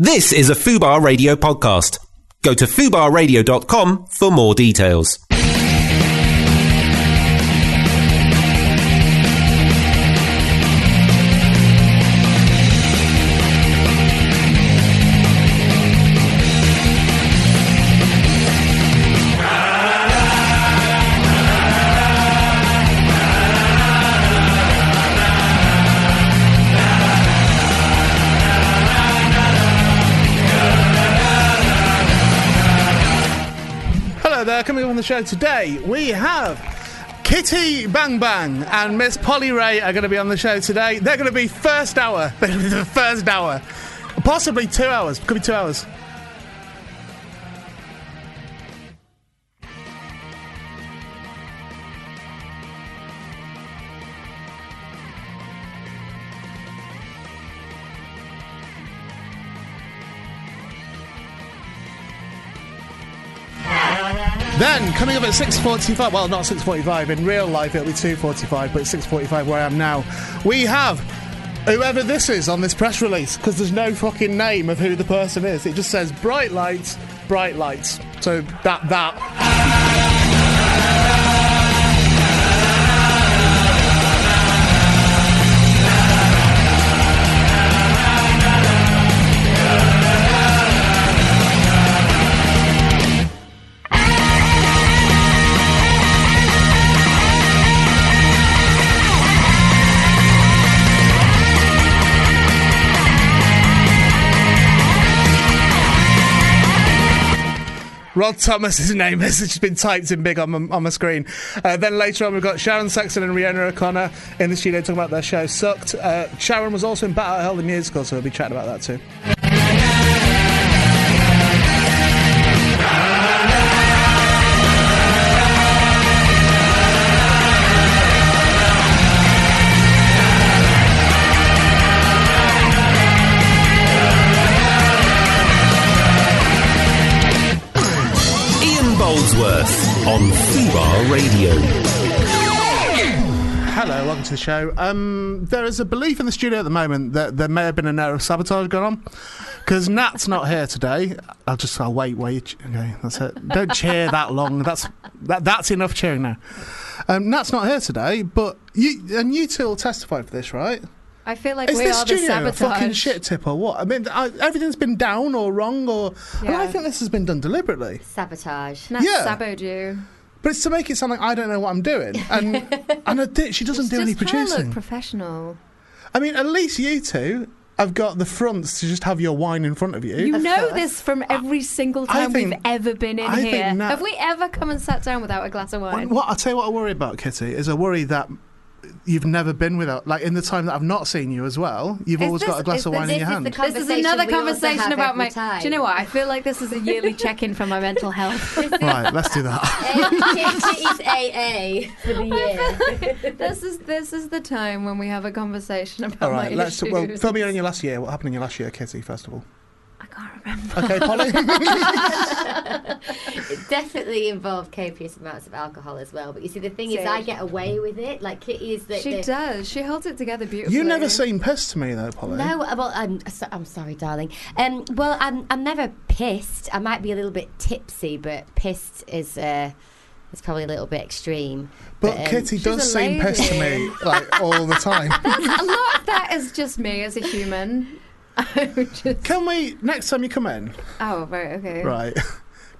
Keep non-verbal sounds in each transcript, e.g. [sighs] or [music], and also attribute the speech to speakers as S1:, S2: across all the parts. S1: This is a Fubar Radio podcast. Go to fubarradio.com for more details.
S2: Hello there, coming up on the show today, we have Kitty Bang Bang and Miss Polly Ray are going to be on the show today. They're going to be first hour, [laughs] They're gonna be the first hour, possibly two hours, could be two hours. Then coming up at 6:45, well not 6:45 in real life it'll be 2:45, but 6:45 where I am now. We have whoever this is on this press release because there's no fucking name of who the person is. It just says bright lights, bright lights. So that that Rod Thomas's [laughs] name has just been typed in big on my, on my screen. Uh, then later on, we've got Sharon Saxon and Rihanna O'Connor in the studio talking about their show Sucked. Uh, Sharon was also in Battle at Hell the Musical, so we'll be chatting about that too.
S1: Ian Boldsworth on Fubar Radio.
S2: Hello, welcome to the show. Um, there is a belief in the studio at the moment that there may have been an air of sabotage going on because Nat's not here today. I'll just I'll wait, wait. Okay, that's it. Don't cheer that long. That's that, that's enough cheering now. Um, Nat's not here today, but you and you two will testify for this, right?
S3: I feel like
S2: is
S3: we
S2: this
S3: are the
S2: studio a
S3: sabotage.
S2: fucking shit tip or what? I mean, I, everything's been down or wrong or. And I
S3: Yeah.
S2: think this has been done deliberately.
S4: [laughs] Sabotage.
S3: Nat
S2: Yeah.
S3: saboed you.
S2: But it's to make it sound like I don't know what I'm doing.
S3: [laughs]
S2: And, and I did, she doesn't
S3: Just
S2: do any
S3: try and
S2: producing.
S3: look professional.
S2: I mean, at least you two have got the fronts to just have your wine in front of you.
S3: You know
S4: course.
S3: this from every single
S2: I
S3: time
S2: think-
S3: we've ever been in
S2: I think
S3: here.
S2: Nat-
S3: Have we ever come and sat down without a glass of wine?
S2: what I tell you what I worry about, Kitty, is I worry that you've never been without. Like in the time that I've not seen you as well, you've
S3: Is
S2: always
S3: this-
S2: got a glass
S3: is
S2: of
S3: this-
S2: wine in
S4: this
S2: your
S4: is
S2: hand.
S4: the co-
S3: This is another
S4: Conversation we also
S3: conversation
S4: have
S3: about
S4: every
S3: my.
S4: time.
S3: Do you know what? I feel like this is a
S4: [laughs]
S3: yearly check-in for my mental health.
S2: right, let's do
S3: [laughs]
S2: that.
S4: It's AA for the [laughs] year.
S3: this is this is the time when we have a conversation about
S2: All right,
S3: my
S2: let's.
S3: issues.
S2: Well, fill me in on your last year. What happened in your last year, Kitty? First of all,
S3: I can't remember.
S2: okay, Polly.
S3: [laughs]
S4: It definitely involved copious amounts of alcohol as well. But you see, the thing is,
S3: Same.
S4: I get away with it. Like Kitty is the.
S3: She
S4: the-
S3: does. She holds it together beautifully.
S2: you never seem pissed to me though, Polly.
S4: No, uh, well, I'm, so, I'm sorry, darling. Um, well, I'm, I'm never pissed. I might be a little bit tipsy, but pissed is uh, is probably a little bit extreme.
S2: but
S4: um,
S2: Kitty
S3: she's
S2: does
S3: a
S2: seem pissed to
S3: lady.
S2: me
S3: [laughs]
S2: like all the time.
S3: a lot of that is just me as a human. [laughs] I'm just.
S2: Can we next time you come in?
S3: Oh right. Okay.
S2: Right.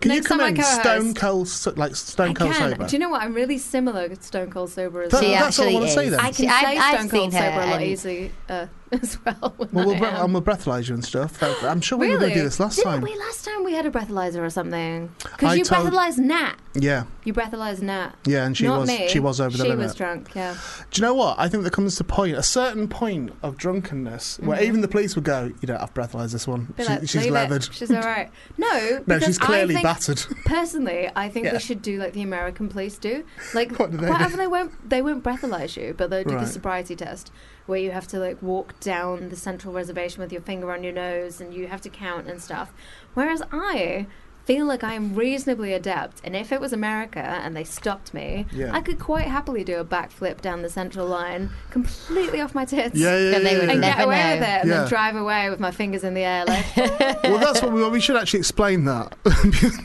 S2: Can
S3: Next
S2: you come
S3: time I
S2: in
S3: co-host.
S2: stone cold, so- like stone
S3: I
S2: cold
S3: can.
S2: sober?
S3: Do you know what? I'm really similar to Stone Cold Sober as
S2: That-
S3: well.
S4: She
S2: that's all I
S4: actually
S2: wanna say
S4: is.
S2: then.
S3: I can
S4: She- I've-
S3: say
S4: I've
S3: Stone Cold
S4: seen her
S3: Sober a lot
S4: and-
S3: easy uh, [laughs] as well. when
S2: well, we'll
S3: I
S2: bre-
S3: am.
S2: and we'll breathalyze you and stuff. That- I'm sure we were going to
S3: Really?
S2: do this last
S3: Didn't
S2: time.
S3: we last time we had a breathalyzer or something?
S2: I
S3: Because you
S2: told-
S3: breathalyzed Nat.
S2: Yeah,
S3: You breathalyzed Nat.
S2: yeah, and she
S3: Not
S2: was
S3: me.
S2: she was over the
S3: She
S2: limit.
S3: was drunk. Yeah.
S2: Do you know what? I think there comes a point, a certain point of drunkenness, where even the police would go, "You don't have breathalyze this one.
S3: Mm-hmm. Be
S2: She,
S3: like,
S2: she's
S3: "Leave it.
S2: leathered."
S3: She's all
S2: [laughs]
S3: right. No.
S2: No,
S3: because
S2: she's clearly
S3: I think,
S2: battered. [laughs]
S3: Personally, I think
S2: Yeah.
S3: we should do like the American police do. Like,
S2: What do they
S3: quite
S2: do?
S3: often they won't they won't breathalyze you, but they'll do
S2: Right.
S3: the sobriety test where you have to like walk down the central reservation with your finger on your nose and you have to count and stuff. Whereas I feel like I'm reasonably adept. And if it was America and they stopped me,
S2: Yeah.
S3: I could quite happily do a backflip down the central line completely off my tits.
S2: Yeah, yeah,
S4: Then
S2: yeah.
S4: they would
S2: yeah.
S3: And
S4: never
S3: get away
S4: know.
S3: with it, and
S2: Yeah.
S3: then drive away with my fingers in the
S2: [laughs]
S3: air, like
S2: Well, that's what we, well, we should actually explain that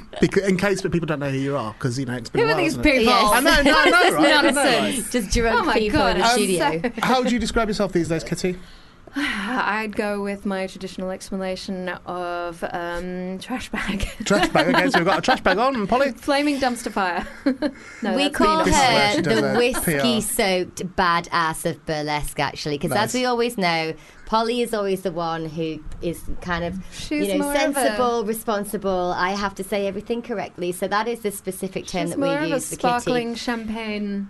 S2: [laughs] Because- in case people don't know who you are because you know it's been
S3: who
S2: a
S3: are
S2: while,
S3: these
S2: hasn't it?
S3: people?
S4: Yes.
S2: I know, no, I know, right? I know, right?
S4: Nonsense. [laughs] Just drunk
S3: Oh my
S4: people
S3: God,
S4: in the
S3: I'm
S4: studio.
S3: so-
S2: How would you describe yourself these days, Kitty?
S3: [sighs] I'd go with my traditional explanation of um, trash bag,
S2: Trash bag. Okay, so we've got a trash bag on, Polly.
S3: flaming dumpster fire. [laughs] no,
S4: we
S3: that's
S4: call
S3: me, not
S2: This
S4: her
S2: is where she
S4: the
S2: does her PR.
S4: whiskey soaked badass of burlesque, actually, because
S2: Nice.
S4: as we always know, Polly is always the one who is kind of
S3: She's
S4: you know
S3: more of a-
S4: sensible, responsible. I have to say everything correctly, so that is the specific term
S3: She's
S4: that we
S3: more of a
S4: use for
S3: sparkling
S4: Kitty.
S3: champagne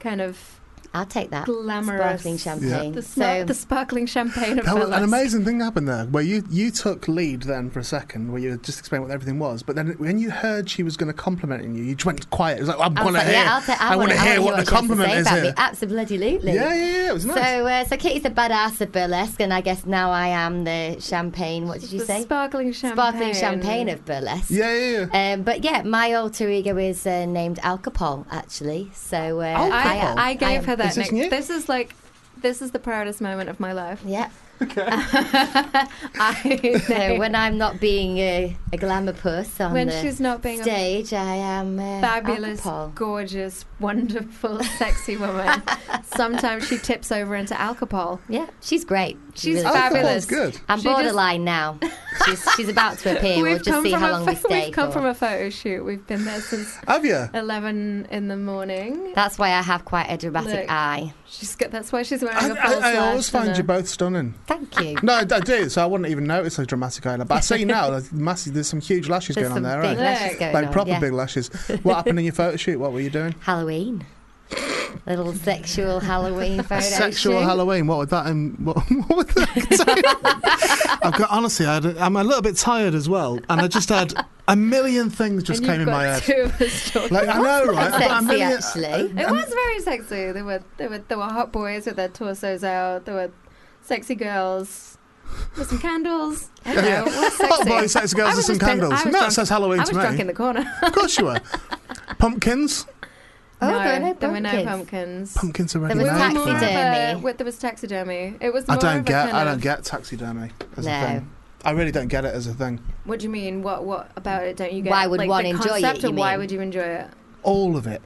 S3: kind of
S4: I'll take that
S3: glamorous.
S4: Ah, sparkling champagne.
S3: The, sma-
S4: So
S3: the sparkling champagne of
S2: That was- an
S3: burlesque.
S2: amazing thing happened there, where you, you took lead then for a second, where you were just explaining what everything was. But then when you heard she was going to compliment you, you just went quiet. It was like, I
S4: I was
S2: want to
S4: like,
S2: hear.
S4: yeah, I'll ta- I,
S2: want to hear what, the compliment is
S4: about
S2: here.
S4: Me. Absolutely.
S2: Yeah, yeah, yeah. It was nice.
S4: So, uh, so Kitty's the badass of burlesque, and I guess now I am the champagne. What did you
S3: The
S4: say?
S3: Sparkling champagne.
S4: Sparkling champagne of burlesque.
S2: yeah, yeah,
S4: [laughs]
S2: yeah.
S4: Um, but yeah, my alter ego is uh, named Al Capone, actually. So uh,
S2: Oh,
S3: I, I gave her that
S2: Is this
S3: nick-
S2: new?
S3: This is like, this is the proudest moment of my
S4: [laughs]
S3: life. [laughs]
S4: Yeah.
S3: I
S4: So
S3: know.
S4: when I'm not being a, a glamour puss on
S3: when
S4: the
S3: she's not being a
S4: stage, I am uh,
S3: fabulous,
S4: Al Capone.
S3: gorgeous, wonderful, sexy
S4: [laughs]
S3: woman, sometimes she tips over into alcohol.
S4: Yeah, she's great. She
S3: She's
S4: really is.
S3: fabulous.
S2: Alcohol's good.
S4: I'm
S3: She just- [laughs]
S4: borderline now. She's, she's about to appear. we'll just see
S3: from
S4: how
S3: a
S4: long
S3: pho-
S4: we stay.
S3: we've come
S4: for.
S3: from a photo shoot. We've been there
S4: [laughs]
S3: since
S2: Have you?
S3: eleven in the morning.
S4: That's why I have quite a dramatic
S3: Look.
S4: eye.
S3: She's got, that's why she's wearing
S2: I,
S3: a
S2: I,
S3: full
S2: I always
S3: slash and
S2: find you
S3: a-
S2: both stunning.
S4: Thank you.
S2: No, I, I do. So I wouldn't even notice a dramatic eyeliner. But I see now,
S3: [laughs]
S2: there's massive. There's some huge lashes
S4: There's
S2: going on there,
S4: some
S2: right?
S4: big lashes
S3: Look.
S4: going
S2: Like
S4: on.
S2: proper
S4: yeah.
S2: big lashes. What happened in your photo shoot? What were you doing?
S4: Halloween. Little sexual
S2: [laughs]
S4: Halloween photo
S2: Sexual
S4: shoot.
S2: Halloween. What would that? Um, what, [laughs] what would that? I've got honestly. I had, I'm a little bit tired as well, and I just had a million things just
S3: and
S2: came in
S3: you've
S2: my head.
S3: got [laughs] two of us talking.
S2: [laughs] Like I know, right? I've got a
S4: sexy,
S2: million- Uh,
S4: actually.
S3: It was very sexy. There were there were there were hot boys with their torsos out. There were sexy girls with some candles. I don't know. It was sexy.
S2: Oh, Hot boy, sexy girls
S3: I
S2: with
S3: was
S2: some
S3: just pres-
S2: candles.
S3: I was
S2: No, it
S3: drunk-
S2: says Halloween
S3: I was
S2: to me.
S3: drunk in the corner.
S2: Of course you were. Pumpkins.
S4: Oh,
S3: no,
S4: there were no
S3: were no
S4: pumpkins.
S3: pumpkins.
S2: Pumpkins are
S4: There
S2: ready
S4: was
S2: now.
S3: more of
S4: taxidermy.
S3: a- with- there was taxidermy. It was.
S2: I
S3: more of a
S2: don't get.
S3: kind
S2: I
S3: of-
S2: don't get taxidermy as a
S4: No.
S2: thing. I really don't get it as a thing.
S3: What do you mean? What what about it? Don't you get?
S4: Why would
S3: like,
S4: one
S3: the
S4: enjoy it,
S3: concept
S4: you
S3: Or why
S4: mean?
S3: would you enjoy it?
S2: All of it.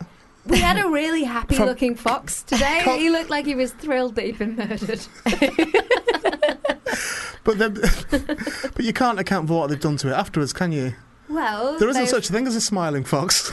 S3: We had a really
S2: [laughs]
S3: happy-looking fox today.
S2: Con-
S3: he looked like he was thrilled that he'd been murdered.
S2: But
S3: [laughs]
S2: then, but you can't account for what they've done to it afterwards, can you?
S3: Well,
S2: There isn't
S3: they've-
S2: such a thing as a smiling fox.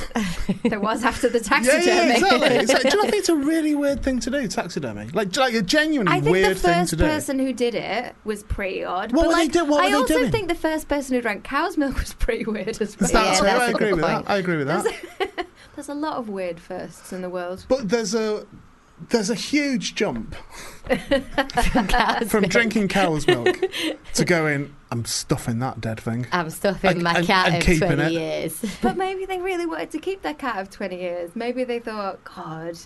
S3: There was after
S2: [laughs]
S3: the
S2: yeah,
S3: taxidermy. [laughs]
S2: yeah, exactly. It's like, do you not think it's a really weird thing to do, taxidermy? Like, like a genuinely
S3: I think
S2: weird
S3: the
S2: thing
S3: first
S2: to do.
S3: person who did it was pretty odd.
S2: What
S3: but
S2: were they
S3: like,
S2: do- what were
S3: I
S2: they
S3: also
S2: doing?
S3: think the first person who drank cow's milk was pretty weird as well.
S2: That's
S4: Yeah,
S2: right,
S4: that's
S2: I
S4: a good
S2: agree with
S4: point.
S2: that. I agree with that.
S3: There's a lot of weird firsts in the world.
S2: But there's a there's a huge jump from drinking cow's
S3: [laughs]
S2: milk to going. I'm stuffing that dead thing.
S4: I'm stuffing
S2: And-
S4: my
S2: and-
S4: cat
S2: and
S4: of
S2: keeping
S4: 20
S2: it.
S4: years.
S3: [laughs] But maybe they really wanted to keep their cat of 20 years. Maybe they thought, God,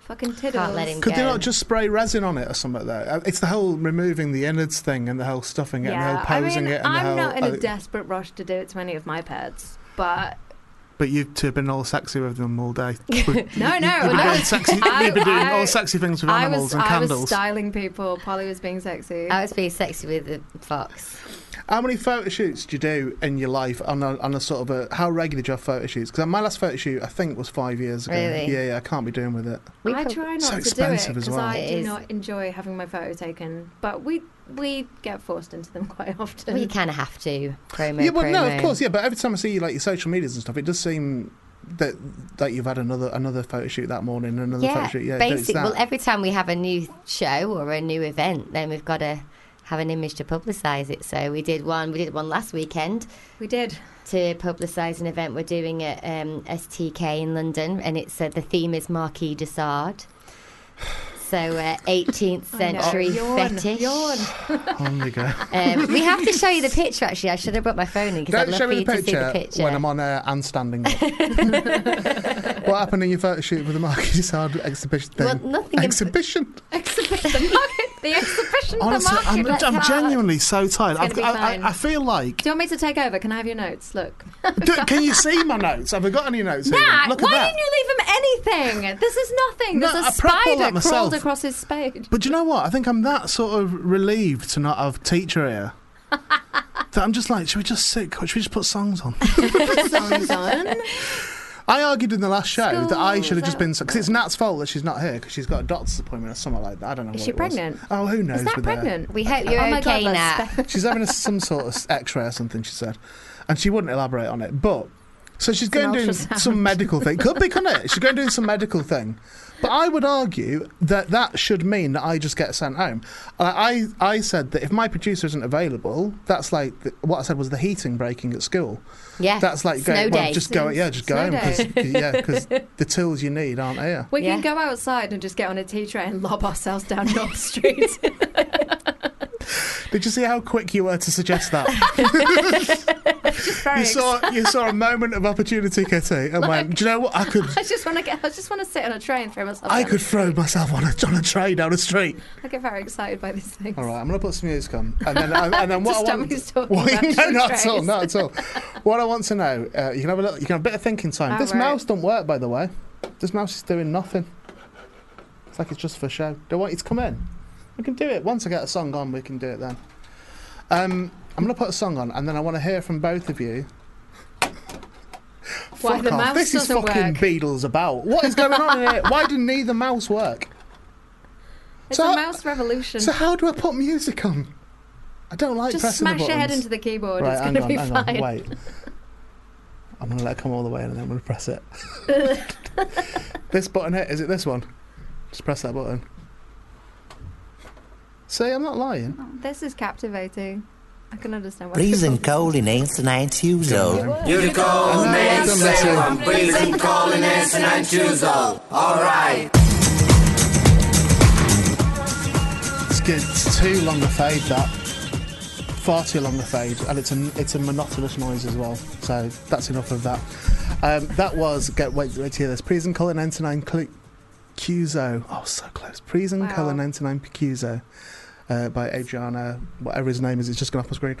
S3: fucking tiddles.
S4: Can't let him
S2: Could they
S4: go.
S2: not just spray resin on it or something like that? Uh, It's the whole removing the innards thing and the whole stuffing it and the
S3: Yeah, I
S2: whole posing
S3: mean,
S2: it and the
S3: I'm
S2: whole.
S3: not in
S2: uh,
S3: a desperate rush to do it to any of my pets, but
S2: But you two have been all sexy with them all
S3: [laughs]
S2: day. We've-
S3: no, no,
S2: you've been
S3: I-
S2: doing sexy.
S3: I-
S2: you've been doing
S3: I-
S2: all sexy things with
S3: I
S2: animals
S3: was
S2: and
S3: I was
S2: candles.
S3: styling people. Polly was being sexy.
S4: I was being sexy with the fox.
S2: How many photo shoots do you do in your life on a, on a sort of a how regular do you have photo shoots? Because my last photo shoot I think was five years ago.
S4: Really?
S2: Yeah, yeah, I can't be doing with it.
S4: We
S3: I
S4: prob-
S3: try not
S2: So
S3: to do it
S2: expensive as
S3: because
S2: well.
S3: I
S4: It
S3: do
S4: is.
S3: not enjoy having my photo taken. But we we get forced into them [laughs] quite often.
S4: well, you kind of have to. Promo,
S2: yeah, well, no,
S4: promo.
S2: of course, yeah. But every time I see you, like your social medias and stuff, it does seem that that you've had another another photo shoot that morning, and another photo
S4: Yeah,
S2: shoot. Yeah, it's
S4: basic.
S2: that.
S4: Well, every time we have a new show or a new event, then we've got to have an image to publicise it. So we did one. We did one last weekend
S3: we did.
S4: to publicise an event we're doing at um, STK in London, and it's uh, the theme is Marquis de Sade. So uh, 18th
S3: I know.
S4: century
S3: Yawn,
S4: fetish.
S3: yawn.
S2: on you go.
S4: Um, we have to show you the picture. Actually, I should have brought my phone in because I'd
S2: Don't
S4: love
S2: show
S4: for
S2: me
S4: you
S2: the
S4: to see
S2: picture,
S4: the picture.
S2: when I'm on air and standing
S3: [laughs]
S2: up. what happened in your photo shoot with the Marquis de Sade exhibition thing?
S4: Well, nothing in-
S2: Exhibition.
S3: Exhibit the [laughs] market. the exhibition,
S2: Honestly,
S3: the
S2: I'm,
S3: market. let's
S2: I'm
S3: have-
S2: genuinely so tired.
S3: It's
S2: I've,
S3: gonna be
S2: I,
S3: fine.
S2: I, I feel like.
S3: Do you want me to take over? Can I have your notes? Look.
S2: Do, can you see my notes? Have I got any notes? here?
S3: Nah,
S2: Look
S3: why
S2: at that.
S3: didn't you leave him anything? This is nothing.
S2: No,
S3: There's
S2: I
S3: a
S2: prepped all that
S3: spider
S2: myself.
S3: crawled across his page.
S2: But do you know what? I think I'm that sort of relieved to not have teacher
S3: [laughs]
S2: here. that I'm just like, should we just sit? Should we just put songs on?
S4: [laughs]
S3: Songs on.
S2: I argued in the last show that I
S3: School's
S2: should have just
S3: out.
S2: been because it's Nat's fault that she's not here because she's got a doctor's appointment or something like that. I don't know.
S3: Is
S2: what
S3: she
S2: it was.
S3: pregnant?
S2: Oh, who knows?
S3: Is that
S2: with her.
S3: pregnant?
S4: We hope you're
S3: oh my
S4: okay,
S3: God,
S4: Nat.
S2: [laughs]
S3: that's-
S2: She's having a, some sort of X-ray or something. She said, and she wouldn't elaborate on it. But so she's
S3: an
S2: going doing
S3: ultrasound.
S2: some medical thing. Could be, couldn't it? She's going doing some medical thing. But I would argue that that should mean that I just get sent home. I I, I said that if my producer isn't available, that's like the, what I said was the heating breaking at school.
S4: Yeah.
S2: That's like
S4: Snow
S2: going, well,
S4: day.
S2: just go, yeah, just go
S3: Snow
S2: home because yeah,
S4: [laughs]
S2: because the tools you need aren't here.
S3: We can
S4: Yeah.
S3: go outside and just get on a tea tray and lob ourselves down York [laughs] Street.
S2: Did you see how quick you were to suggest
S4: [laughs]
S2: that?
S3: Very
S2: you saw you saw a moment of opportunity, Kitty, and went, do you know what? I
S4: [laughs]
S2: could
S3: I just want to get. I just want to sit on a tray and throw myself.
S2: I
S3: down.
S2: could throw myself on a, on a tray down a street.
S3: I get very excited by these things.
S2: All right, I'm going to put some music on. And then, and, and
S3: [laughs]
S2: then what
S3: Just
S2: I
S3: don't
S2: want.
S3: be
S2: [laughs]
S3: talking about
S2: no, not at
S3: trays.
S2: all, not at all. What I want to know, uh, you can have a look, you can have a bit of thinking time.
S3: All
S2: this
S3: right.
S2: mouse don't work, by the way. This mouse is doing nothing. It's like it's just for show. Don't want you to come in. We can do it. Once I get a song on, we can do it then. Um, I'm going to put a song on, and then I want to hear from both of you.
S3: Why
S2: Fuck
S3: the
S2: off.
S3: mouse
S2: this is
S3: doesn't
S2: fucking
S3: work.
S2: Beatles about. What is going on here? Why didn't either mouse work?
S3: It's
S2: So-
S3: a mouse revolution.
S2: So how do I put music on? I don't like
S3: just
S2: pressing the
S3: smash your head
S2: buttons.
S3: into the keyboard.
S2: right,
S3: it's
S2: hang
S3: going to
S2: on,
S3: be
S2: hang
S3: fine.
S2: on, wait. I'm gonna let it come all the way in and then I'm gonna press
S3: [laughs]
S2: it. this button here, is it this one? Just press that button. See, I'm not lying.
S3: This is captivating. I can understand why.
S5: Freezing
S3: people-
S5: cold in 89 years old.
S2: And then it's messy. It's good. It's too long a fade that. Far too long a fade, and it's a it's a monotonous noise as well. So that's enough of that. Um, that was get wait wait to hear this. Prison Color 99 Cl- Cuso. Oh, so close. Prison
S3: Wow.
S2: Color 99 Cuso. Uh, by Adriana, whatever his name is, it's just gone off my screen.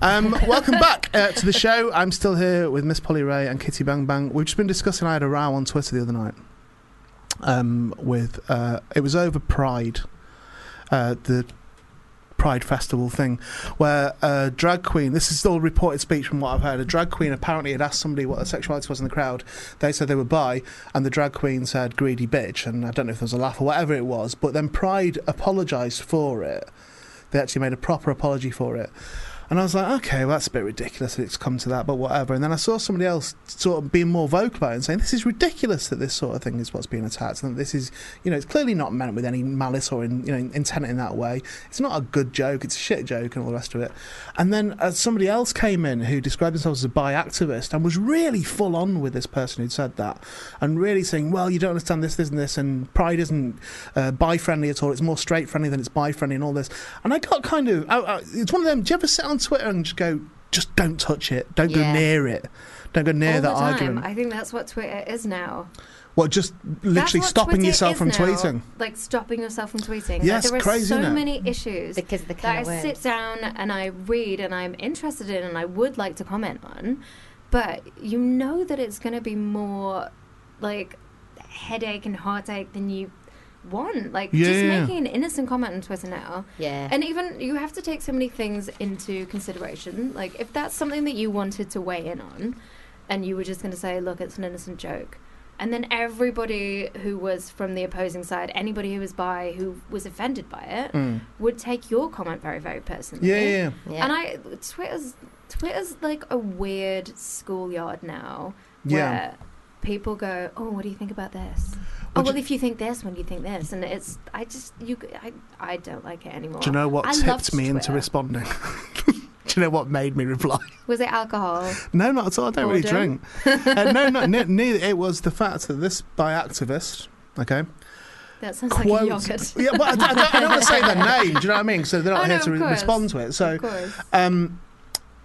S2: Um, welcome back uh, to the show. I'm still here with Miss Polly Ray and Kitty Bang Bang. We've just been discussing. I had a row on Twitter the other night. Um, with uh, it was over Pride, uh, the Pride Festival thing, where a drag queen, this is all reported speech from what I've heard, a drag queen apparently had asked somebody what their sexuality was in the crowd. They said they were bi, and the drag queen said greedy bitch, and I don't know if there was a laugh or whatever it was, but then Pride apologised for it. They actually made a proper apology for it. And I was like, okay, well, that's a bit ridiculous that it's come to that, but whatever. And then I saw somebody else sort of being more vocal about it and saying, this is ridiculous that this sort of thing is what's being attacked. And this is, you know, it's clearly not meant with any malice or in, you know, intent in that way. It's not a good joke, it's a shit joke and all the rest of it. And then uh, somebody else came in who described themselves as a bi activist and was really full on with this person who'd said that and really saying, well, you don't understand this, this, and this, and pride isn't uh, bi friendly at all. It's more straight friendly than it's bi friendly and all this. And I got kind of, I, I, it's one of them. Do you ever sit on Twitter and just go, just don't touch it, don't
S4: Yeah.
S2: go near it, don't go near
S3: All
S2: that
S3: the time.
S2: argument?
S3: I think that's what Twitter is now.
S2: well, just
S3: That's
S2: literally
S3: what
S2: stopping
S3: Twitter
S2: yourself
S3: is
S2: from
S3: now,
S2: tweeting.
S3: Like stopping yourself from tweeting. Like,
S2: Yes,
S3: there are
S2: crazy,
S3: so
S2: isn't it?
S3: many issues
S4: Because of the
S3: that I
S4: kind of
S3: sit down and I read and I'm interested in and I would like to comment on, but you know that it's going to be more like headache and heartache than you want. Like
S2: Yeah,
S3: just
S2: yeah, yeah.
S3: making an innocent comment on Twitter now.
S4: Yeah.
S3: And even you have to take so many things into consideration. Like if that's something that you wanted to weigh in on, and you were just going to say, "Look, it's an innocent joke," and then everybody who was from the opposing side, anybody who was by, who was offended by it,
S2: Mm.
S3: would take your comment very, very personally.
S2: Yeah, yeah, yeah.
S4: Yeah.
S3: And I Twitter's Twitter's like a weird schoolyard now,
S2: Yeah.
S3: where people go, "Oh, what do you think about this?" oh
S2: Would
S3: well,
S2: you-
S3: if you think this, when you think this, and it's I just you I, I don't like it anymore.
S2: Do you know what
S3: I
S2: tipped
S3: loved
S2: me into
S3: Twitter.
S2: responding? [laughs] Do you know what made me reply?
S3: Was it alcohol?
S2: No, not at all. I don't really
S3: Boredom.
S2: drink. uh, no, no, ne- neither. It was the fact that this by activist, okay,
S3: That sounds like a
S2: quote.
S3: yogurt.
S2: yeah, but I, I don't, I don't want to say their name. Do you know what I mean? [laughs] So they're not
S3: Oh,
S2: here
S3: no,
S2: to
S3: of
S2: re-
S3: course.
S2: respond to it. So
S3: Of course.
S2: um,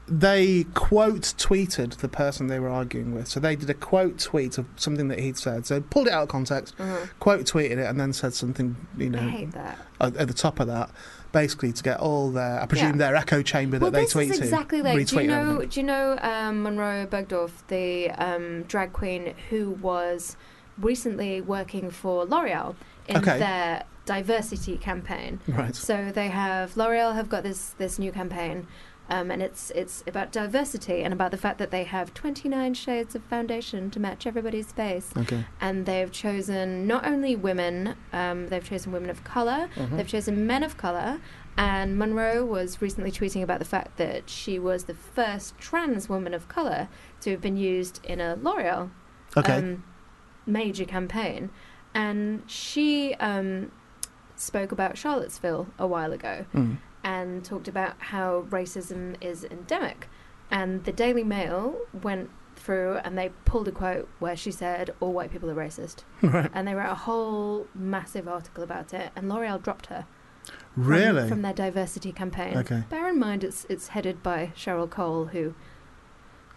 S2: they quote tweeted the person they were arguing with. So they did a quote tweet of something that he'd said. So pulled it out of context,
S3: Uh-huh.
S2: quote tweeted it, and then said something, you
S3: I
S2: know,
S3: hate that.
S2: at, at the top of that, basically to get all their, I presume,
S3: Yeah.
S2: their echo chamber
S3: Well,
S2: that they
S3: this
S2: tweet
S3: is exactly
S2: to.
S3: like. Do
S2: retweet
S3: you know?
S2: everything.
S3: Do you know um, Monroe Bergdorf, the um, drag queen who was recently working for L'Oreal in
S2: Okay.
S3: their diversity campaign?
S2: Right.
S3: So they have L'Oreal have got this this new campaign, um, and it's it's about diversity and about the fact that they have 29 shades of foundation to match everybody's face,
S2: Okay.
S3: and they've chosen not only women, um, they've chosen women of color,
S2: Mhm.
S3: they've chosen men of color. And Monroe was recently tweeting about the fact that she was the first trans woman of color to have been used in a L'Oreal
S2: Okay.
S3: um, major campaign, and she um, spoke about Charlottesville a while ago
S2: Mm.
S3: and talked about how racism is endemic. And the Daily Mail went through and they pulled a quote where she said, "All white people are racist,"
S2: Hmm. [laughs] Right.
S3: and they wrote a whole massive article about it. And L'Oreal dropped her from-
S2: Really?
S3: from, their diversity campaign.
S2: Okay.
S3: Bear in mind, it's it's headed by Cheryl Cole who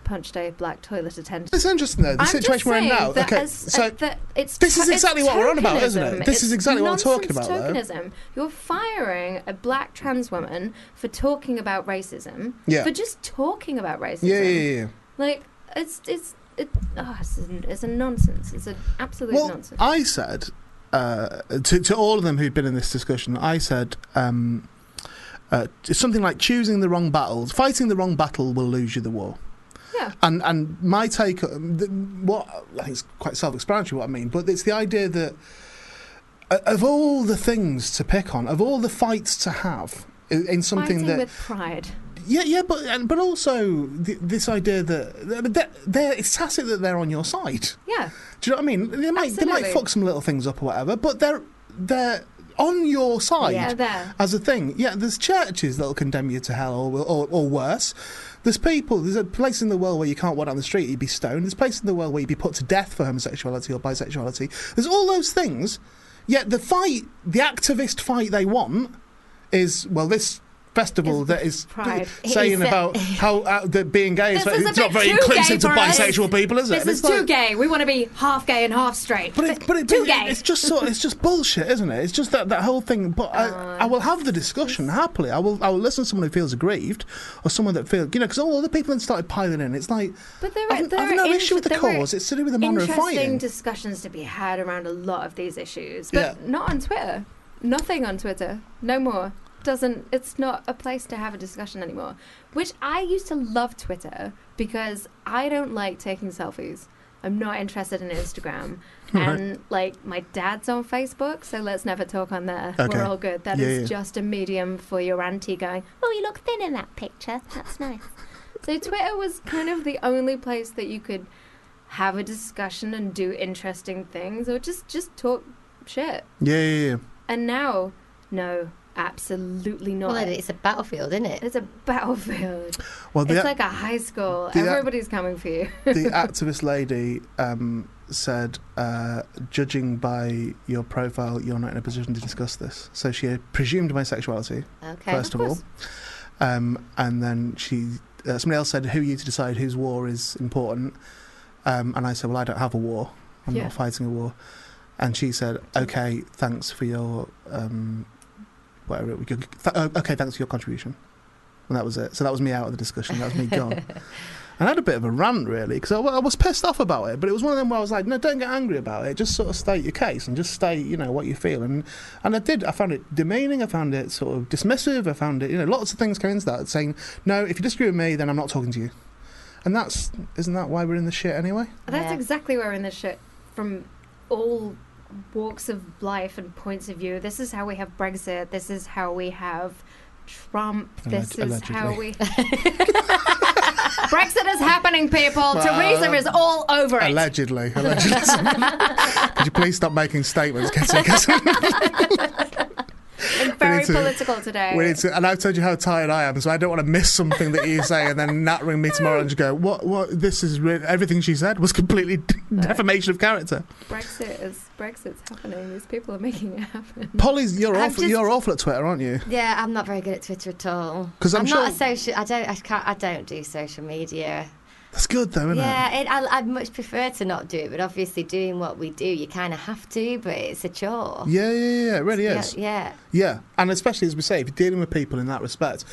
S3: punched a black toilet attendant.
S2: It's interesting though the
S3: I'm just
S2: situation we're in
S3: saying
S2: now.
S3: That
S2: Okay,
S3: as-
S2: so
S3: that it's
S2: this is
S3: to-
S2: exactly
S3: it's
S2: what we're on about, isn't it?
S3: tokenism.
S2: This is
S3: It's
S2: exactly what I'm talking
S3: nonsense
S2: about, though.
S3: Tokenism. You're firing a black trans woman for talking about racism.
S2: Yeah.
S3: For just talking about racism.
S2: yeah, yeah, yeah.
S3: Like it's it's it, oh, it's, a, it's a nonsense. It's an absolute
S2: Well,
S3: nonsense.
S2: I said uh, to to all of them who'd been in this discussion. I said um, uh, it's something like choosing the wrong battles, fighting the wrong battle will lose you the war.
S3: yeah.
S2: And and my take, um, the, what I think is quite self-explanatory. What I mean, but it's the idea that uh, of all the things to pick on, of all the fights to have in, in something
S3: Fighting
S2: that
S3: with pride.
S2: Yeah, yeah, but and, but also th- this idea that they're, they're, it's tacit that they're on your side.
S3: Yeah.
S2: Do you know what I mean? They might they might
S3: Absolutely.
S2: fuck some little things up or whatever, but they're they're on your side
S3: Yeah. There.
S2: as a thing. Yeah, there's churches that'll condemn you to hell or, will- or or worse. There's people. There's a place in the world where you can't walk down the street, you'd be stoned. There's a place in the world where you'd be put to death for homosexuality or bisexuality. There's all those things. Yet the fight, the activist fight they want, is well this. Festival
S3: Is
S2: that is
S3: pride. [laughs]
S2: saying
S4: It's a-
S2: about how uh, that being gay is
S3: This is a
S2: it's not
S3: bit
S2: very
S3: too gay
S2: inclusive to
S3: for us.
S2: bisexual people, is it?
S3: This
S2: And
S3: is
S2: it's
S3: too
S2: like-
S3: gay. We want to be half gay and half straight.
S2: but it, but it,
S3: too
S2: it-
S3: gay.
S2: it's just sort. It's just bullshit, isn't it? It's just that, that whole thing. But I, I
S3: Uh,
S2: will have the discussion happily. I will. I will listen to someone who feels aggrieved, or someone that feels you know, because all other people then started piling in. It's like
S3: But there
S2: I've,
S3: were, there
S2: I've
S3: were
S2: no
S3: int-
S2: issue with the
S3: there were
S2: cause. It's to do with the manner of
S3: interesting
S2: fighting.
S3: discussions to be had around a lot of these issues, but
S2: Yeah.
S3: not on Twitter. Nothing on Twitter. No more. Doesn't. It's not a place to have a discussion anymore. Which I used to love Twitter because I don't like taking selfies. I'm not interested
S2: [laughs]
S3: in Instagram. And like my dad's on Facebook, so let's never talk on there.
S2: Okay.
S3: We're all good. That is
S2: Yeah, yeah.
S3: just a medium for your auntie going, "Oh, you look thin in that picture. That's nice." So Twitter was kind of the only place that you could have a discussion and do interesting things or just just talk shit.
S2: yeah, yeah, yeah.
S3: And now, no, absolutely not.
S4: Well, it- it's a battlefield, isn't it?
S3: It's a battlefield.
S2: Well,
S3: it's
S2: the,
S3: like a high school.
S2: the-
S3: Everybody's coming for you. [laughs]
S2: the activist lady um, said, uh, judging by your profile, you're not in a position to discuss this. So she had presumed my sexuality.
S4: Okay.
S2: first of,
S3: Of
S2: all. Um, and then she, uh, somebody else said, "Who are you to decide whose war is important?" Um, and I said, "Well, I don't have a war. I'm
S3: Yeah.
S2: not fighting a war." And she said, "Okay, thanks for your um, whatever. It, th- oh, okay, thanks for your contribution." And that was it. So that was me out of the discussion. That was me gone. and I had a bit of a rant really because I, wa- I was pissed off about it. But it was one of them where I was like, "No, don't get angry about it. Just sort of state your case and just state, you know, what you feel." And and I did. I found it demeaning. I found it sort of dismissive. I found it, you know, lots of things came into that saying, no, if you disagree with me, then I'm not talking to you. And that's, isn't that why we're in the shit anyway?
S3: That's
S4: Yeah.
S3: exactly where we're in this shit from all walks of life and points of view. This is how we have Brexit. This is how we have Trump. this
S2: Alleg-
S3: is how
S2: allegedly.
S3: we.
S4: [laughs]
S3: Brexit is happening, people.
S2: Well,
S3: Teresa is all over it.
S2: Allegedly. Allegedly. Could you please stop making statements, Kitty? 'Cause-
S3: I'm very
S2: need to-
S3: political today.
S2: We need to, and I've told you how tired I am, so I don't want to miss something that you say and then not ring me tomorrow and just go, "What? What? This is re- everything she said was completely [laughs] defamation of character."
S3: Brexit is Brexit's happening. These people are making it happen.
S2: Polly's, you're
S4: I've
S2: awful.
S4: just-
S2: You're awful at Twitter, aren't you?
S4: Yeah, I'm not very good at Twitter at all.
S2: 'Cause I'm
S4: not a
S2: sure-
S4: social. I don't. I can't. I don't do social media.
S2: That's good though, isn't it?
S4: Yeah, it, I, I'd much prefer to not do it, but obviously, doing what we do, you kind of have to. But it's a chore.
S2: Yeah, yeah, yeah, yeah, it really
S4: Yeah,
S2: is. Yeah,
S4: yeah.
S2: and especially as we say, if you're dealing with people in that respect.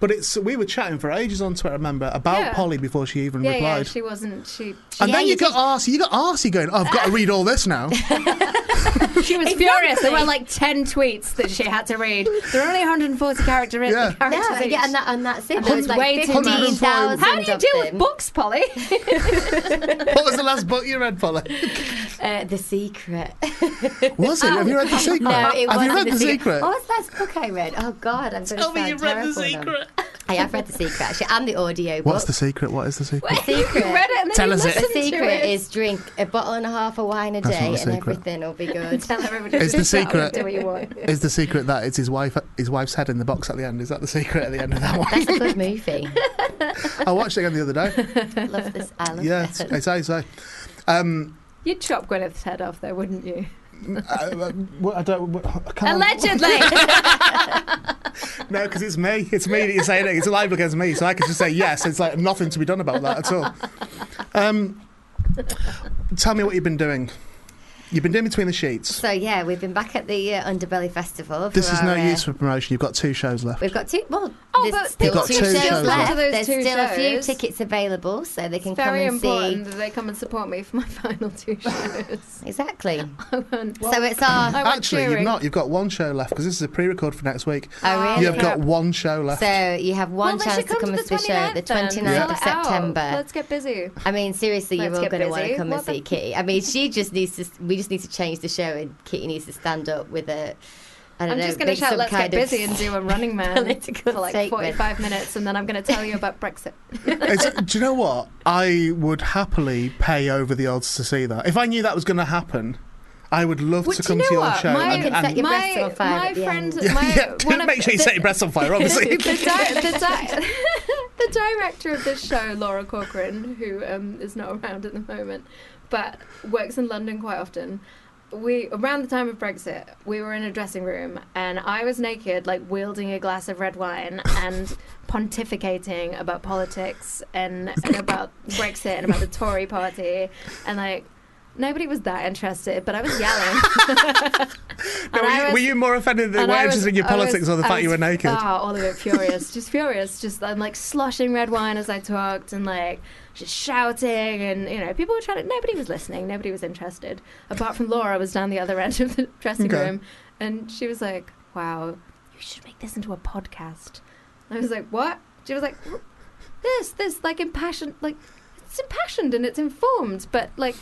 S2: But it's we were chatting for ages on Twitter, remember, about
S3: Yeah.
S2: Polly before she even
S3: Yeah, yeah.
S2: replied.
S3: She wasn't. She
S2: and
S4: Yeah,
S2: then you,
S4: you
S2: got arsey, you got arsey going, "Oh, I've got to read all this
S4: [laughs]
S2: now.
S3: she was furious. There were like ten tweets that she had to read. There are only 140 character
S2: Yeah.
S3: characters.
S4: No, yeah,
S3: each.
S4: and, that, and that's it.
S3: And
S4: There
S3: that's
S4: was like
S3: way too much.
S4: 15,000
S3: How do you
S4: of
S3: deal
S4: them.
S3: with books, Polly? [laughs]
S2: what was the last book you read, Polly?
S4: Uh, the Secret.
S2: Was it? Have you read The Secret?
S4: Oh, [laughs] No, it
S2: Have
S4: wasn't
S2: you read The, Secret?
S4: What was the Oh. last book I read? Oh God, I'm going to
S2: Tell me
S4: sound
S2: you read The
S4: terrible now. I have read the secret actually, and the audio book.
S2: What's The Secret? What is The Secret?
S4: The secret?
S3: You read it and then
S2: Tell
S3: you
S2: us it.
S4: The
S3: listened to
S4: secret
S3: it.
S4: is drink a bottle and a half of wine a
S2: That's not
S4: day,
S2: a
S4: and
S2: secret.
S4: everything
S3: [laughs]
S4: will be good.
S3: Tell everybody
S2: It's
S3: to
S2: the
S3: shut up and
S2: secret.
S3: Do what you want.
S2: Is the secret that it's his wife his wife's head in the box at the end? Is that the secret at the end of that one?
S4: That's a good movie.
S2: I watched it again the other
S4: [laughs]
S2: day.
S4: love this. I love
S2: Yeah,
S4: this.
S2: it's it's how you say. Um,
S3: You'd chop Gwyneth's head off, though, wouldn't you?
S2: I, I- what- uh, I don't. what- I can't-
S3: [laughs] [laughs] Allegedly.
S2: No, because it's me. It's me that you're saying it. It's live against me, so I could just say yes. It's like nothing to be done about that at all. Um, tell me what you've been doing. You've been doing between the sheets.
S4: So yeah, we've been back at the uh, Underbelly Festival. for
S2: This is no
S4: our, uh,
S2: use for promotion. You've got two shows left.
S4: We've got two. Well,
S3: Oh,
S4: there's
S3: but
S4: still
S2: You've got
S4: two,
S2: two
S4: shows
S2: shows
S4: left.
S3: left. Those
S4: There's
S3: two
S4: still a few
S3: shows.
S4: tickets available, so they can
S3: It's very
S4: come and
S3: important that they come and support me for my [laughs] final two shows. [laughs]
S4: see. Exactly.
S3: went-
S4: so it's our.
S3: I went
S2: Actually, you've
S3: cheering.
S2: not. You've got one show left because this is a pre-record for next week.
S4: Oh, really?
S2: You have got one show left.
S3: [laughs]
S4: So you have
S3: well,
S4: one
S3: they
S4: chance
S3: should
S4: to come
S3: to
S4: and see the show the
S3: then.
S4: 29th of
S3: Sort it out.
S4: September.
S3: Let's get busy.
S4: I mean, seriously, you're
S3: Let's
S4: all
S3: get
S4: going to want to
S3: busy.
S4: come
S3: What
S4: and see
S3: the-
S4: Kitty. I mean, she just needs to. We just need to change the show, and Kitty needs to stand up with a. I don't
S3: I'm
S4: know,
S3: just going
S4: make
S3: to shout,
S4: some
S3: let's
S4: kind
S3: get
S4: of-
S3: busy and do a running man
S4: political
S3: for like
S4: statement.
S3: 45 minutes, and then I'm going to tell you about Brexit.
S2: It's, do you know what? I would happily pay over the odds to see that. If I knew that was going to happen, I would love
S3: Well,
S2: to
S3: do
S2: come
S3: you know
S2: to your
S3: what?
S2: show.
S3: My,
S4: You can set your breasts on
S3: my,
S4: fire
S3: my
S4: at the
S3: friend,
S2: [laughs]
S4: end.
S2: yeah,
S3: my,
S2: yeah.
S3: one of
S2: make sure you
S3: the-
S2: set your breasts on
S3: [laughs]
S2: fire, obviously.
S3: the, di- the, di- the director of this show, Laura Corcoran, who um, is not around at the moment, but works in London quite often. We around the time of Brexit, we were in a dressing room, and I was naked, like wielding a glass of red wine and pontificating about politics and, and about Brexit and about the Tory Party, and like nobody was that interested, but I was yelling. [laughs]
S2: No,
S3: And
S2: were,
S3: I
S2: you,
S3: was-
S2: were you more offended than
S3: and
S2: were
S3: I was-
S2: interested in your
S3: I was-
S2: politics or the
S3: I
S2: fact you were
S3: was-
S2: naked?
S3: Ah, all of it
S2: [laughs]
S3: furious, just furious. Just I'm like sloshing red wine as I talked and like just shouting and you know people were trying to. Nobody was listening. Nobody was interested. Apart from Laura, was down the other end of the [laughs] dressing
S2: Okay.
S3: room, and she was like, "Wow, you should make this into a podcast." I was like, "What?" She was like, "This, this like impassioned, like it's impassioned and it's informed, but like."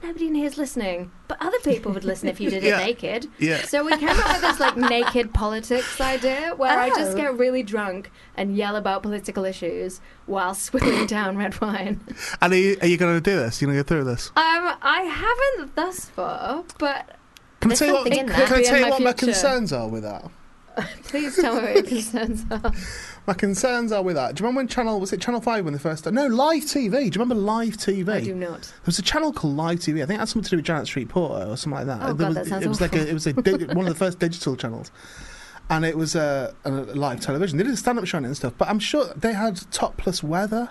S3: Nobody in here's listening, but other people would listen if you did
S2: [laughs]
S3: it
S2: Yeah.
S3: naked.
S2: Yeah.
S3: So we came up with
S2: [laughs]
S3: this like naked politics idea where I just
S4: Oh.
S3: get really drunk and yell about political issues
S2: [laughs]
S3: while swimming down red wine.
S2: And are you, are you going to do this? You're going to go through this?
S3: Um, I haven't thus far, but
S2: Can I
S4: There's
S2: tell you what,
S4: something in
S2: can
S4: that.
S2: I
S3: Could be
S2: tell
S3: in
S2: you
S3: my
S2: what my
S3: future.
S2: concerns are with that?
S3: please tell me what
S2: [laughs]
S3: your concerns are.
S2: My concerns are with that. Do you remember when Channel, was it Channel 5 when they first started? No, Live TV. Do you remember Live TV?
S3: I do not.
S2: There was a channel called Live TV. I think it had something to do with Janet Street Porter or something like that.
S3: Oh,
S2: There
S3: God,
S2: was,
S3: that sounds
S2: it was like a, it was a dig- one of the first digital channels, and it was uh, a, live television. They did a stand-up show on it and stuff, but I'm sure they had topless weather.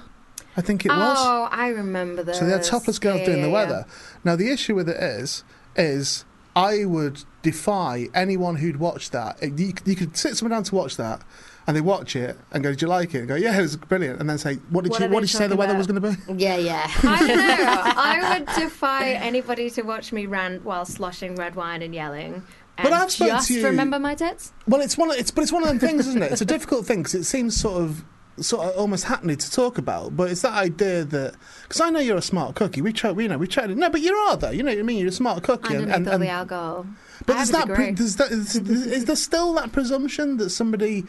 S2: I think it was.
S3: Oh, I remember this.
S2: So they had topless girls
S3: Yeah,
S2: doing the
S3: yeah,
S2: weather. Now the issue with it is, is I would defy anyone who'd watched that. It- You, you could sit someone down to watch that. And they watch it and go, "Did you like it?" And go, "Yeah, it was brilliant." And then say, "What did
S3: What
S2: you What
S3: are they
S2: did you say the
S3: talking
S2: weather
S3: about?
S2: was going to be?"
S4: [laughs] Yeah, yeah.
S3: yeah. I don't know.
S2: [laughs]
S3: I would defy anybody to watch me rant while sloshing red wine and yelling. And
S2: But I've spoken
S3: just
S2: to you-
S3: remember my tits.
S2: Well, it's one. Of, it's but it's one of them things, isn't it?
S3: [laughs]
S2: It's a difficult thing because it seems sort of, sort of almost hackney to talk about. But it's that idea that because I know you're a smart cookie. We tried. We know we tried. No, but you are though. You know what I mean. You're a smart cookie.
S3: Underneath all the alcohol.
S2: but
S3: I
S2: there's
S3: would
S2: that. Pre-
S3: agree.
S2: there's that is, is there still that presumption that somebody?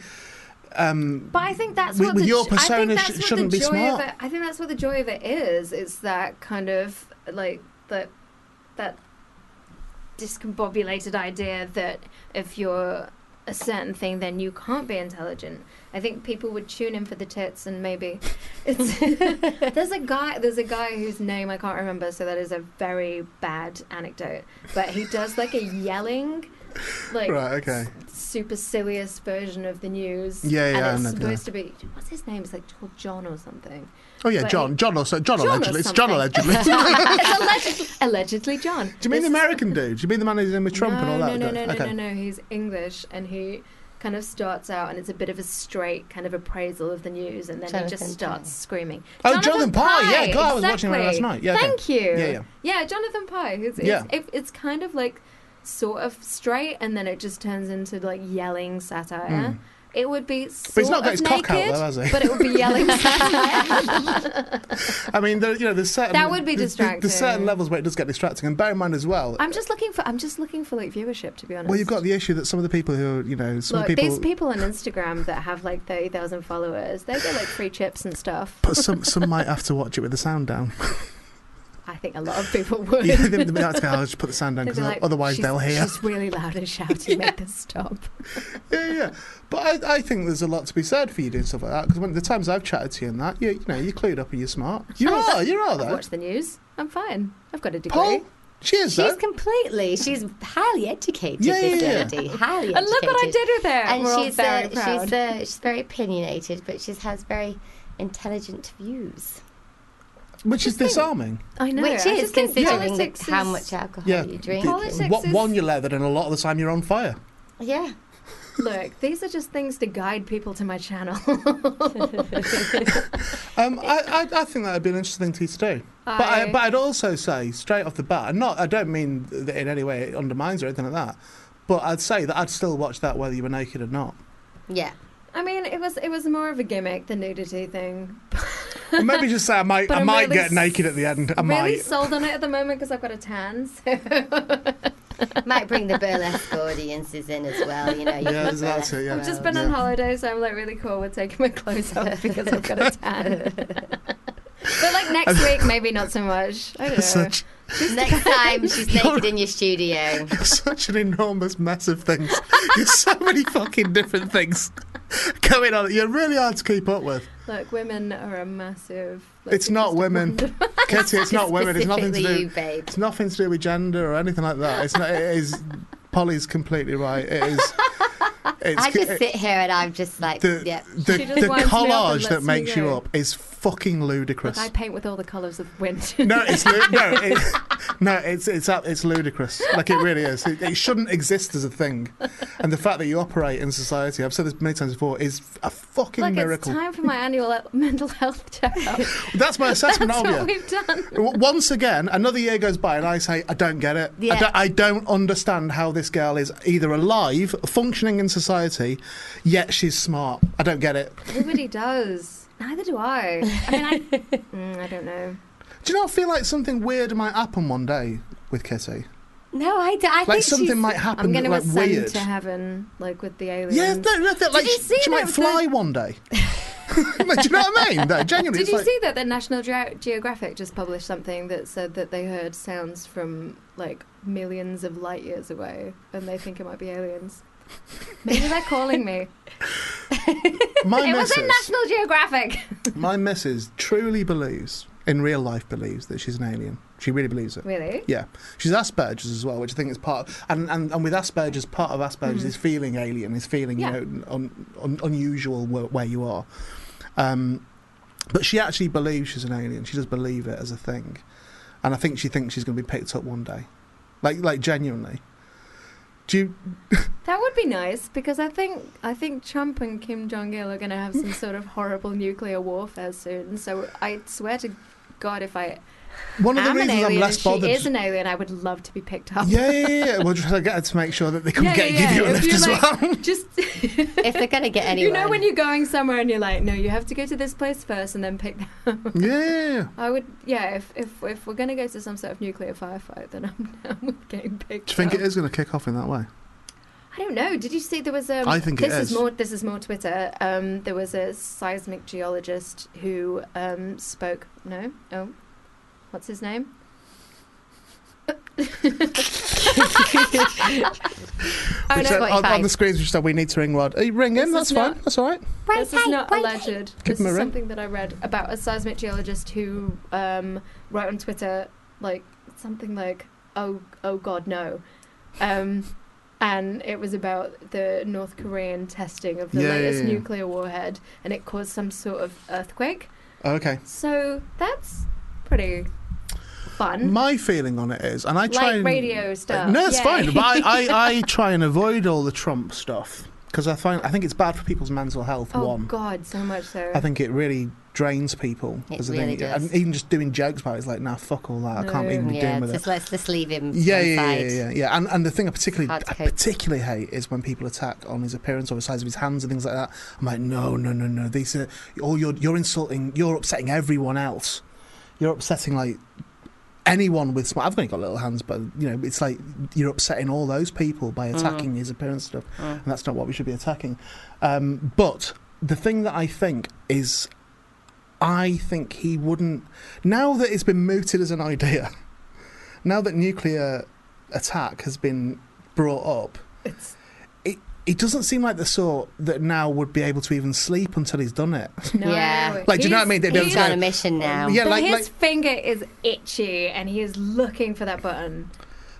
S2: Um,
S3: But I think that's
S2: With-
S3: what
S2: with
S3: the,
S2: your
S3: j- I think
S2: persona
S3: that's
S2: sh-
S3: what the
S2: shouldn't be
S3: joy of
S2: smart.
S3: it- I think that's what the joy of it is. It's that kind of like that that discombobulated idea that if you're a certain thing, then you can't be intelligent. I think people would tune in for the tits and maybe it's [laughs] there's a guy there's a guy whose name I can't remember, so that is a very bad anecdote. But he does like a yelling like
S2: Right, okay.
S3: supercilious version of the news.
S2: Yeah, yeah, I
S3: And
S2: know,
S3: it's
S2: yeah.
S3: supposed to be what's his name? It's like called John
S2: [laughs]
S3: or something. [laughs]
S2: Oh yeah,
S3: But
S2: John.
S3: it-
S2: John also. John,
S3: John or
S2: allegedly. It's John
S3: something. [laughs]
S2: allegedly. Do
S3: it's allegedly, allegedly John.
S2: you mean the
S3: This is-
S2: American dude? Do you mean the man who's in with Trump
S3: no,
S2: and all that?
S3: No,
S2: guy?
S3: no, no,
S2: okay.
S3: no, no, no. He's English, and he kind of starts out, and it's a bit of a straight kind of appraisal of the news, and then he
S4: Jonathan
S3: just starts
S4: Pye.
S3: screaming.
S2: Oh, Jonathan Pye, yeah,
S3: Pye,
S2: God, I was watching that last
S3: exactly.
S2: night. Yeah, okay.
S3: Thank you.
S2: Yeah, yeah.
S3: Yeah, Jonathan Pye. It's, it's,
S2: Yeah.
S3: it- it's kind of like sort of straight, and then it just turns into like yelling satire. It would be sort
S2: Hmm. But he's not got
S3: of
S2: his
S3: naked,
S2: cock out, though, has he?
S3: but it would be yelling
S4: [laughs]
S3: satire.
S2: I mean, there, you know, there's certain
S3: That would be
S2: there's- there's- There's certain
S3: distracting.
S2: levels where it does get distracting, and bear in mind as well.
S3: I'm just looking for. I'm just looking for like viewership, to be honest.
S2: well, you've got the issue that some of the people who are, you know, some
S3: Look,
S2: people,
S3: these people on Instagram that have like 30,000 followers, they get like free chips and stuff.
S2: but some some might have to watch it with the sound
S3: [laughs]
S2: down.
S3: I think a lot of people would. [laughs]
S2: yeah, they, they might have to go, I'll just put the sound down
S3: They'd
S2: because
S3: be like,
S2: otherwise
S3: "She's-
S2: they'll hear.
S3: She's really loud
S2: [laughs]
S3: and shouting, make this stop.
S2: yeah, yeah. But I, I think there's a lot to be said for you doing stuff like that because the times I've chatted to you and that, you, you know, you're clued up and you're smart. You are, you are
S3: I
S2: though.
S3: watch the news. I'm fine. I've got a degree.
S2: Paul, she is
S4: She's
S2: though.
S4: completely. She's highly educated.
S2: Yeah,
S4: this
S2: yeah, yeah.
S4: lady, highly educated.
S3: And look what I did with it.
S4: And
S3: We're all
S4: she's
S3: very
S4: uh,
S3: proud.
S4: she's uh, she's very opinionated, but she has very intelligent views,
S2: Which is disarming.
S3: I know.
S4: which
S3: I
S4: is
S3: just think
S4: considering the,
S3: politics
S4: how
S3: is-
S4: much alcohol
S2: Yeah.
S4: you drink.
S2: The-
S4: and-
S3: Politics
S2: What
S3: is-
S2: one you're leathered, and a lot of the time you're on fire.
S4: yeah,
S3: [laughs] Look, these are just things to guide people to my channel.
S2: Um, I, I, I think that would be an interesting thing to do. But, I,
S3: I-
S2: but I'd also say straight off the bat, and not I don't mean that in any way it undermines or anything like that. But I'd say that I'd still watch that whether you were naked or not.
S4: yeah.
S3: I mean, it was it was more of a gimmick, the nudity
S2: [laughs]
S3: thing.
S2: Or maybe just say I might
S3: [laughs] But
S2: I
S3: I'm
S2: might
S3: really
S2: get naked at the end. I
S3: I'm
S2: [laughs]
S3: really
S2: might.
S3: sold on it at the moment because I've got a tan. So. [laughs]
S4: Might bring the burlesque audiences in as well. You know, you
S2: Yeah,
S4: can
S2: that's it. Oh, Yeah.
S3: I've just been on holiday, so I'm like really cool with taking my clothes
S2: [laughs]
S3: off because I've got a tan. but like next week, maybe not so much. I don't know.
S2: Such,
S4: Next time she's naked in your studio.
S2: such an enormous mess of things. There's so many fucking different things going on. You're really hard to keep up with.
S3: Look, women are a massive. like,
S2: It's not
S3: just a
S2: women. [laughs]
S3: wonder-
S2: Kitty, it's not women. It's nothing to
S4: Specifically
S2: do.
S4: you, babe.
S2: It's nothing to do with gender or anything like that. It's not, it is. Polly's completely right. It is. It's,
S4: I just sit here and I'm just like,
S2: the
S4: yeah.
S2: the,
S3: She just
S2: the
S3: winds me up and
S2: collage
S3: lets
S2: that
S3: me
S2: makes you
S3: go.
S2: up is fucking ludicrous.
S3: Look, I paint with all the colours of wind. [laughs]
S2: No, it's lu- no, it, no, it's it's up- it's ludicrous. Like it really is. It, it shouldn't exist as a thing. And the fact that you operate in society, I've said this many times before, is a fucking
S3: Look,
S2: miracle.
S3: it's time for my annual he- [laughs] mental health
S2: [laughs]
S3: checkup.
S2: That's my assessment
S3: [laughs] That's
S2: of
S3: what
S2: you.
S3: we've done.
S2: W- Once again, another year goes by, and I say, I don't get it. I,
S4: Yeah.
S2: don't, I don't understand how this girl is either alive, functioning in society, yet she's smart. I don't get it.
S3: Nobody does. Neither do I. I
S2: [laughs]
S3: mean, I, mm, I don't know.
S2: Do you not feel like something weird might happen one day with Kitty?
S4: No, I, d- I
S2: Like
S4: think she's-
S2: something
S3: [laughs]
S2: might
S3: I'm
S2: happen
S3: going to
S2: like
S3: ascend
S2: weird.
S3: to heaven, like with the aliens.
S2: Yeah, no, no, that, like
S3: Um, you
S2: she,
S3: see
S2: she
S3: that
S2: might
S3: with
S2: fly one
S3: [laughs]
S2: day. [laughs] like, do you know what I mean? No, genuinely,
S3: Did
S2: it's
S3: you
S2: like,
S3: see that the National Ge- Geographic just published something that said that they heard sounds from like millions of light years away, and they think it might be aliens. Maybe they're calling me.
S2: [laughs] my
S3: it was
S2: missus,
S3: in National Geographic.
S2: my missus truly believes, in real life, believes that she's an alien. She really believes it.
S3: Really?
S2: Yeah, she's Asperger's as well, which I think is part. Of, and, and and with Asperger's, part of Asperger's is feeling alien, is feeling
S3: Mm-hmm. Yeah.
S2: you know un, un, unusual where, where you are. Um, but she actually believes she's an alien. She does believe it as a thing, and I think she thinks she's going to be picked up one day, like like genuinely. Do you?
S3: That would be nice because I think I think Trump and Kim Jong Il are going to have some sort of horrible nuclear warfare soon. So I swear to God, if I
S2: One of the
S3: am an
S2: reasons
S3: alien,
S2: I'm
S3: and
S2: less
S3: she
S2: bothered.
S3: is an alien, I would love to be picked up.
S2: yeah, yeah, yeah, yeah. We'll just get her to make sure that they come
S3: Yeah,
S2: get
S3: yeah,
S2: give you
S3: yeah.
S2: a
S3: If
S2: lift
S3: you
S2: as
S3: like-
S2: well. [laughs]
S3: Just [laughs]
S4: If they're going to get anyone.
S3: You know when you're going somewhere and you're like, no, you have to go to this place first and then pick them. [laughs]
S2: yeah, yeah, yeah.
S3: I would, yeah. If if if we're gonna go to some sort of nuclear firefight, then I'm [laughs] down with getting picked.
S2: Do you think
S3: up.
S2: it is going to kick off in that way?
S3: I don't know. Did you see there was a?
S2: I think it
S3: this
S2: is.
S3: more. This is more Twitter. Um, there was a seismic geologist who um spoke. No, oh, what's his name? Oh,
S2: Which
S3: no,
S2: said- on, on
S4: fine.
S2: the screens, which said we need to ring Rod. Hey, ring him.
S3: This is
S2: That's fine.
S3: not-
S2: That's all right.
S4: Right,
S3: this is
S4: hey,
S3: not
S4: right, hey.
S3: alleged.
S2: Give
S3: This
S2: him a
S3: is
S2: ring.
S3: something that I read about a seismic geologist who um, wrote on Twitter like something like "Oh, oh God, no," um, and it was about the North Korean testing of the
S2: Yeah, yeah,
S3: latest
S2: yeah.
S3: nuclear warhead, and it caused some sort of earthquake.
S2: Okay.
S3: So that's pretty fun.
S2: My feeling on it is, and I try
S3: Light
S2: and
S3: radio stuff.
S2: No, it's
S3: Yay. [laughs]
S2: fine. But I, I, I try and avoid all the Trump stuff because I find I think it's bad for people's mental health.
S3: oh
S2: One,
S3: God, so much so.
S2: I think it really drains people.
S4: It
S2: as a
S4: really
S2: thing.
S4: does.
S2: And even just doing jokes about it is like, nah, fuck all that. I can't
S3: No.
S2: even be
S4: Yeah,
S2: dealing with it.
S4: just let's just leave him.
S2: Yeah,
S4: to one
S2: yeah, yeah,
S4: side.
S2: yeah, yeah. And and the thing I particularly
S4: Hard to
S2: I
S4: cope.
S2: particularly hate is when people attack on his appearance or the size of his hands and things like that. I'm like, no, no, no, no. These are all you're you're insulting. You're upsetting everyone else. You're upsetting like anyone with small. I've only got little hands, but you know, it's like you're upsetting all those people
S4: Mm.
S2: by attacking his appearance and stuff, and that's not what we should be attacking. Um, but the thing that I think is. I think he wouldn't. Now that it's been mooted as an idea, [laughs] now that nuclear attack has been brought up,
S3: It's-
S2: it it doesn't seem like the sort that now would be able to even sleep until he's done it.
S3: No.
S4: Yeah.
S2: Like, do you know what I
S3: He's-
S2: mean? They don't
S4: He's
S2: go-
S4: on a mission now.
S2: Yeah,
S3: but
S2: like-
S3: his
S2: like-
S3: finger is itchy, and he is looking for that button.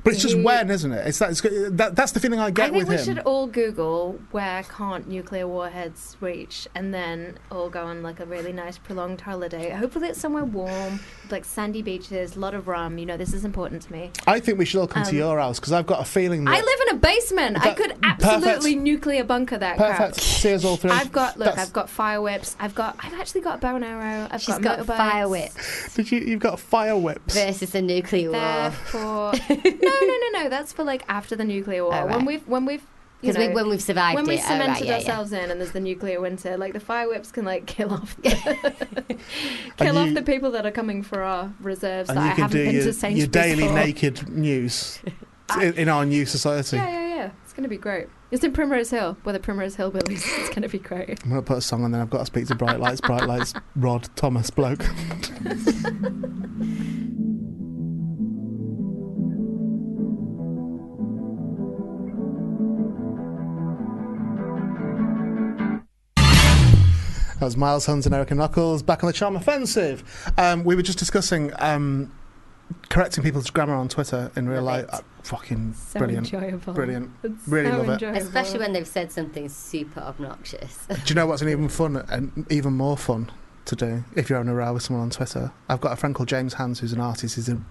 S2: But it's just
S3: He-
S2: when, isn't it? It's that, it's, that that's the feeling I get
S3: I think
S2: with
S3: we
S2: him.
S3: should all Google where can't nuclear warheads reach, and then all go on like a really nice prolonged holiday. Hopefully, it's somewhere warm, with, like sandy beaches, a lot of rum. You know, this is important to me.
S2: I think we should all come to
S3: Um,
S2: your house because I've got a feeling that
S3: I live in a basement. I
S2: That-
S3: could
S2: perfect.
S3: absolutely nuclear bunker that
S2: perfect.
S3: crap.
S2: See us all three.
S3: I've got look.
S2: That's-
S3: I've got fire whips. I've got. I've actually got a bow and arrow. I've
S4: She's
S3: got,
S4: got
S3: motorbikes.
S4: fire whip
S2: Did you? You've got fire whips.
S4: versus the nuclear
S3: They're
S2: [laughs]
S3: for
S4: war.
S3: no, no, no, no. That's for like after the nuclear war
S4: Oh, right.
S3: when we've when we've you
S4: Because
S3: know,
S4: we, when we've survived
S3: when we
S4: it, oh, right,
S3: cemented
S4: yeah, yeah.
S3: ourselves in and there's the nuclear winter, like the fire whips can like kill
S2: [laughs]
S3: off kill off
S2: you-
S3: the people that are coming for our reserves
S2: and
S3: that I
S2: you can
S3: haven't
S2: do
S3: been
S2: your,
S3: to Saint
S2: your daily naked
S3: [laughs]
S2: news in, in our new society.
S3: Yeah, yeah, yeah. It's gonna be great. It's in Primrose Hill, where the Primrose Hill buildings. [laughs] It's gonna be great.
S2: I'm gonna put a song on, then I've got to speak to Bright Lights, Bright Lights, Rod Thomas, bloke. [laughs] That was Miles Hunt and Erica Knuckles back on the Charm Offensive. Um, we were just discussing um, correcting people's grammar on Twitter in real
S4: Love
S2: life. Uh,
S4: it.
S2: fucking
S3: So
S2: brilliant.
S3: enjoyable.
S2: Brilliant.
S3: It's
S2: Really
S3: so
S2: love it.
S3: enjoyable.
S4: Especially when they've said something super
S2: [laughs]
S4: obnoxious.
S2: Do you know what's an even fun and even more fun to do if you're having a row with someone on Twitter? I've got a friend called James Hands who's an artist. He's an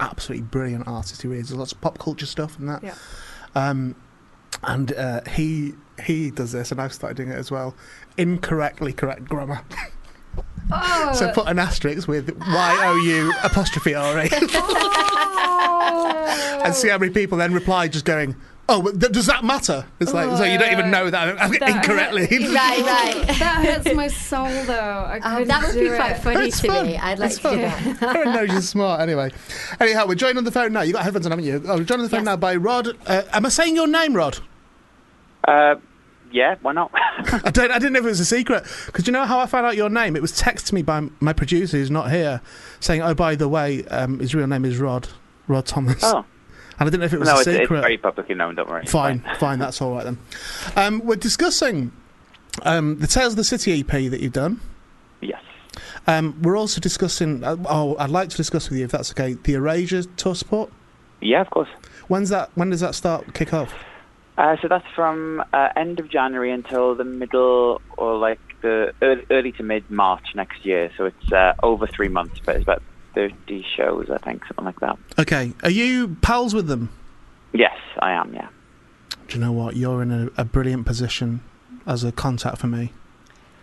S2: absolutely brilliant artist. He reads lots of pop culture stuff and that.
S3: Yeah.
S2: Um, and uh, he he does this, and I've started doing it as well. Incorrectly correct
S3: [laughs]
S2: grammar.
S3: Oh,
S2: So [laughs]
S3: [laughs]
S2: put an asterisk with Y O U apostrophe R A,
S3: oh.
S2: [laughs] and see how many people then reply just going. Oh, well, th- does that matter? It's like so you don't even know that, I'm
S3: Oh, [laughs] That-
S2: [laughs] incorrectly.
S4: right, right.
S3: [laughs] that hurts my soul though. I
S4: Oh,
S3: couldn't
S4: that would
S3: do
S4: be
S3: it.
S4: quite funny
S2: It's
S3: [laughs]
S4: to
S2: fun.
S4: me. I'd like
S2: It's
S4: to do that.
S2: [laughs] fun. Karen knows you're smart anyway. Anyhow, we're joined on the phone now. You got headphones on, haven't you? Oh, we're joined on the phone
S4: Yes.
S2: now by Rod. Uh, am I saying your name, Rod?
S6: Uh, yeah,
S2: [laughs]
S6: why not?
S2: I don't. I didn't know if it was a secret because you know how I found out your name. It was texted to me by m- my producer, who's not here, saying, "Oh, by the way, um, his real name is Rod, Rod Thomas."
S6: oh,
S2: And I didn't know if it was
S6: no,
S2: a
S6: it's,
S2: secret.
S6: it's very publicly known, don't worry. It's
S2: Fine, fine, that's all right then. Um, we're discussing um, the Tales of the City EP that you've done.
S6: Yes.
S2: Um, we're also discussing. Uh, oh, I'd like to discuss with you if that's okay. The Erasure tour support.
S6: Yeah, of course.
S2: When's that? When does that start? Kick off?
S6: Uh, so that's from uh, end of January until the middle or like the early, early to mid March next year. So it's uh, over three months, but it's about 30 shows, I think, something like that.
S2: Okay. Are you pals with them?
S6: Yes, I am, yeah.
S2: Do you know what? You're in a, a brilliant position as a contact for me.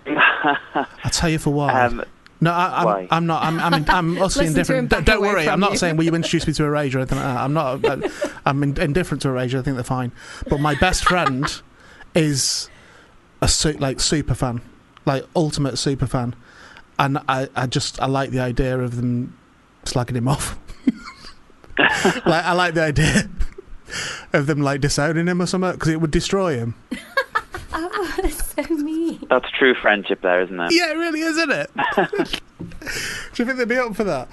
S2: I tell you for why.
S6: Um,
S2: no, I, I'm,
S6: why?
S2: I'm not. I'm, I'm,
S3: [laughs]
S2: I'm utterly
S3: Listen to him
S2: indifferent. Don't,
S3: back
S2: don't
S3: away
S2: worry. I'm
S3: from
S2: not
S3: you.
S2: saying will you introduce me to Erasure or anything like that. I'm not. I, I'm in, indifferent to Erasure. I think they're fine. But my best friend is a su- like super fan, like ultimate super fan, and I, I just I like the idea of them slagging him off. [laughs] like I like the idea [laughs] of them like disowning him or something because it would destroy him.
S3: Ah,
S4: Oh, that's so mean.
S6: that's true friendship there, isn't it?
S2: [laughs] Yeah, it really is, isn't it? Do you think they'd be up for that?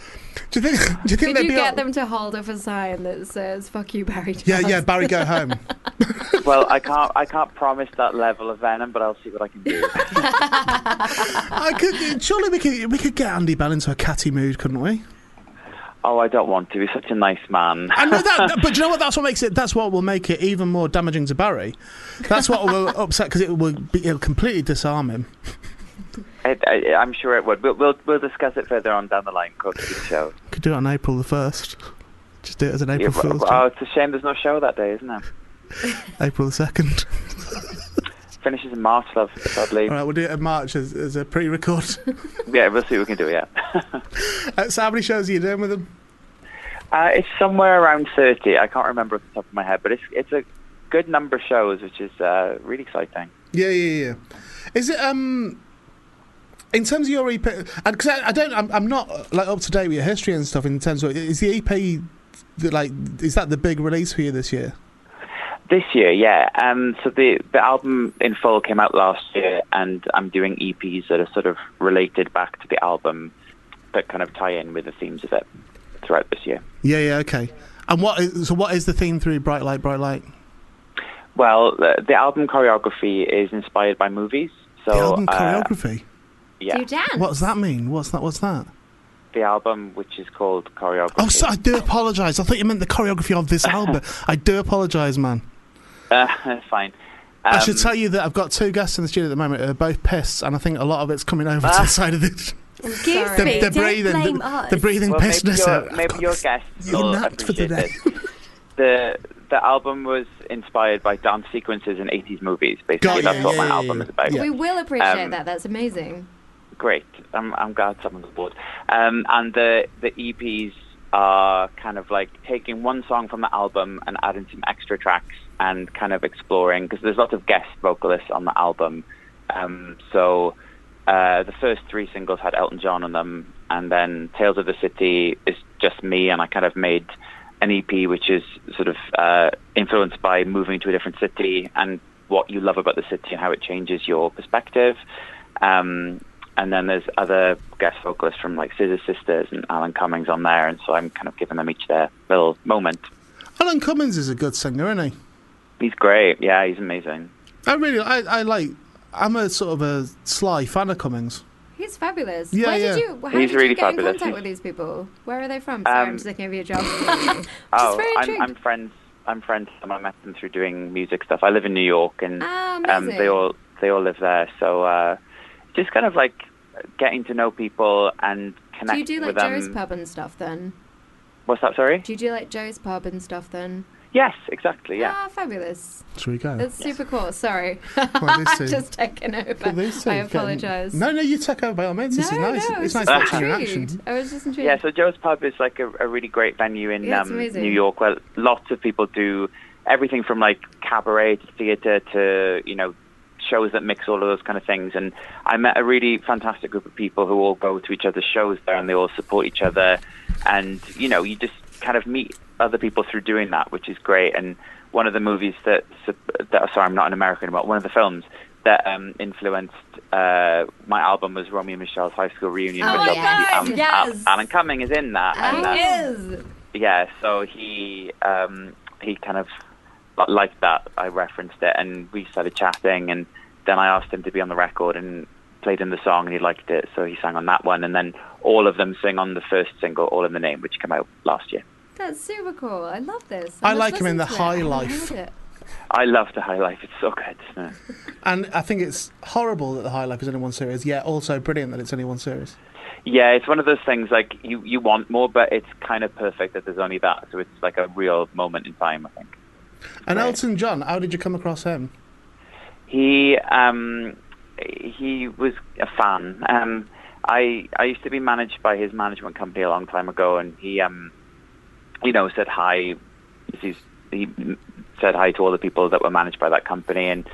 S2: Do you think? Do you think
S3: Did
S2: they'd
S3: you
S2: be
S3: get
S2: up?
S3: them to hold up a sign that says "fuck you, Barry"?
S2: yeah,
S3: Jones"?
S2: yeah. Barry, go
S3: [laughs]
S2: home.
S6: Well, I can't I can't promise that level of venom, but I'll see what I
S2: [laughs]
S6: can do.
S2: I could. Surely we could. We could get Andy Bell into a catty mood, couldn't we?
S6: oh, I don't want to. He's such a nice man.
S2: I know [laughs] that, but do you know what? That's what makes it. That's what will make it even more damaging to Barry. That's what will upset because it will be, it'll completely disarm him.
S6: I, I, I'm sure it would. We'll, we'll we'll discuss it further on down the line, closer to the show.
S2: Could do it on April the first. Just do it as an
S6: Yeah,
S2: April Fool's
S6: well, oh,
S2: joke.
S6: it's a shame there's no show that day, isn't it?
S2: April the second.
S6: Finishes in March, love, sadly.
S2: All right, we'll do it in March as, as a pre-record. [laughs]
S6: Yeah, we'll see what we can do, yeah.
S2: Uh, so how many shows are you doing with them?
S6: [laughs] Uh, it's somewhere around 30. I can't remember off the top of my head, but it's it's a good number of shows, which is uh, really exciting.
S2: Yeah, yeah, yeah. Is it um? In terms of your E EP, because I, I don't, I'm, I'm not like up to date with your history and stuff. In terms of is the EP the, like is that the big release for you this year?
S6: This year, yeah. Um, so the the album in full came out last year, and I'm doing EPs that are sort of related back to the album that kind of tie in with the themes of it throughout this year.
S2: Yeah, yeah, okay. And what is so? What is the theme through Bright Light, Bright Light?
S6: Well, the, the album choreography is inspired by movies. So,
S2: the album
S6: uh,
S2: choreography.
S6: yeah,
S3: Do you dance?
S2: What does that mean? What's that? What's that?
S6: the album which is called choreography.
S2: Oh, so I do apologise. I thought you meant the choreography of
S6: [laughs]
S2: this album. I do apologise, man.
S6: Uh, fine.
S2: I should
S6: Um,
S2: tell you that I've got two guests in the studio at the moment who are both pissed, and I think a lot of it's coming over to
S6: Ah.
S2: the side of the,
S4: Excuse
S2: the,
S3: Sorry.
S4: me.
S2: the
S4: don't
S2: breathing,
S4: blame
S2: the,
S4: us.
S2: the breathing
S6: Well, maybe
S2: pissness.
S6: your,
S2: out. I've
S6: maybe
S2: got
S6: your
S2: this-
S6: guests
S2: you're
S6: will
S2: napped for the
S6: appreciate this. the the album was inspired by dance sequences in 80s movies. Basically,
S2: Got
S6: that's
S2: you.
S6: what
S2: Yeah,
S6: my
S2: yeah,
S6: album
S2: yeah.
S6: is about.
S2: Yeah.
S3: We will appreciate
S6: Um,
S3: that. That's amazing.
S6: Great, I'm I'm glad someone's aboard. Um, and the the EPs are kind of like taking one song from the album and adding some extra tracks and kind of exploring because there's lots of guest vocalists on the album. Um, so. Uh, the first three singles had Elton John on them, and then Tales of the City is just me, and I kind of made an EP which is sort of uh, influenced by moving to a different city and what you love about the city and how it changes your perspective. Um, and then there's other guest vocalists from like Scissor Sisters and Alan Cummings on there, and so I'm kind of giving them each their little moment.
S2: Alan Cummins is a good singer, isn't he?
S6: He's great, yeah, he's amazing.
S2: I really, I, I like. I'm a sort of a sly fan of Cummins.
S3: He's fabulous.
S2: Yeah,
S3: Where
S2: yeah.
S3: did you? How
S6: He's
S3: did you
S6: really
S3: get
S6: fabulous.
S3: in contact with these people? Where are they from? Sorry,
S6: Um,
S3: I'm just looking over your
S6: [laughs]
S3: job. Just very
S6: Oh, I'm,
S3: intrigued.
S6: I'm friends. I'm friends. with them. I met them through doing music stuff. I live in New York, and
S3: Ah,
S6: um,
S3: amazing.
S6: they all they all live there. So uh, just kind of like getting to know people and
S3: do
S6: connect
S3: you do like
S6: with um,
S3: Joe's
S6: them.
S3: pub and stuff then?
S6: What's that? Sorry.
S3: Do you do like Joe's pub and stuff then?
S6: Yes, exactly. Yeah.
S3: Ah, fabulous.
S2: Shall we go?
S3: That's super cool. Sorry.
S2: Uh, Well, this
S3: [laughs] I've
S2: is-
S3: just taken over.
S2: Well, these two
S3: I
S2: are getting-
S3: apologise.
S2: No, no, you take over by all means.
S3: no,
S2: this is nice.
S3: no,
S2: it's
S3: I
S2: nice
S3: was just
S2: watching your
S3: intrigued.
S2: action.
S3: I was just intrigued.
S6: Yeah, so Joe's Pub is like a, a really great venue in
S3: Yeah, it's
S6: um,
S3: amazing.
S6: New York where lots of people do everything from like cabaret to theatre to, you know, shows that mix all of those kind of things. And I met a really fantastic group of people who all go to each other's shows there and they all support each other. And, you know, you just kind of meet other people through doing that, which is great. And one of the movies that, sup- that sorry, I'm not an American, but one of the films that um, influenced uh, my album was Romeo and Michelle's High School Reunion.
S3: Oh my
S6: which obviously, um,
S3: God, yes.
S6: Alan Cumming is in that.
S3: Oh,
S6: and, uh,
S3: It is.
S6: yeah, so he um, he kind of li- liked that. I referenced it, and we started chatting, and then I asked him to be on the record and played him the song, and he liked it, so he sang on that one, and then all of them sing on the first single, "All in the Name," which came out last year.
S3: That's super cool. I love this.
S2: I
S3: must
S2: like him in the
S3: listen to it. I haven't
S2: high life.
S3: heard it.
S6: I love the High Life; it's so good. Isn't it?
S2: And I think it's horrible that the High Life is only one series, yet also brilliant that it's only one series.
S6: Yeah, it's one of those things like you you want more, but it's kind of perfect that there's only that, so it's like a real moment in time. I think.
S2: And
S6: Right.
S2: Elton John, how did you come across him?
S6: He um, he was a fan. Um, I I used to be managed by his management company a long time ago, and he um, you know said hi. He's, he said hi to all the people that were managed by that company, and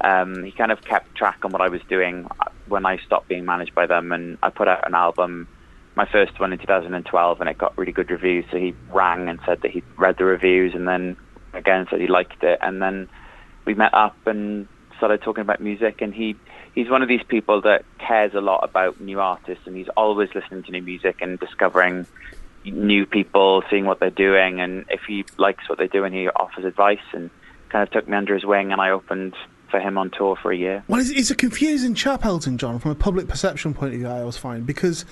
S6: um, he kind of kept track on what I was doing when I stopped being managed by them, and I put out an album. My first one in 2012, and it got really good reviews. So he rang and said that he would read the reviews, and then again said he liked it, and then we met up and started talking about music, and he he's one of these people that cares a lot about new artists, and he's always listening to new music and discovering new people, seeing what they're doing, and if he likes what they're doing, he offers advice, and kind of took me under his wing, and I opened for him on tour for a year.
S2: Well, it's, it's a confusing chap, Elton John, from a public perception point of view. I always find because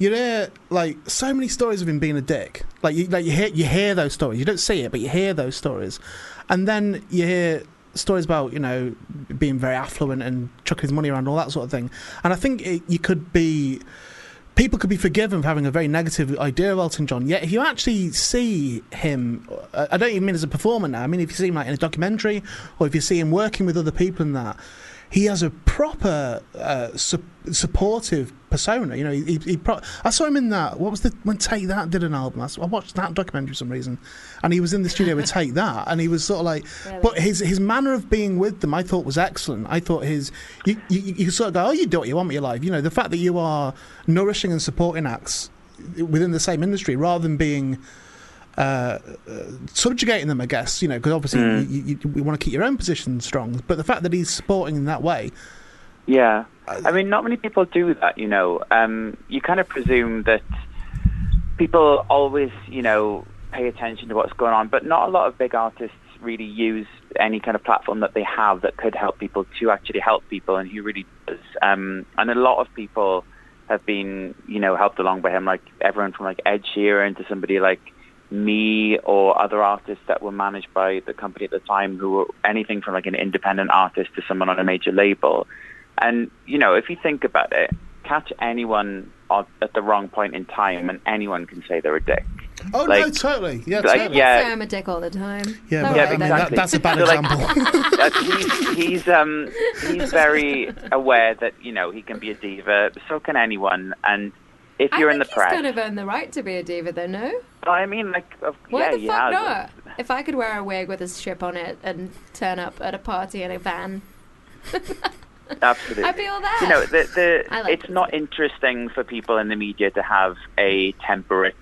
S2: you hear like so many stories of him being a dick. Like you, like you hear you hear those stories. You don't see it, but you hear those stories, and then you hear stories about you know being very affluent and chucking his money around all that sort of thing. And I think it, you could be. People could be forgiven for having a very negative idea of Elton John, yet if you actually see him, uh, I I don't even mean as a performer now, I mean if you see him like in a documentary or if you see him working with other people and that, he has a proper uh, su- supportive persona. You know, he, he, he pro- I saw him in that. What was the when Take That did an album? I, s- I watched that documentary for some reason, and he was in the studio with Take That, and he was sort of like, but his his manner of being with them, I thought was excellent. I thought his you you, you you sort of go, oh, you do what you want with your life. You know, the fact that you are nourishing and supporting acts within the same industry rather than being uh, subjugating them, I guess, you know, because obviously
S6: Mm.
S2: you, you, you, we want to keep your own position strong. But the fact that he's supporting in that way,
S6: Yeah. I mean, not many people do that, you know. Um, you kind of presume that people always, you know, pay attention to what's going on, but not a lot of big artists really use any kind of platform that they have that could help people to actually help people, and he really does. Um, and a lot of people have been, you know, helped along by him, like everyone from like Ed Sheeran to somebody like me or other artists that were managed by the company at the time who were anything from like an independent artist to someone on a major label. And, you know, if you think about it, catch anyone on- at the wrong point in time and anyone can say they're a
S3: [laughs]
S6: dick.
S2: oh no,
S6: Like-
S2: totally, yeah,
S6: like,
S2: totally.
S6: yeah.
S3: Say I'm a dick all the time.
S2: Yeah,
S3: All
S2: but,
S6: Yeah,
S2: I mean, that-
S6: exactly.
S2: that's a bad
S6: So, [laughs] like-
S2: example.
S3: [laughs]
S6: Uh, he's, he's um he's very aware that you know he can be a diva. So can anyone. And if
S3: I
S6: you're
S3: think
S6: in the
S3: he's
S6: press,
S3: kind of earned the right to be a diva, though. No,
S6: I mean, like, of,
S3: why
S6: yeah,
S3: the
S6: he
S3: fuck
S6: has.
S3: not? If I could wear a wig with a strip on it and turn up at a party in a van,
S6: Absolutely.
S3: I'd be all there.
S6: you know, the,
S3: [laughs] I
S6: the,
S3: like
S6: it's
S3: it.
S6: not interesting for people in the media to have a temperate,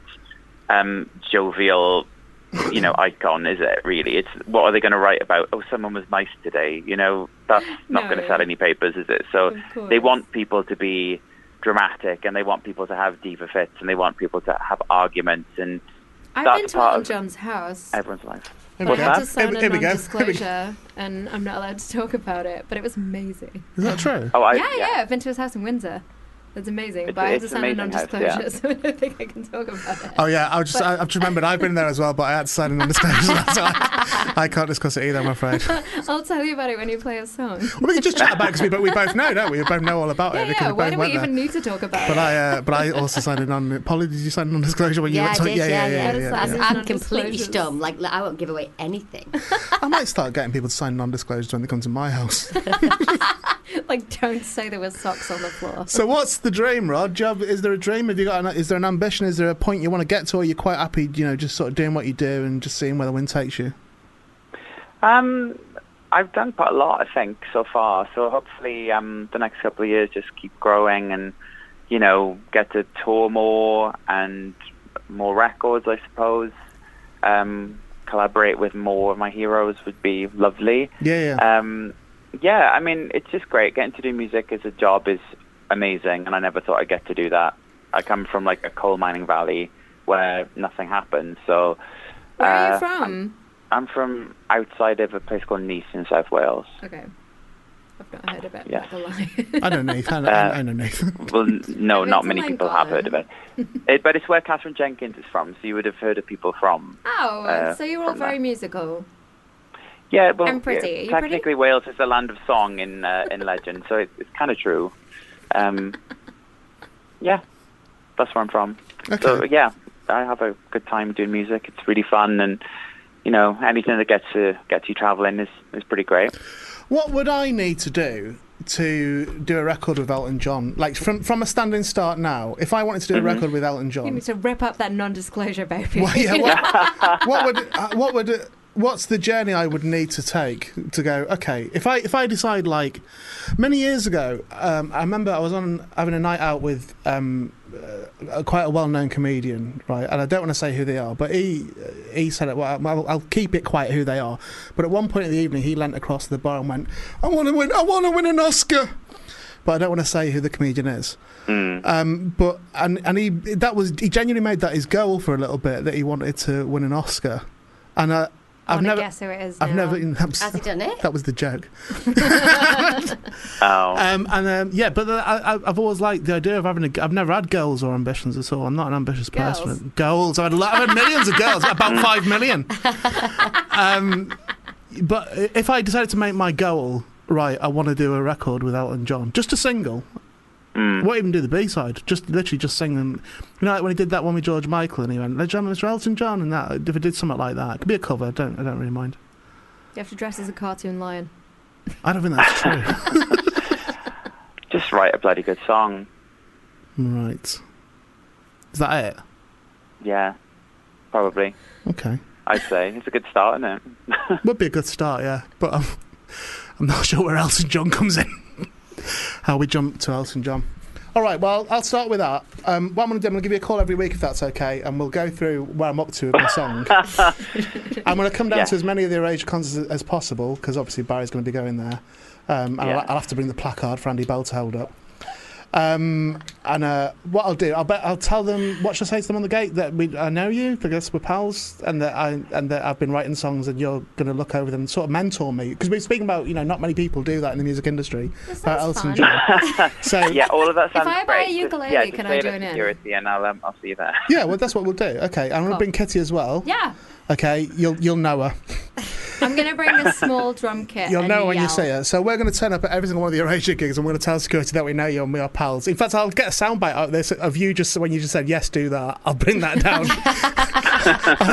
S6: um, jovial,
S3: [laughs]
S6: you know, icon, is it? Really, it's what are they going to write about? Oh, someone was nice today. You know, that's
S3: [laughs]
S6: not
S3: No.
S6: going to sell any papers, is it? So
S3: Of course.
S6: they want people to be dramatic, and they want people to have diva fits, and they want people to have arguments, and
S3: I've
S6: that's
S3: been to
S6: part
S3: Elton
S6: of-
S3: John's house.
S6: everyone's like,
S2: Here we
S3: But
S6: What's
S2: go.
S3: I had
S6: that?
S3: to sign
S2: Here
S3: a
S2: we- here we go. [laughs] Here we go.
S3: non-disclosure, and I'm not allowed to talk about it. But it was amazing.
S2: Is that true?
S6: Oh, I,
S3: yeah, yeah, I've been to his house in Windsor. That's amazing.
S6: It's-
S3: but I had to
S6: it's
S3: sign a
S6: amazing house,
S3: non-disclosure, [laughs] so I don't think I can talk about it.
S2: Oh yeah, I was just I, I've just remembered I've been there as well, but I had to sign an understanding, [laughs] so I, I can't discuss it either. I'm afraid. Well,
S3: I'll tell you about it when you play a song.
S2: we can just chat about it because we, bo- we both know, don't we? We both know all about
S3: yeah,
S2: it because
S3: yeah.
S2: we
S3: Why
S2: both
S3: do we
S2: went there.
S3: even need to talk about
S2: but
S3: it?
S2: I uh, but I also signed a non. Polly, did you sign a non-disclosure when you
S4: Yeah,
S2: went?
S4: I
S2: to-
S4: did. Yeah, yeah.
S2: yeah, yeah,
S3: That is
S2: yeah,
S3: like-
S2: yeah.
S3: There's
S4: I'm
S3: no
S4: completely
S3: disclosures.
S4: dumb. Like, like, I won't give away anything.
S2: I might start getting people to sign non-disclosures when they come to my
S4: [laughs]
S2: house. uh,
S3: like, don't say there were socks on the floor.
S2: So what's the dream, Rod? Do you have, is there a dream? Have you got? An, is there an ambition? Is there a point you want to get to? Or are you quite happy, you know, just sort of doing what you do and just seeing where the wind takes you?
S6: Um, I've done quite a lot, I think, so far. So hopefully, um, the next couple of years just keep growing and, you know, get to tour more and more records, I suppose. Um, collaborate with more of my heroes would be lovely.
S2: Yeah, yeah.
S6: Um, yeah, I mean, it's just great. Getting to do music as a job is amazing, and I never thought I'd get to do that. I come from like a coal mining valley where nothing happens. So
S3: Where are
S6: uh,
S3: you from?
S6: I'm from outside of a place called Nice in South Wales.
S3: Okay. I've not heard about
S6: Yeah.
S3: yeah. lie.
S2: I don't know. Nathan. I, I, I know [laughs] Nathan.
S3: [laughs]
S6: Well, n- no,
S3: I've
S6: not
S3: been to
S6: many
S3: Langdon.
S6: people have heard of it. it. But it's where Catherine Jenkins is from, so you would have heard of people from.
S3: [laughs] oh,
S6: Uh,
S3: so you're all
S6: from
S3: very
S6: that.
S3: musical.
S6: Yeah, well,
S3: And pretty.
S6: yeah,
S3: Are you pretty?
S6: technically Wales is the land of song in uh, in legend, so it, it's kind of true. Um, yeah, that's where I'm from. So
S2: Okay.
S6: yeah, I have a good time doing music. It's really fun, and you know, anything that gets to gets you traveling is is pretty great.
S2: What would I need to do to do a record with Elton John? Like from from a standing start now, if I wanted to do a record with Elton
S3: You
S2: John, [laughs]
S3: [laughs] need to rip up that non-disclosure, baby.
S2: well, yeah, what, what would uh, what would uh, what's the journey I would need to take to go? Okay, if I if I decide like many years ago, um, I remember I was on having a night out with um, uh, quite a well-known comedian, right? And I don't want to say who they are, but he he said it. Well, I'll, I'll keep it quiet who they are. But at one point in the evening, he leant across the bar and went, "I want to win. I want to win an Oscar." But I don't want to say who the comedian is. Um, but and and he that was he genuinely made that his goal for a little bit that he wanted to win an Oscar, and I, I've
S3: wanna
S2: never
S3: guess who it is
S2: I've
S3: now.
S2: never
S4: [laughs]
S2: [laughs]
S4: Has he done it?
S2: that was the joke.
S6: Oh.
S2: Um, and um, yeah, but the, I, I- I've always liked the idea of having a. I've never had goals or ambitions at all. I'm not an ambitious
S3: Girls.
S2: person. Goals. I've had, a lot, I've had millions of girls. About five million. Um, but if I decided to make my goal right, I want to do a record with Elton John, just a single. Won't even do the B side. Just literally just sing them. You know, like when he did that one with George Michael, and he went, "Ladies and gentlemen, Mr. Elton John," and that. If I did something like that, it could be a cover. I don't. I don't really mind.
S3: You have to dress as a cartoon lion.
S2: I don't think that's true.
S6: Just write a bloody good song.
S2: right. Is that it?
S6: Yeah, probably.
S2: Okay.
S6: I'd say it's a good start, isn't it?
S2: Would be a good start, yeah. But I'm, [laughs] I'm not sure where Elton John comes in. [laughs] How we jump to Elton John. All right, well, I'll start with that. Um, what I'm going to do, I'm going to give you a call every week if that's okay, and we'll go through where I'm up to with my
S6: [laughs]
S2: song. I'm going to come down
S6: Yeah.
S2: to as many of the arranged concerts as- as possible, because obviously Barry's going to be going there. Um, and
S6: Yeah.
S2: I'll, I'll have to bring the placard for Andy Bell to hold up. Um, and uh, what I'll do, I'll, bet I'll tell them what should I say to them on the gate that we, I know you because we're pals, and that I and that I've been writing songs, and you're going to look over them, and sort of mentor me because we're speaking about you know not many people do that in the music industry.
S3: This
S2: about
S3: sounds fun.
S2: John. so
S6: Yeah, all of that sounds
S3: I buy a
S6: great.
S3: ukulele,
S6: yeah, just
S3: can I
S6: say it at
S3: join in?
S6: Security, and I'll um, I'll see you there.
S2: yeah, well that's what we'll do. Okay, I'm going to
S3: Cool.
S2: bring Kitty as well.
S3: Yeah,
S2: Okay, you'll you'll know her.
S3: I'm gonna bring a small drum kit.
S2: You'll
S3: and
S2: know when you
S3: yell.
S2: see her. So we're going to turn up at every single one of the Erasure gigs, and we're going to tell security that we know you and we are pals. In fact, I'll get a soundbite out of this of you just when you just said yes, do that. I'll bring that down [laughs] on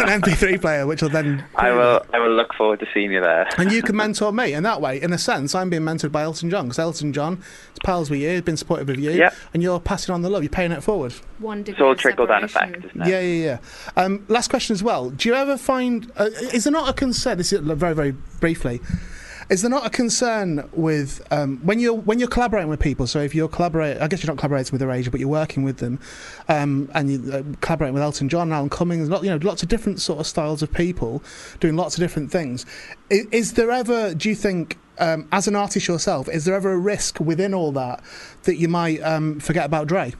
S2: an MP3 player, which will then.
S6: I will I will look forward to seeing you there.
S2: And you can mentor me, and that way, in a sense, I'm being mentored by Elton John because Elton John is pals with you, he's been supportive of you,
S6: Yep.
S2: and you're passing on the love, you're paying it forward.
S3: One degree.
S6: It's all
S3: of
S6: trickle down
S3: separation.
S6: effect, isn't it?
S2: Yeah, yeah, yeah. Um, last question as well. Do you ever find uh, is there not a concern? This is very, very briefly. Is there not a concern with um, when you're when you're collaborating with people? So if you're collaborating, I guess you're not collaborating with Erasure, but you're working with them, um, and you uh, collaborating with Elton John, Alan Cummings, lot, you know, lots of different sort of styles of people doing lots of different things. Is, is there ever? Do you think? Um, as an artist yourself, is there ever a risk within all that that you might um, forget about Dre?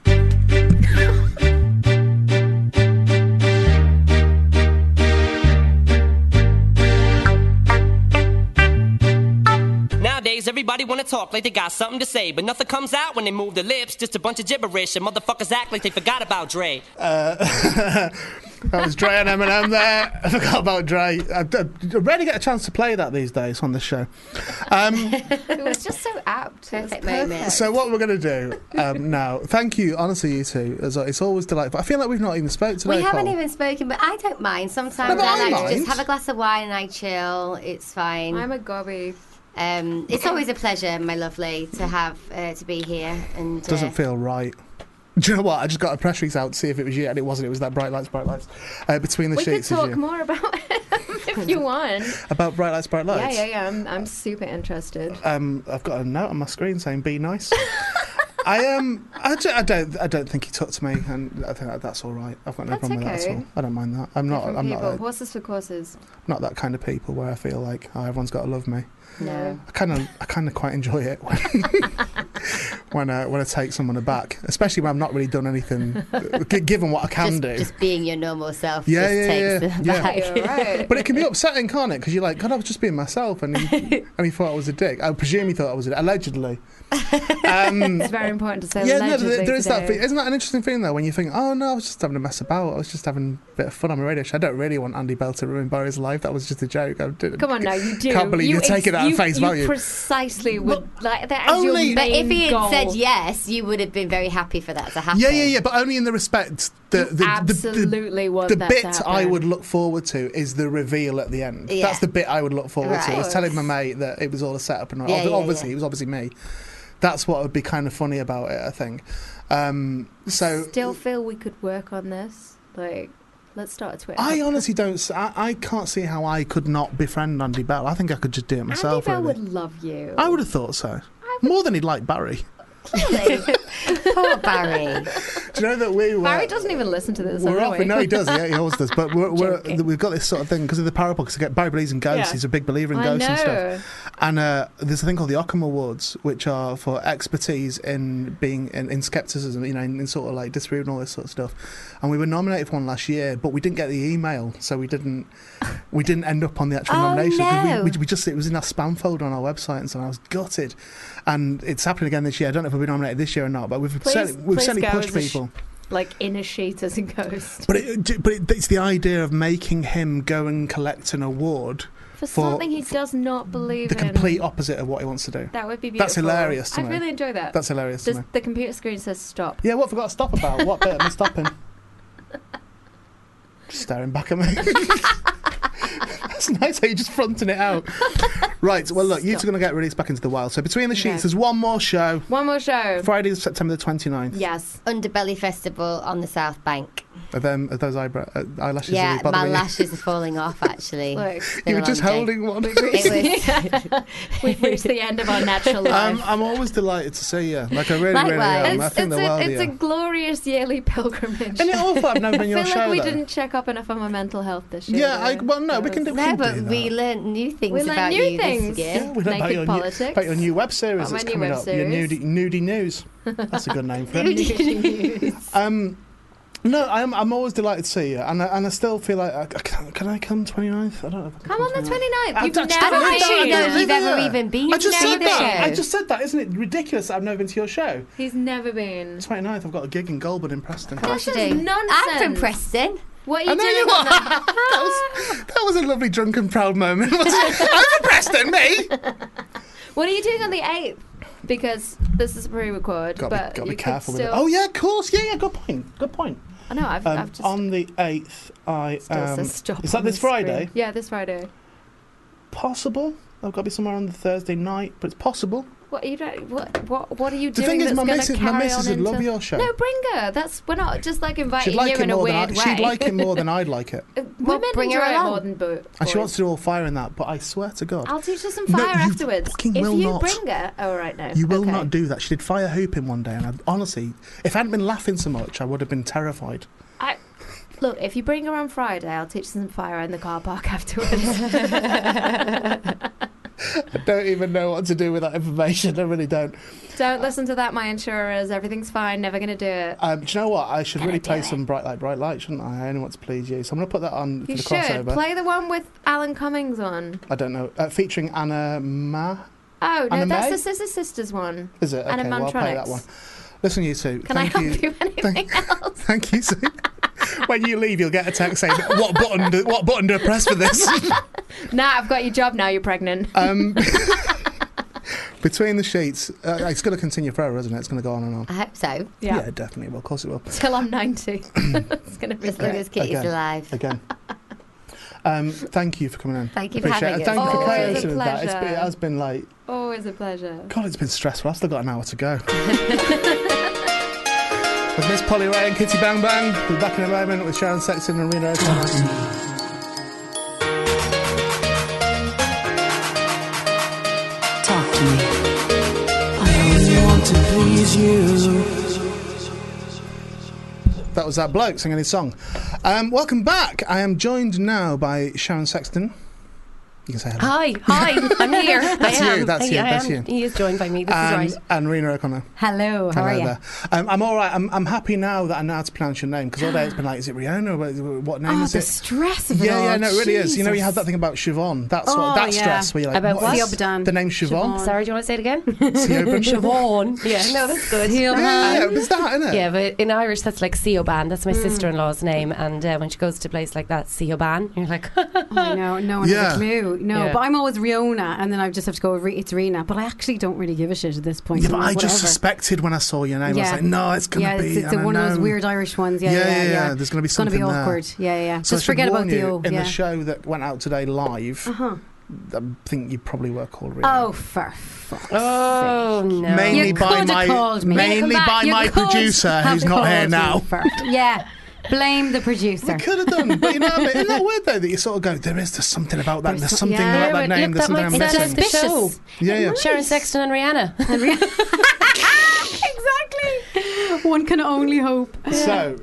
S7: Nowadays, everybody wanna talk like they got something to say, but nothing comes out when they move their lips. Just a bunch of gibberish, and motherfuckers act like they forgot about Dre.
S2: That was Dre and Eminem there. [laughs] I forgot about Dre. I, I rarely get a chance to play that these days on this show.
S3: It was just so apt. It was
S4: Perfect moment.
S2: So what we're going to do um, now? Thank you, honestly, you two. It's, it's always delightful. I feel like we've not even spoke today.
S4: We haven't
S2: Cole.
S4: even spoken, but I don't mind. Sometimes
S2: No, but I
S4: I like to
S2: mind.
S4: just have a glass of wine and I chill. It's fine.
S3: I'm a gobby.
S4: Um, it's always a pleasure, my lovely, to have uh, to be here. And uh,
S2: Doesn't feel right. [laughs] Do you know what? I just got a press release out to see if it was you, and it wasn't. It was that bright lights, bright lights uh, between the
S3: We could
S2: sheets. is
S3: talk
S2: you.
S3: more about [laughs] it if you want.
S2: about bright lights, bright
S3: Yeah,
S2: lights.
S3: yeah, yeah. I'm, I'm super interested.
S2: Um, I've got a note on my screen saying "Be
S3: [laughs]
S2: nice." I um, I, ju- I don't, I don't think he took to me, and I think that- that's all right. I've got no
S3: That's
S2: problem with that at
S3: okay.
S2: all. I don't mind that. I'm not,
S3: Different
S2: I'm not,
S3: people.
S2: a-
S3: Horses
S2: [laughs]
S3: for courses.
S2: not that kind of people where I feel like oh, everyone's got to love me.
S4: no.
S2: I kind of, I kind of quite enjoy it when [laughs] when, uh, when I take someone aback, especially when I've not really done anything, uh, g- given what I can
S4: Just,
S2: do.
S4: just being your normal self
S2: Yeah,
S4: just
S2: yeah,
S4: takes
S2: yeah,
S4: the
S2: yeah.
S4: back.
S3: You're right.
S2: But it can be upsetting, can't it? Because you're like, God, I was just being myself, and
S3: [laughs]
S2: he, and he thought I was a dick. I presume he thought I was a dick, allegedly.
S3: [laughs]
S2: Um,
S3: It's very important to say
S2: yeah, no,
S3: allegedly
S2: there, there is that.
S3: today.
S2: Fe- isn't that an interesting feeling though, when you think, "Oh no, I was just having a mess about. I was just having a bit of fun on my radio show. I don't really want Andy Bell to ruin Barry's life. That was just a joke." I didn't.
S3: Come on now, you do.
S2: Can't believe
S3: you
S2: you're taking that at
S3: you-
S2: face
S3: you
S2: value.
S3: precisely would like that. As
S2: only-
S3: your
S4: [laughs] But
S3: main
S4: if he had
S3: goal.
S4: said yes, you would have been very happy for that to happen.
S2: Yeah, yeah, yeah, but only in the respect that the, the, the,
S3: absolutely want
S2: the
S3: that to
S2: bit I
S3: happen.
S2: would look forward to is the reveal at the end.
S4: Yeah.
S2: That's the bit I would look forward to.
S4: Right.
S2: Was telling my mate that it was all a setup and
S4: Yeah, yeah,
S2: obviously
S4: yeah.
S2: it was obviously me. That's what would be kind of funny about it, I think. Um, so
S3: still feel we could work on this. Like Let's start a Twitter.
S2: I honestly don't. s- I, I can't see how I could not befriend Andy Bell. I think I could just do it
S3: Andy
S2: myself.
S3: Bell
S2: really.
S3: would love you.
S2: I would have thought so. More than he'd like Barry.
S3: [laughs]
S4: [laughs] Poor Barry.
S2: Do you know that we were?
S3: Barry doesn't even listen to this.
S2: We're
S3: I
S2: off. No, he does. Yeah, he always does. But
S3: [laughs]
S2: we're, we're,
S4: Joking.
S2: we've got this sort of thing because of the power pockets. Get Barry believes in ghosts.
S3: Yeah.
S2: He's a big believer in
S3: I
S2: ghosts and
S3: know.
S2: stuff. And uh, there's a thing called the Occam Awards, which are for expertise in being in, in skepticism, you know, in, in sort of like disproven all this sort of stuff. And we were nominated for one last year, but we didn't get the email, so we didn't we didn't end up on the actual
S4: Oh,
S2: nomination. 'cause
S4: no.
S2: We, we, we just it was in our spam folder on our website, and so I was gutted. And it's happening again this year. I don't know if we've been nominated this year or not, but we've
S3: Please-
S2: certainly, we've
S3: please
S2: certainly
S3: go
S2: pushed
S3: as a sh-
S2: people.
S3: Like initiate as a ghost
S2: But it, but it, it's the idea of making him go and collect an award,
S3: for,
S2: For-
S3: something he does not believe
S2: the
S3: in.
S2: complete opposite of what he wants to do.
S3: That would be beautiful.
S2: That's hilarious to
S3: I
S2: me.
S3: really enjoy that.
S2: That's hilarious
S3: Just
S2: to me.
S3: the computer screen says stop.
S2: Yeah, what have I got to stop about? What bit am I
S4: [laughs]
S2: stopping? Just staring back at me. [laughs] That's nice how you're just fronting it out. Right, well, look, you two are going to get released back into the wild. So, Between the Sheets,
S3: Okay.
S2: there's one more show.
S3: One more show.
S2: Friday, September the 29th.
S3: Yes.
S4: Underbelly Festival on the South Bank.
S2: Are, them, are those eyebrow, uh, eyelashes
S4: yeah,
S2: really
S4: my
S2: bothering you?
S4: lashes are falling off
S3: [laughs]
S4: actually.
S2: [laughs]
S3: Look,
S4: Been
S2: You
S4: a
S2: were just
S4: long day.
S2: holding one.
S4: [laughs] It was,
S3: we've reached the end of our natural life.
S2: I'm, I'm always delighted to see you. Like, I really, really
S4: Likewise.
S2: am. I
S3: it's
S2: think
S3: it's
S2: the world
S3: a,
S2: of
S3: it's
S2: you.
S3: a glorious yearly pilgrimage.
S2: Isn't it awful? I've
S3: [laughs]
S2: never been
S3: I
S2: your
S3: feel
S2: show.
S3: like we
S2: though.
S3: didn't check up enough on my mental health this year.
S2: Yeah, I,
S3: though.
S2: well, no, we
S3: So-
S2: can do. we
S4: no,
S2: can
S4: but
S2: do
S4: we
S2: that.
S4: learned new things
S3: We learned
S4: about
S3: new
S4: you
S3: things.
S4: this year.
S2: Yeah, we learned about
S3: Naked
S2: your,
S3: politics.
S2: New, about your new web series
S3: About
S2: that's
S3: my new
S2: coming
S3: web
S2: up. Your nudie,
S3: series.
S2: nudie news. That's a good name for it. [laughs] Um, no, I'm, I'm always delighted to see you, and I, and I still feel like I, can, can I come 29th? I don't know. If I can
S3: Come on the 29th.
S2: I
S3: You've
S2: just
S3: never
S2: don't
S4: I
S2: live
S3: been
S2: there, I
S4: don't know
S2: don't
S4: if
S2: live
S4: you've ever
S2: there.
S4: even been
S2: I just
S4: to
S2: said
S4: the
S2: that.
S4: show.
S2: I just said that. Isn't it ridiculous that I've never been to your show?
S3: He's never been.
S2: 29th, I've got a gig in Goulburn in
S3: [laughs]
S2: Preston.
S4: Of course you
S3: This
S4: do.
S3: is
S4: I'm from
S3: nonsense.
S4: Preston.
S3: What are
S2: I
S3: you
S2: know
S3: doing
S2: you
S3: on
S2: are.
S3: that?
S2: [laughs] That was a lovely drunken proud moment. Wasn't it? [laughs] I'm from Preston, me.
S3: What are you doing on the 8th? Because this is pre-record,
S2: Got
S3: but
S2: to
S3: you
S2: be
S3: could
S2: careful with it.
S3: still...
S2: Oh yeah, of course. Yeah, yeah. Good point. Good point.
S3: I know, I've,
S2: Um,
S3: I've just...
S2: on the eighth, I
S3: still
S2: am.
S3: says stop
S2: is that
S3: on
S2: this
S3: the screen.
S2: Friday?
S3: Yeah, this Friday.
S2: Possible. I've got to be somewhere on the Thursday night, but it's possible.
S3: What are you, do- what, what, what are you
S2: The
S3: doing
S2: thing is,
S3: that's
S2: my
S3: going
S2: missus,
S3: to
S2: my
S3: carry
S2: missus
S3: on
S2: would
S3: into...
S2: love your show.
S3: No, bring her. That's we're not just like inviting
S2: she'd like
S3: you
S2: it
S3: in a
S2: more than
S3: weird
S2: I,
S3: way.
S2: she'd like it more than I'd like
S3: [laughs]
S2: it,
S3: Uh,
S4: Well,
S3: Women
S4: bring her
S3: enjoy it
S4: along.
S3: more than bo- boys.
S2: and she wants to do all fire in that. But I swear to God,
S3: I'll teach her some
S2: No,
S3: fire
S2: you
S3: afterwards.
S2: fucking
S3: if
S2: will
S3: you
S2: not.
S3: bring her, oh right now
S2: you will not do that. She did fire hooping one day, and I, honestly, if I hadn't been laughing so much, I would have been terrified.
S3: I, look, if you bring her on Friday, I'll teach her some fire in the car park [laughs] afterwards.
S2: I don't even know what to do with that information. I really don't.
S3: Don't listen to that. My insurers, everything's fine. Never gonna do it.
S2: Um, do you know what? I should really
S4: do
S2: play
S4: it.
S2: some bright light, bright light, shouldn't I? I only want to please you, so I'm going to put that on
S3: You
S2: for the
S3: should
S2: crossover.
S3: play the one with Alan Cummings on.
S2: I don't know. Uh, featuring Anna Ma,
S3: Oh no,
S2: Anna
S3: that's
S2: May?
S3: the Scissor Sisters one.
S2: Is it?
S3: Anna
S2: okay, well, I'll play that
S3: Mantronics.
S2: one. Listen, you two.
S3: Can
S2: thank
S3: I help you,
S2: you.
S3: with anything else?
S2: [laughs] Thank you. Sue. [laughs] when you leave, you'll get a text saying, "What button? Do, what button do I press for
S3: [laughs]
S2: this?"
S3: Nah, I've got your job now. You're pregnant.
S2: um, [laughs] between the sheets, uh, it's going to continue forever, isn't it? It's going to go on and on.
S4: I hope so.
S3: yeah.
S2: yeah definitely. Well, of course it will.
S3: Till
S2: [coughs]
S3: I'm 90. it's gonna be
S4: As long
S3: great.
S4: as Kitty's
S2: Okay.
S4: alive.
S2: again. Um, thank you for coming in.
S4: Thank you for
S2: Appreciate it.
S4: having us.
S2: Thank you for
S3: Always a
S2: co-hosting with that. It's been, it
S3: pleasure.
S2: has been like,
S3: Always a pleasure.
S2: God, it's been stressful. I've still got an hour to
S8: [laughs]
S2: go. with Miss Polly Ray and Kitty Bang Bang. We'll be back in a moment with Sharon Sexton and Rena O'Connor.
S8: Talk to me. I only want to please you.
S2: That was that bloke singing his song. Um, welcome back. I am joined now by Sharon Sexton. You can say hello.
S9: Hi, hi, I'm
S2: [laughs]
S9: here.
S2: That's
S9: I am.
S2: you, that's
S9: I
S2: you, that's
S9: am.
S2: you.
S9: He is joined by me. This
S2: and,
S9: is right.
S2: and Rena O'Connor.
S4: Hello, how
S10: Oh,
S4: are
S2: Hello
S4: you?
S2: there. Um, I'm all right. I'm, I'm happy now that I know how to pronounce your name because all day it's been like, is it Rihanna? What, what name
S9: Oh,
S2: is
S9: the
S2: it?
S9: stress of it
S2: Yeah,
S9: all.
S2: yeah, no, it really is. You know, you
S9: Jesus.
S2: had that thing about Siobhan. That's
S9: Oh,
S2: what that
S9: yeah.
S2: stress where you're like
S9: About
S2: what is
S9: what? Siobhan.
S2: the name Siobhan?
S9: Sorry, do you want to say it
S2: [laughs]
S9: again? [laughs]
S2: Siobhan.
S9: Siobhan. Yeah, no, that's
S10: [laughs]
S9: good. Um,
S2: Yeah, it was Hmm. that, innit?
S9: Yeah, but in Irish, that's like Siobhan. That's my sister-in-law's name, and uh, when she goes to a place like that, Siobhan, you're like, [laughs]
S10: I know, no one
S2: Yeah.
S10: has a clue. No,
S9: Yeah.
S10: but I'm always Riona, and then I just have to go. Re- It's Rena, but I actually don't really give a shit at this point.
S2: Yeah, but
S10: I'm
S2: I
S10: like,
S2: just
S10: whatever.
S2: suspected when I saw your name. I was
S10: Yeah.
S2: like, no, it's gonna
S10: yeah,
S2: be.
S10: it's, it's
S2: and I
S10: one of those
S2: know.
S10: weird Irish ones. Yeah,
S2: Yeah,
S10: yeah,
S2: yeah,
S10: yeah.
S2: yeah, there's gonna be
S10: It's
S2: something
S10: gonna
S2: there.
S10: be awkward. Yeah, yeah.
S2: So I
S10: just
S2: should
S10: forget about
S2: warn
S10: the
S2: you,
S10: O.
S2: in
S10: yeah.
S2: the show that went out today live.
S10: Uh-huh.
S2: I think you probably were called Rena.
S10: Oh, for fuck's
S9: oh no.
S2: mainly
S10: You
S2: by
S10: coulda
S2: my
S10: called me.
S2: mainly
S10: You coulda
S2: by
S10: you
S2: my
S10: could
S2: producer
S10: have
S2: who's not here
S10: called me
S2: now.
S10: for-
S4: Yeah.
S10: Blame the
S2: We
S10: producer.
S2: could have done, but you know, what I mean? isn't that weird though that you sort of go, there is there's something about that, there's something about
S9: Yeah,
S2: that
S9: but
S2: name,
S9: look,
S2: there's
S9: that might
S2: something
S9: sound
S2: I'm missing.
S9: suspicious.
S2: Yeah, yeah.
S9: Sharon Sexton and Rihanna.
S10: exactly. One can only hope.
S2: So,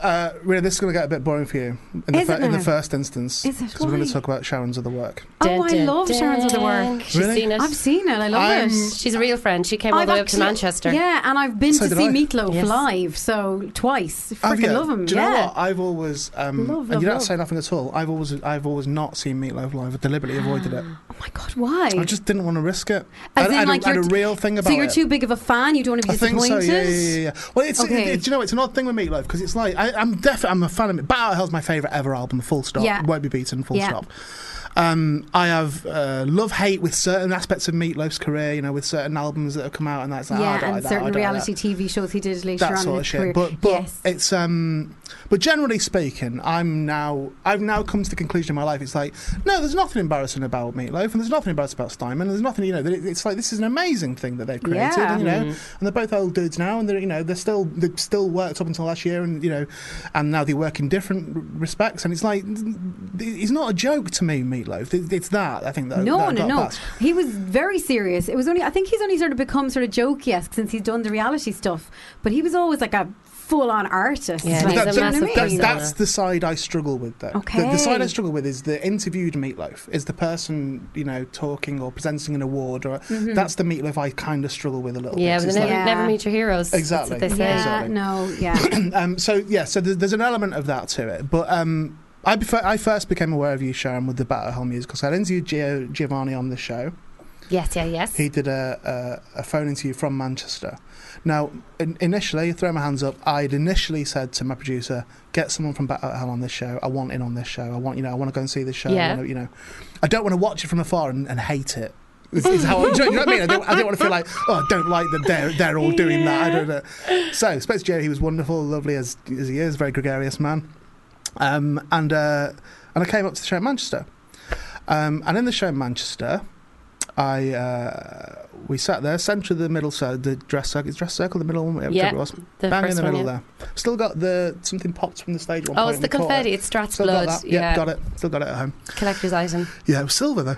S2: uh, Rhea, this is going to get a bit boring for you in the,
S10: Is it
S2: in the
S10: now?
S2: first instance
S10: Is it?
S2: because we're going
S10: Why?
S2: to talk about Sharon's other work.
S10: Oh, I love Sharon's other work.
S9: She's
S2: Really?
S9: seen it.
S10: I've seen it. I love
S9: I'm-
S10: it.
S9: She's a real friend. She came all
S10: I've
S9: the way
S10: actually-
S9: up to Manchester.
S10: Yeah, and I've been
S2: So
S10: to
S2: did
S10: see
S2: I.
S10: Meatloaf
S9: Yes.
S10: live, so twice.
S2: Have
S10: Freaking
S2: you?
S10: love him.
S2: Do you
S10: yeah.
S2: know what? I've always, um,
S10: Love,
S2: and
S10: love,
S2: you don't
S10: love.
S2: say nothing at all. I've always, I've always not seen Meatloaf live. I deliberately avoided it.
S10: [gasps] Oh my god, why?
S2: I just didn't want to risk it.
S10: As
S2: I,
S10: in,
S2: I, had a-
S10: like,
S2: I had a
S10: you're-
S2: real thing about
S10: so you're
S2: it.
S10: too big of a fan. You don't want to be
S2: I think so.
S10: disappointed.
S2: Yeah, yeah, yeah. yeah. Well, it's
S10: Okay.
S2: it, it, you know, it's another thing with Meatloaf because it's like I, I'm definitely I'm a fan of it. Battle of Hell's my favorite ever album. Full stop.
S10: Yeah.
S2: Won't be beaten. Full
S10: Yeah.
S2: stop. Um, I have uh, love hate with certain aspects of Meatloaf's career. You know, with certain albums that have come out, and that's like, oh, I
S10: Yeah,
S2: don't
S10: and
S2: like that, I
S10: certain
S2: don't like
S10: reality
S2: that.
S10: TV shows he did later
S2: That
S10: on
S2: sort
S10: in
S2: of
S10: his
S2: shit,
S10: career.
S2: but but
S10: yes.
S2: it's um, but generally speaking, I'm now I've now come to the conclusion in my life. It's like no, there's nothing embarrassing about Meatloaf, and there's nothing embarrassing about Steinman, and there's nothing you know. That it, it's like this is an amazing thing that they've created,
S10: Yeah. Mm-hmm.
S2: and, you know. And they're both old dudes now, and they're you know they're still they have still worked up until last year, and you know, and now they work in different r- respects, and it's like it's not a joke to me, Meatloaf. It- It's that I think that that
S10: No,
S2: I
S10: no,
S2: got
S10: no.
S2: past.
S10: He was very serious. It was only I think he's only sort of become sort of jokey esque since he's done the reality stuff. But he was always like a full on artist.
S9: Yeah,
S10: like,
S9: he's a
S10: do you know
S9: massive
S10: what I mean?
S9: persona.
S2: that's the side I struggle with, though. The, the side I
S10: Okay.
S2: struggle with is the interviewed meatloaf, is the person, you know, talking or presenting an award. or That's the meatloaf I kind of struggle with a little
S9: Yeah,
S2: bit.
S9: but
S2: It's
S9: they never,
S2: like-
S10: Yeah.
S9: never meet your heroes.
S2: Exactly.
S9: That's what they say.
S10: Yeah, no, yeah.
S2: um, so, yeah, so there's, there's an element of that to it. But um, I, prefer, I first became aware of you, Sharon, with the Battle Hell musical. So I interviewed Gio Giovanni on the show.
S9: Yes, yeah, yes.
S2: He did a, a, a phone interview from Manchester. Now, in, initially, throw my hands up. I'd initially said to my producer, "Get someone from Bat Out Hell on this show. I want in on this show. I want you know. I want to go and see this show. I
S9: Yeah.
S2: wanna- you know, I don't want to watch it from afar and, and hate it. Is, is how I, do you know what I mean? I don't, I don't want to feel like oh, I don't like that they're they're all doing that. I don't know. So, spoke to Joe. He was wonderful, lovely as as he is, very gregarious man. Um, and uh, and I came up to the show in Manchester. Um, and in the show in Manchester, I uh, we sat there, centre of the middle, so the dress circle, it's dress circle, the middle one, whatever
S9: Yeah,
S2: it was,
S9: the
S2: bang in
S9: first
S2: the
S9: one,
S2: middle
S9: yeah.
S2: there. Still got the something popped from the stage. At one
S9: Oh,
S2: point
S9: it's
S2: and
S9: the
S2: we caught
S9: confetti.
S2: It.
S9: It's Strat's
S2: Still
S9: blood.
S2: got that.
S9: yeah,
S2: got it. Still got it at home.
S9: collector's item.
S2: Yeah, it was silver though.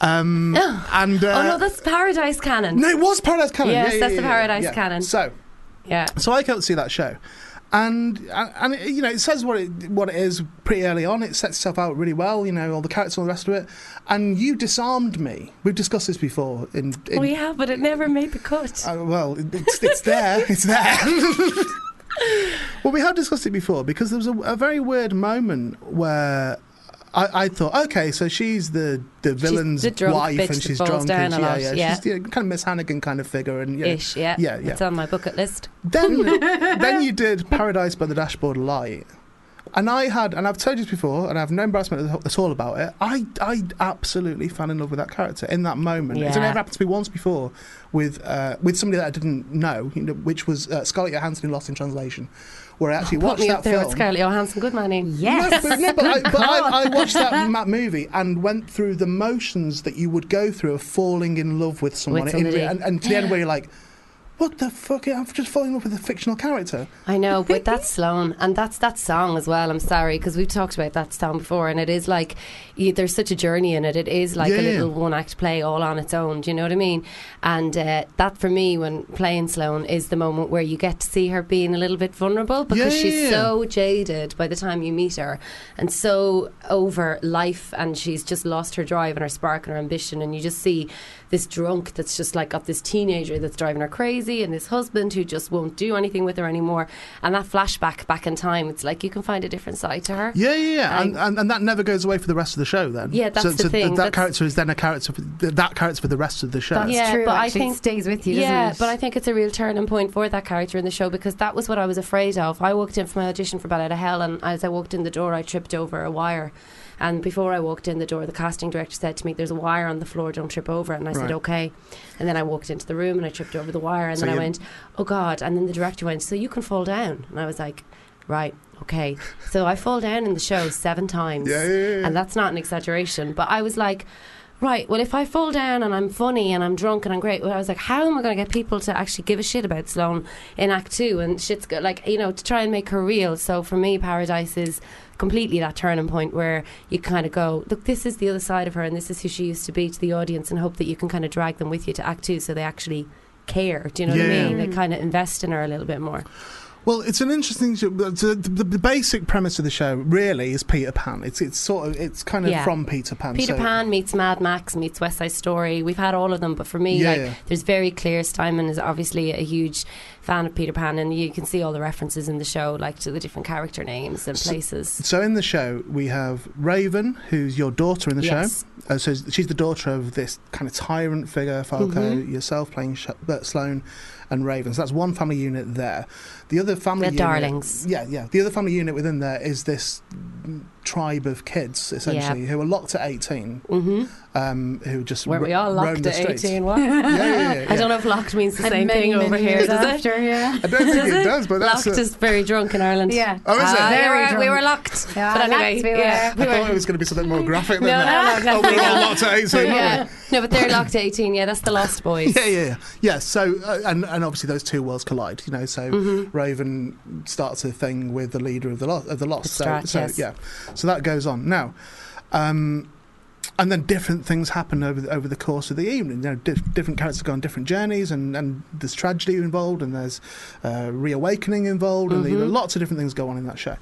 S2: Um, and uh,
S9: oh no, that's Paradise Cannon.
S2: no, it was Paradise Cannon.
S9: Yes,
S2: yeah, yeah,
S9: that's
S2: yeah,
S9: the
S2: yeah,
S9: Paradise
S2: yeah.
S9: Cannon.
S2: So
S9: Yeah,
S2: so I can't see that show. And and and it, you know it says what it what it is pretty early on. It sets itself out really well, you know, all the characters, and all the rest of it. And you disarmed me. We've discussed this before in, in
S9: we have, but it never made the cut.
S2: Uh, well, it- it's, it's
S9: [laughs]
S2: there. It's there. [laughs] well, we have discussed it before because there was a, a very weird moment where I, I thought, okay, so she's the, the villain's
S9: the drunk
S2: wife
S9: bitch
S2: and
S9: that
S2: she's
S9: falls
S2: drunk.
S9: down
S2: and
S9: a
S2: she-
S9: lot,
S2: yeah,
S9: yeah.
S2: She's you know, kind of Miss Hannigan kind of figure. And, you know,
S9: Ish, yeah.
S2: Yeah, yeah.
S9: It's on my bucket list.
S2: then,
S9: [laughs]
S2: then you did Paradise by the Dashboard Light. And I had, and I've told you this before, and I have no embarrassment at- at all about it. I, I absolutely fell in love with that character in that moment. It's
S9: Yeah.
S2: only ever happened to me once before with uh, with somebody that I didn't know, you know which was uh, Scarlett Johansson in Lost in Translation, where I actually
S9: Put
S2: watched
S9: me
S2: that
S9: up there
S2: film.
S9: with Scarlett Johansson. Good money.
S10: Yes.
S2: [laughs] But, no, but, I, but
S9: [laughs]
S2: I, I watched that ma- movie and went through the motions that you would go through of falling in love with someone, in
S9: somebody.
S2: re- and, and to the end where you're like, "What the fuck? I'm just falling in love with a fictional character."
S9: I know, but that's Sloan, and that's that song as well. I'm sorry because we've talked about that song before, and it is like you, there's such a journey in it. It is like
S2: Yeah.
S9: a little one act play all on its own. Do you know what I mean? And uh, that for me, when playing Sloan, is the moment where you get to see her being a little bit vulnerable because
S2: Yeah, yeah,
S9: she's
S2: yeah.
S9: so jaded by the time you meet her, and so over life, and she's just lost her drive and her spark and her ambition, and you just see this drunk that's just like got this teenager that's driving her crazy, and this husband who just won't do anything with her anymore, and that flashback back in time, it's like you can find a different side to her.
S2: Yeah, yeah, yeah. And,
S9: I-
S2: and, and that never goes away for the rest of the show. Then,
S9: Yeah, that's
S2: so,
S9: the
S2: so th-
S9: thing,
S2: That
S9: that's-
S2: character is then a character. For, th- that character for the rest of the show.
S10: That's
S9: Yeah,
S10: true,
S9: but I
S10: actually.
S9: think-
S10: it stays with you, doesn't
S9: Yeah,
S10: it?
S9: but I think it's a real turning point for that character in the show because that was what I was afraid of. I walked in for my audition for Ballet Outta Hell, and as I walked in the door, I tripped over a wire. And before I walked in the door, the casting director said to me, "There's a wire on the floor. Don't trip over." it." And I
S2: Right.
S9: said, "Okay." And then I walked into the room and I tripped over the wire, and
S2: So
S9: then
S2: you-
S9: I went, "Oh God!" And then the director went, "So you can fall down?" And I was like, "Right." Okay,
S10: [laughs]
S9: so I fall down in the show seven times,
S2: Yeah, yeah, yeah.
S9: and that's not an exaggeration. But I was like, right, well, if I fall down and I'm funny and I'm drunk and I'm great, well, I was like, how am I going to get people to actually give a shit about Sloan in Act Two? And shit's go- like, you know, to try and make her real. So for me, Paradise is completely that turning point where you kind of go, look, this is the other side of her and this is who she used to be to the audience and hope that you can kind of drag them with you to Act Two so they actually care. Do you know what
S2: Yeah.
S9: I mean? They
S2: Mm.
S9: kind of invest in her a little bit more.
S2: Well, it's an interesting. The, the, the basic premise of the show really is Peter Pan. It's it's sort of it's kind of
S9: Yeah.
S2: from Peter Pan.
S9: Peter
S2: so-
S9: Pan meets Mad Max meets West Side Story. We've had all of them, but for me,
S2: Yeah,
S9: like,
S2: yeah.
S9: there's very clear. Steinman is obviously a huge fan of Peter Pan, and you can see all the references in the show, like to the different character names and
S2: So-
S9: places.
S2: So in the show we have Raven, who's your daughter in the
S9: Yes.
S2: show. Uh, so she's the daughter of this kind of tyrant figure, Falco,
S9: Mhm.
S2: yourself playing Sh- uh, Sloan, and Raven. So that's one family unit there. The other family
S9: They're
S2: unit,
S9: darlings.
S2: Yeah, yeah. The other family unit within there is this mm, tribe of kids essentially who are locked at 18
S9: Mm-hmm.
S2: um, who just
S9: Where
S2: ro-
S9: we all
S2: roam
S9: locked
S2: the
S9: at
S2: streets.
S9: 18.
S2: [laughs]
S9: What?
S2: yeah, yeah, yeah,
S9: [laughs] I don't know if locked means the
S10: And
S9: same
S10: many,
S9: thing over
S10: many
S9: here,
S10: years
S9: does it?
S10: after, yeah.
S2: I don't think
S9: [laughs] Does
S2: [laughs] it
S9: it?
S2: does, but that's
S9: locked
S2: a-
S9: is very drunk in Ireland.
S10: Yeah.
S2: Oh, is it?
S9: Ah,
S10: Very
S9: we, were, we
S10: drunk.
S9: were locked.
S10: Yeah,
S9: but
S10: locked
S9: anyway,
S10: we were.
S9: yeah,
S2: I
S9: we
S2: [laughs]
S9: were.
S2: thought it was going to be something more graphic than
S9: No, no, [laughs]
S2: that. oh,
S9: no,
S2: we were all
S9: definitely
S2: locked at 18, weren't we?
S9: [laughs] yeah. No, but they're locked at 18. Yeah, that's the Lost
S2: [laughs]
S9: Boys.
S2: Yeah, yeah, yeah. Yeah, so, uh, and, and obviously those two worlds collide, you know, so
S9: Mm-hmm.
S2: Raven starts a thing with the leader of the, lo- of the Lost. So,
S9: Strat,
S2: so,
S9: yes.
S2: yeah. So that goes on. Now, um, and then different things happen over the, over the course of the evening. You know, dif- different characters go on different journeys, and, and there's tragedy involved, and there's uh, reawakening involved, and there are
S9: Mhm.
S2: lots of different things go on in that show.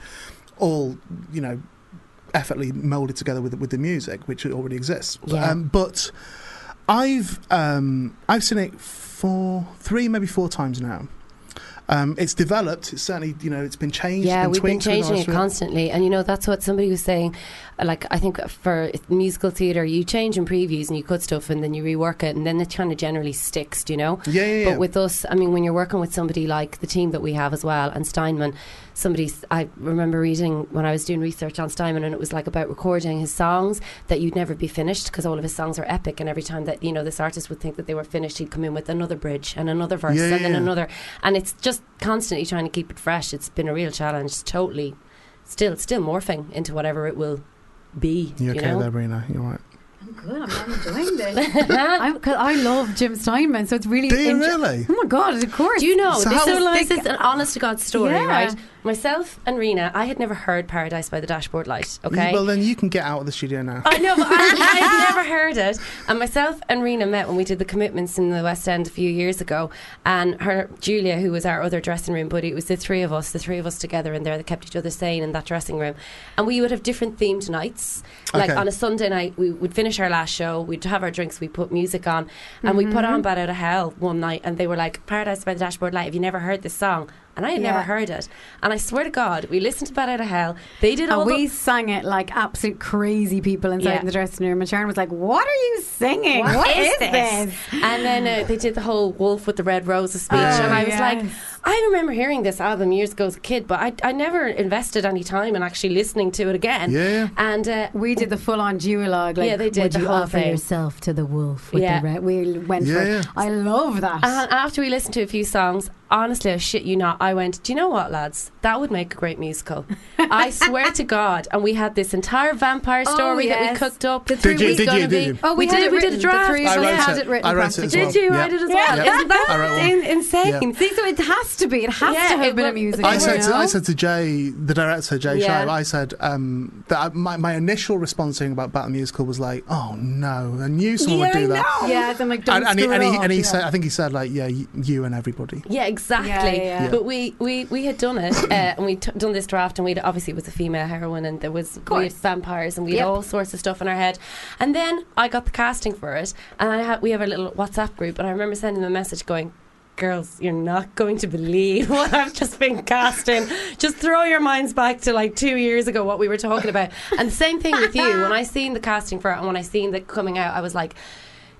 S2: All, you know, effortly molded together with with the music, which already exists.
S9: Yeah.
S2: Um, but I've um, I've seen it four, three, maybe four times now. Um, it's developed. It's certainly you know it's been changed.
S9: Yeah,
S2: been
S9: we've been
S2: tweaked with
S9: changing it
S2: ours.
S9: constantly, and you know that's what somebody was saying. Like I think for musical theatre, you change in previews and you cut stuff, and then you rework it, and then it kind of generally sticks. Do you know?
S2: Yeah, yeah, yeah.
S9: But with us, I mean, when you're working with somebody like the team that we have as well, and Steinman, somebody s- I remember reading when I was doing research on Steinman, and it was like about recording his songs that you'd never be finished because all of his songs are epic, and every time that you know this artist would think that they were finished, he'd come in with another bridge and another verse,
S2: Yeah,
S9: and
S2: yeah,
S9: then
S2: yeah.
S9: another, and it's just constantly trying to keep it fresh. It's been a real challenge. It's totally, still, still morphing into whatever it will be.
S2: You
S9: You,
S2: okay
S9: know.
S2: there, Brina? You're right.
S10: I'm good. I'm enjoying
S9: [laughs]
S10: this. I, 'cause I love Jim Steinman, so it's really.
S2: Do you
S10: enjo-
S2: really?
S10: Oh my god! Of course.
S9: Do you know
S2: So
S9: this,
S2: how-
S9: is, this is an honest to God story,
S10: Yeah.
S9: right? Myself and Rena, I had never heard Paradise by the Dashboard Light. Okay.
S2: Well, then you can get out of the studio now.
S9: I know, but I, I've never heard it. And myself and Rena met when we did the commitments in the West End a few years ago. And her Julia, who was our other dressing room buddy, it was the three of us, the three of us together in there that kept each other sane in that dressing room. And we would have different themed nights. Like
S2: Okay.
S9: on a Sunday night, we would finish our last show, we'd have our drinks, we put music on, and we
S10: Mm-hmm.
S9: put on Bad Out of Hell one night. And they were like, "Paradise by the Dashboard Light." Have you never heard this song? And I had never
S10: Yeah.
S9: heard it. And I swear to God, we listened to Bad Out of Hell. They did all
S10: And we
S9: the,
S10: sang it like absolute crazy people inside
S9: Yeah.
S10: the dressing room. And Sharon was like, "What are you singing? what is, this?"
S9: And then uh, they did the whole Wolf with the Red Roses speech,
S10: Oh,
S9: and I was
S10: yes.
S9: like, I remember hearing this album years ago as a kid, but I, I never invested any time in actually listening to it again.
S2: Yeah.
S9: And uh,
S10: We did the full on duologue. Like,
S9: Yeah, they did
S10: Would
S9: the
S10: you
S9: whole
S10: offer
S9: thing.
S10: yourself to the wolf? With
S9: Yeah.
S10: the red? We
S9: Oh,
S10: went for
S2: Yeah.
S10: it. I love that.
S3: Ah,
S9: and after we listened to a few songs, honestly, I shit you not, I went, Do you know what, lads? That would make a great musical.
S10: [laughs]
S9: I swear to God. And we had this entire vampire
S10: Oh,
S9: story that we
S10: yes.
S9: cooked up.
S10: The
S9: The
S10: three
S2: Did you- was did you- gonna did be- you?
S10: Oh, we had
S9: did.
S10: it
S9: we did a
S10: written, the
S9: draft.
S10: three of
S2: I
S10: us
S2: wrote
S10: had
S2: it.
S10: it written
S2: I wrote
S10: properly.
S2: it as
S9: Did
S2: well.
S9: you?
S2: Yeah.
S9: I did as
S10: Yeah.
S9: well.
S10: Yeah.
S9: Isn't that
S2: I wrote one.
S9: in- insane?
S2: Yeah.
S10: See, so it has to be. It has
S9: Yeah,
S10: to have
S9: it
S10: been a
S9: would-
S10: musical.
S2: I said,
S10: you
S2: to, I
S10: know?
S2: said to Jay, the director, Jay
S9: Yeah.
S2: Sharp, I said um, that I, my, my initial response thing about Battle Musical was like, oh no, I knew someone would
S9: Yeah,
S2: do
S9: I
S2: that.
S10: yeah, then like, don't
S2: And, and he,
S10: screw
S2: and he,
S10: up,
S2: and he
S10: yeah.
S2: said, I think he said like, yeah, y- you and everybody.
S9: Yeah, exactly.
S10: Yeah, yeah, yeah.
S9: But we, we, we had done it, uh, and we t- done this draft, and we would obviously it was a female heroine, and there was we had
S10: course.
S9: vampires, and we had
S10: Yep.
S9: all sorts of stuff in our head. And then I got the casting for it, and I ha- we have a little WhatsApp group, and I remember sending them a message going. Girls, you're not going to believe [laughs] what I've just been cast in. Just throw your minds back to like two years ago, what we were talking about. And same thing with you. When I seen the casting for it and when I seen the coming out, I was like,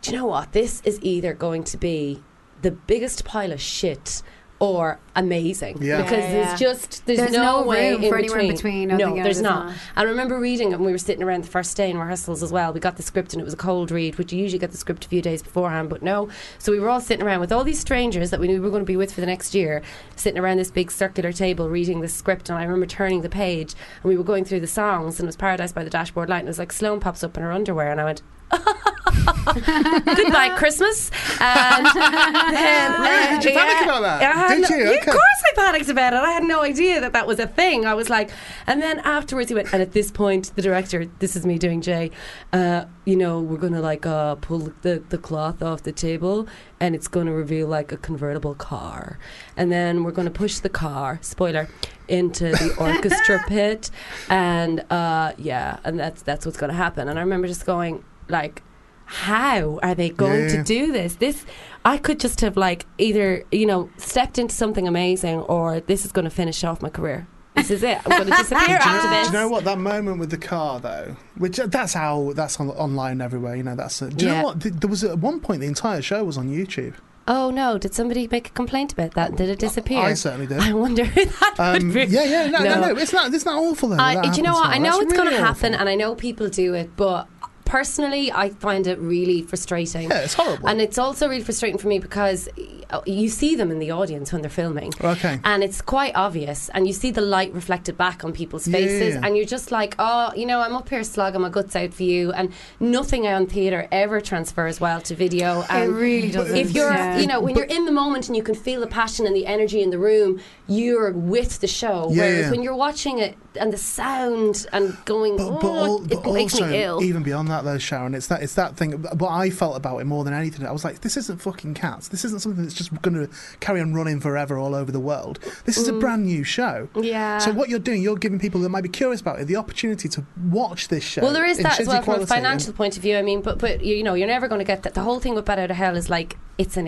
S9: do you know what? This is either going to be the biggest pile of shit or amazing.
S2: Yeah.
S9: Because
S10: Yeah, yeah.
S9: there's just there's,
S10: There's
S9: no,
S10: no
S9: way
S10: room
S9: in
S10: for
S9: between.
S10: anywhere in between. I
S9: No,
S10: think it
S9: there's
S10: is
S9: not.
S10: not.
S9: I remember reading it and we were sitting around the first day in rehearsals as well. We got the script and it was a cold read, which you usually get the script a few days beforehand, but no. So we were all sitting around with all these strangers that we knew we were going to be with for the next year, sitting around this big circular table reading the script. And I remember turning the page and we were going through the songs and it was Paradise by the Dashboard Light and it was like Sloan pops up in her underwear and I went,
S8: [laughs]
S9: Goodbye, Christmas. And then,
S8: Really? Did you panic about that?
S9: I had
S8: Did
S9: no-
S8: you?
S9: yeah,
S8: Okay.
S9: Of course, I panicked about it. I had no idea that that was a thing. I was like, and then afterwards he went, and at this point, the director, this is me doing Jay. Uh, you know, we're gonna like uh, pull the the cloth off the table, and it's gonna reveal like a convertible car, and then we're gonna push the car. Spoiler. Into the
S8: [laughs]
S9: orchestra pit, and uh, yeah, and that's that's what's going to happen. And I remember just going like, how are they going
S8: Yeah.
S9: to do this? This I could just have like either you know stepped into something amazing, or this is going to finish off my career. This is it. I'm
S2: [laughs]
S9: going to
S2: Do
S9: disappear
S2: you,
S9: after
S2: know,
S9: this.
S2: do you know what that moment with the car though? Which uh, that's how that's on, online everywhere. You know that's. uh do you
S9: Yeah.
S2: know what? Th- There was at one point the entire show was on [laughs] YouTube.
S9: Oh no! Did somebody make a complaint about that? Did it disappear?
S2: I certainly did.
S9: I wonder if that
S2: Um,
S9: would be.
S2: yeah, yeah, no, no,
S9: No.
S2: no, It's not. It's not awful. Though,
S9: I,
S2: that
S9: do you know
S2: happens
S9: what? I
S2: now.
S9: know
S2: That's
S9: it's going to
S2: really
S9: happen, um, and I know people do it, but personally, I find it really frustrating.
S2: Yeah, it's horrible.
S9: And it's also really frustrating for me because uh, you see them in the audience when they're filming.
S2: Okay.
S9: And it's quite obvious, and you see the light reflected back on people's
S2: Yeah.
S9: faces, and you're just like, oh, you know, I'm up here slogging my guts out for you, and nothing on theatre ever transfers well to video. And
S10: really doesn't,
S9: If you're,
S10: yeah.
S9: you know, when you're in the moment and you can feel the passion and the energy in the room, you're with the show.
S2: Yeah,
S9: Whereas
S2: yeah.
S9: when you're watching it and the sound and going,
S2: But, but,
S9: "Oh,
S2: all,
S9: it
S2: but
S9: makes
S2: also,
S9: me ill.
S2: even beyond that, though, Sharon, it's that it's that thing. What I felt about it more than anything, I was like, this isn't fucking cats. This isn't something that's just going to carry on running forever all over the world. This is a brand new show.
S9: Mm. Yeah.
S2: So what you're doing, you're giving people that might be curious about it the opportunity to watch this show.
S9: Well, there is
S2: in
S9: that as
S2: shitty
S9: well from a
S2: quality and-
S9: financial point of view. I mean, but but you know, you're never going to get that. The whole thing with Bad Out of Hell is like it's an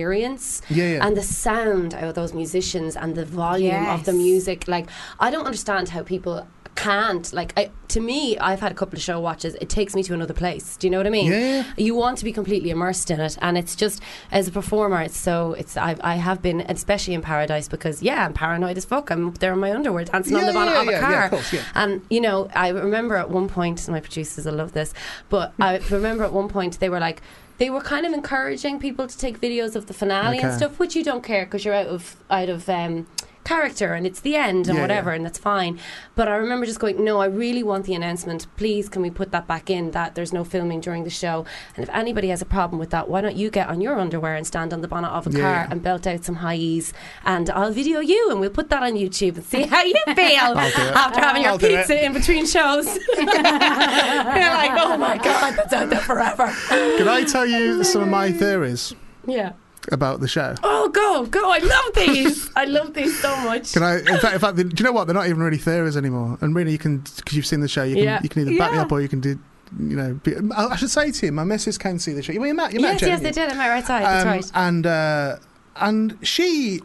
S9: experience.
S2: Yeah, yeah.
S9: And the sound of those musicians and the volume of the
S10: Yes.
S9: music. Like, I don't understand how people can't like I, to me i've had a couple of show watches it takes me to another place do you know what i mean
S2: Yeah.
S9: you want to be completely immersed in it and it's just as a performer it's so it's i, I have been especially in paradise because yeah i'm paranoid as fuck i'm up there in my underwear dancing on
S2: Yeah,
S9: the bonnet
S2: yeah,
S9: of a
S2: yeah,
S9: car
S2: yeah, of course, yeah.
S9: and you know, I remember at one point, and my producers, I love this, but I remember at one point they were like, they were kind of encouraging people to take videos of the finale and
S2: Okay.
S9: stuff, which you don't care because you're out of out of um, character and it's the end and
S2: Yeah,
S9: whatever,
S2: yeah.
S9: and that's fine. But I remember just going, no, I really want the announcement. Please, can we put that back in that there's no filming during the show? And if anybody has a problem with that, why don't you get on your underwear and stand on the bonnet of a
S2: Yeah,
S9: car
S2: yeah.
S9: and belt out some highs, and I'll video you and we'll put that on YouTube and see how you feel
S2: [laughs] I'll do it.
S9: [laughs] after having your
S2: I'll do it.
S9: pizza in
S2: [laughs]
S9: between shows. You're like, oh my god, that's out there forever.
S2: Can I tell you some of my theories
S9: Yeah.
S2: about the show?
S9: Oh, go, go! I love these. I love these so much.
S2: Can I? In fact, in fact, do you know what? They're not even really theories anymore. And really, you can because you've seen the show. You can
S9: Yeah.
S2: you can either back me
S9: Yeah.
S2: up or you can do. You know, be, I I should say to you, my missus came to see the show. You, well, you met, you met
S9: yes,
S2: Jane,
S9: yes,
S2: didn't
S9: they
S2: you?
S9: did. Am I right? Side. That's
S2: Um,
S9: right.
S2: And uh, and she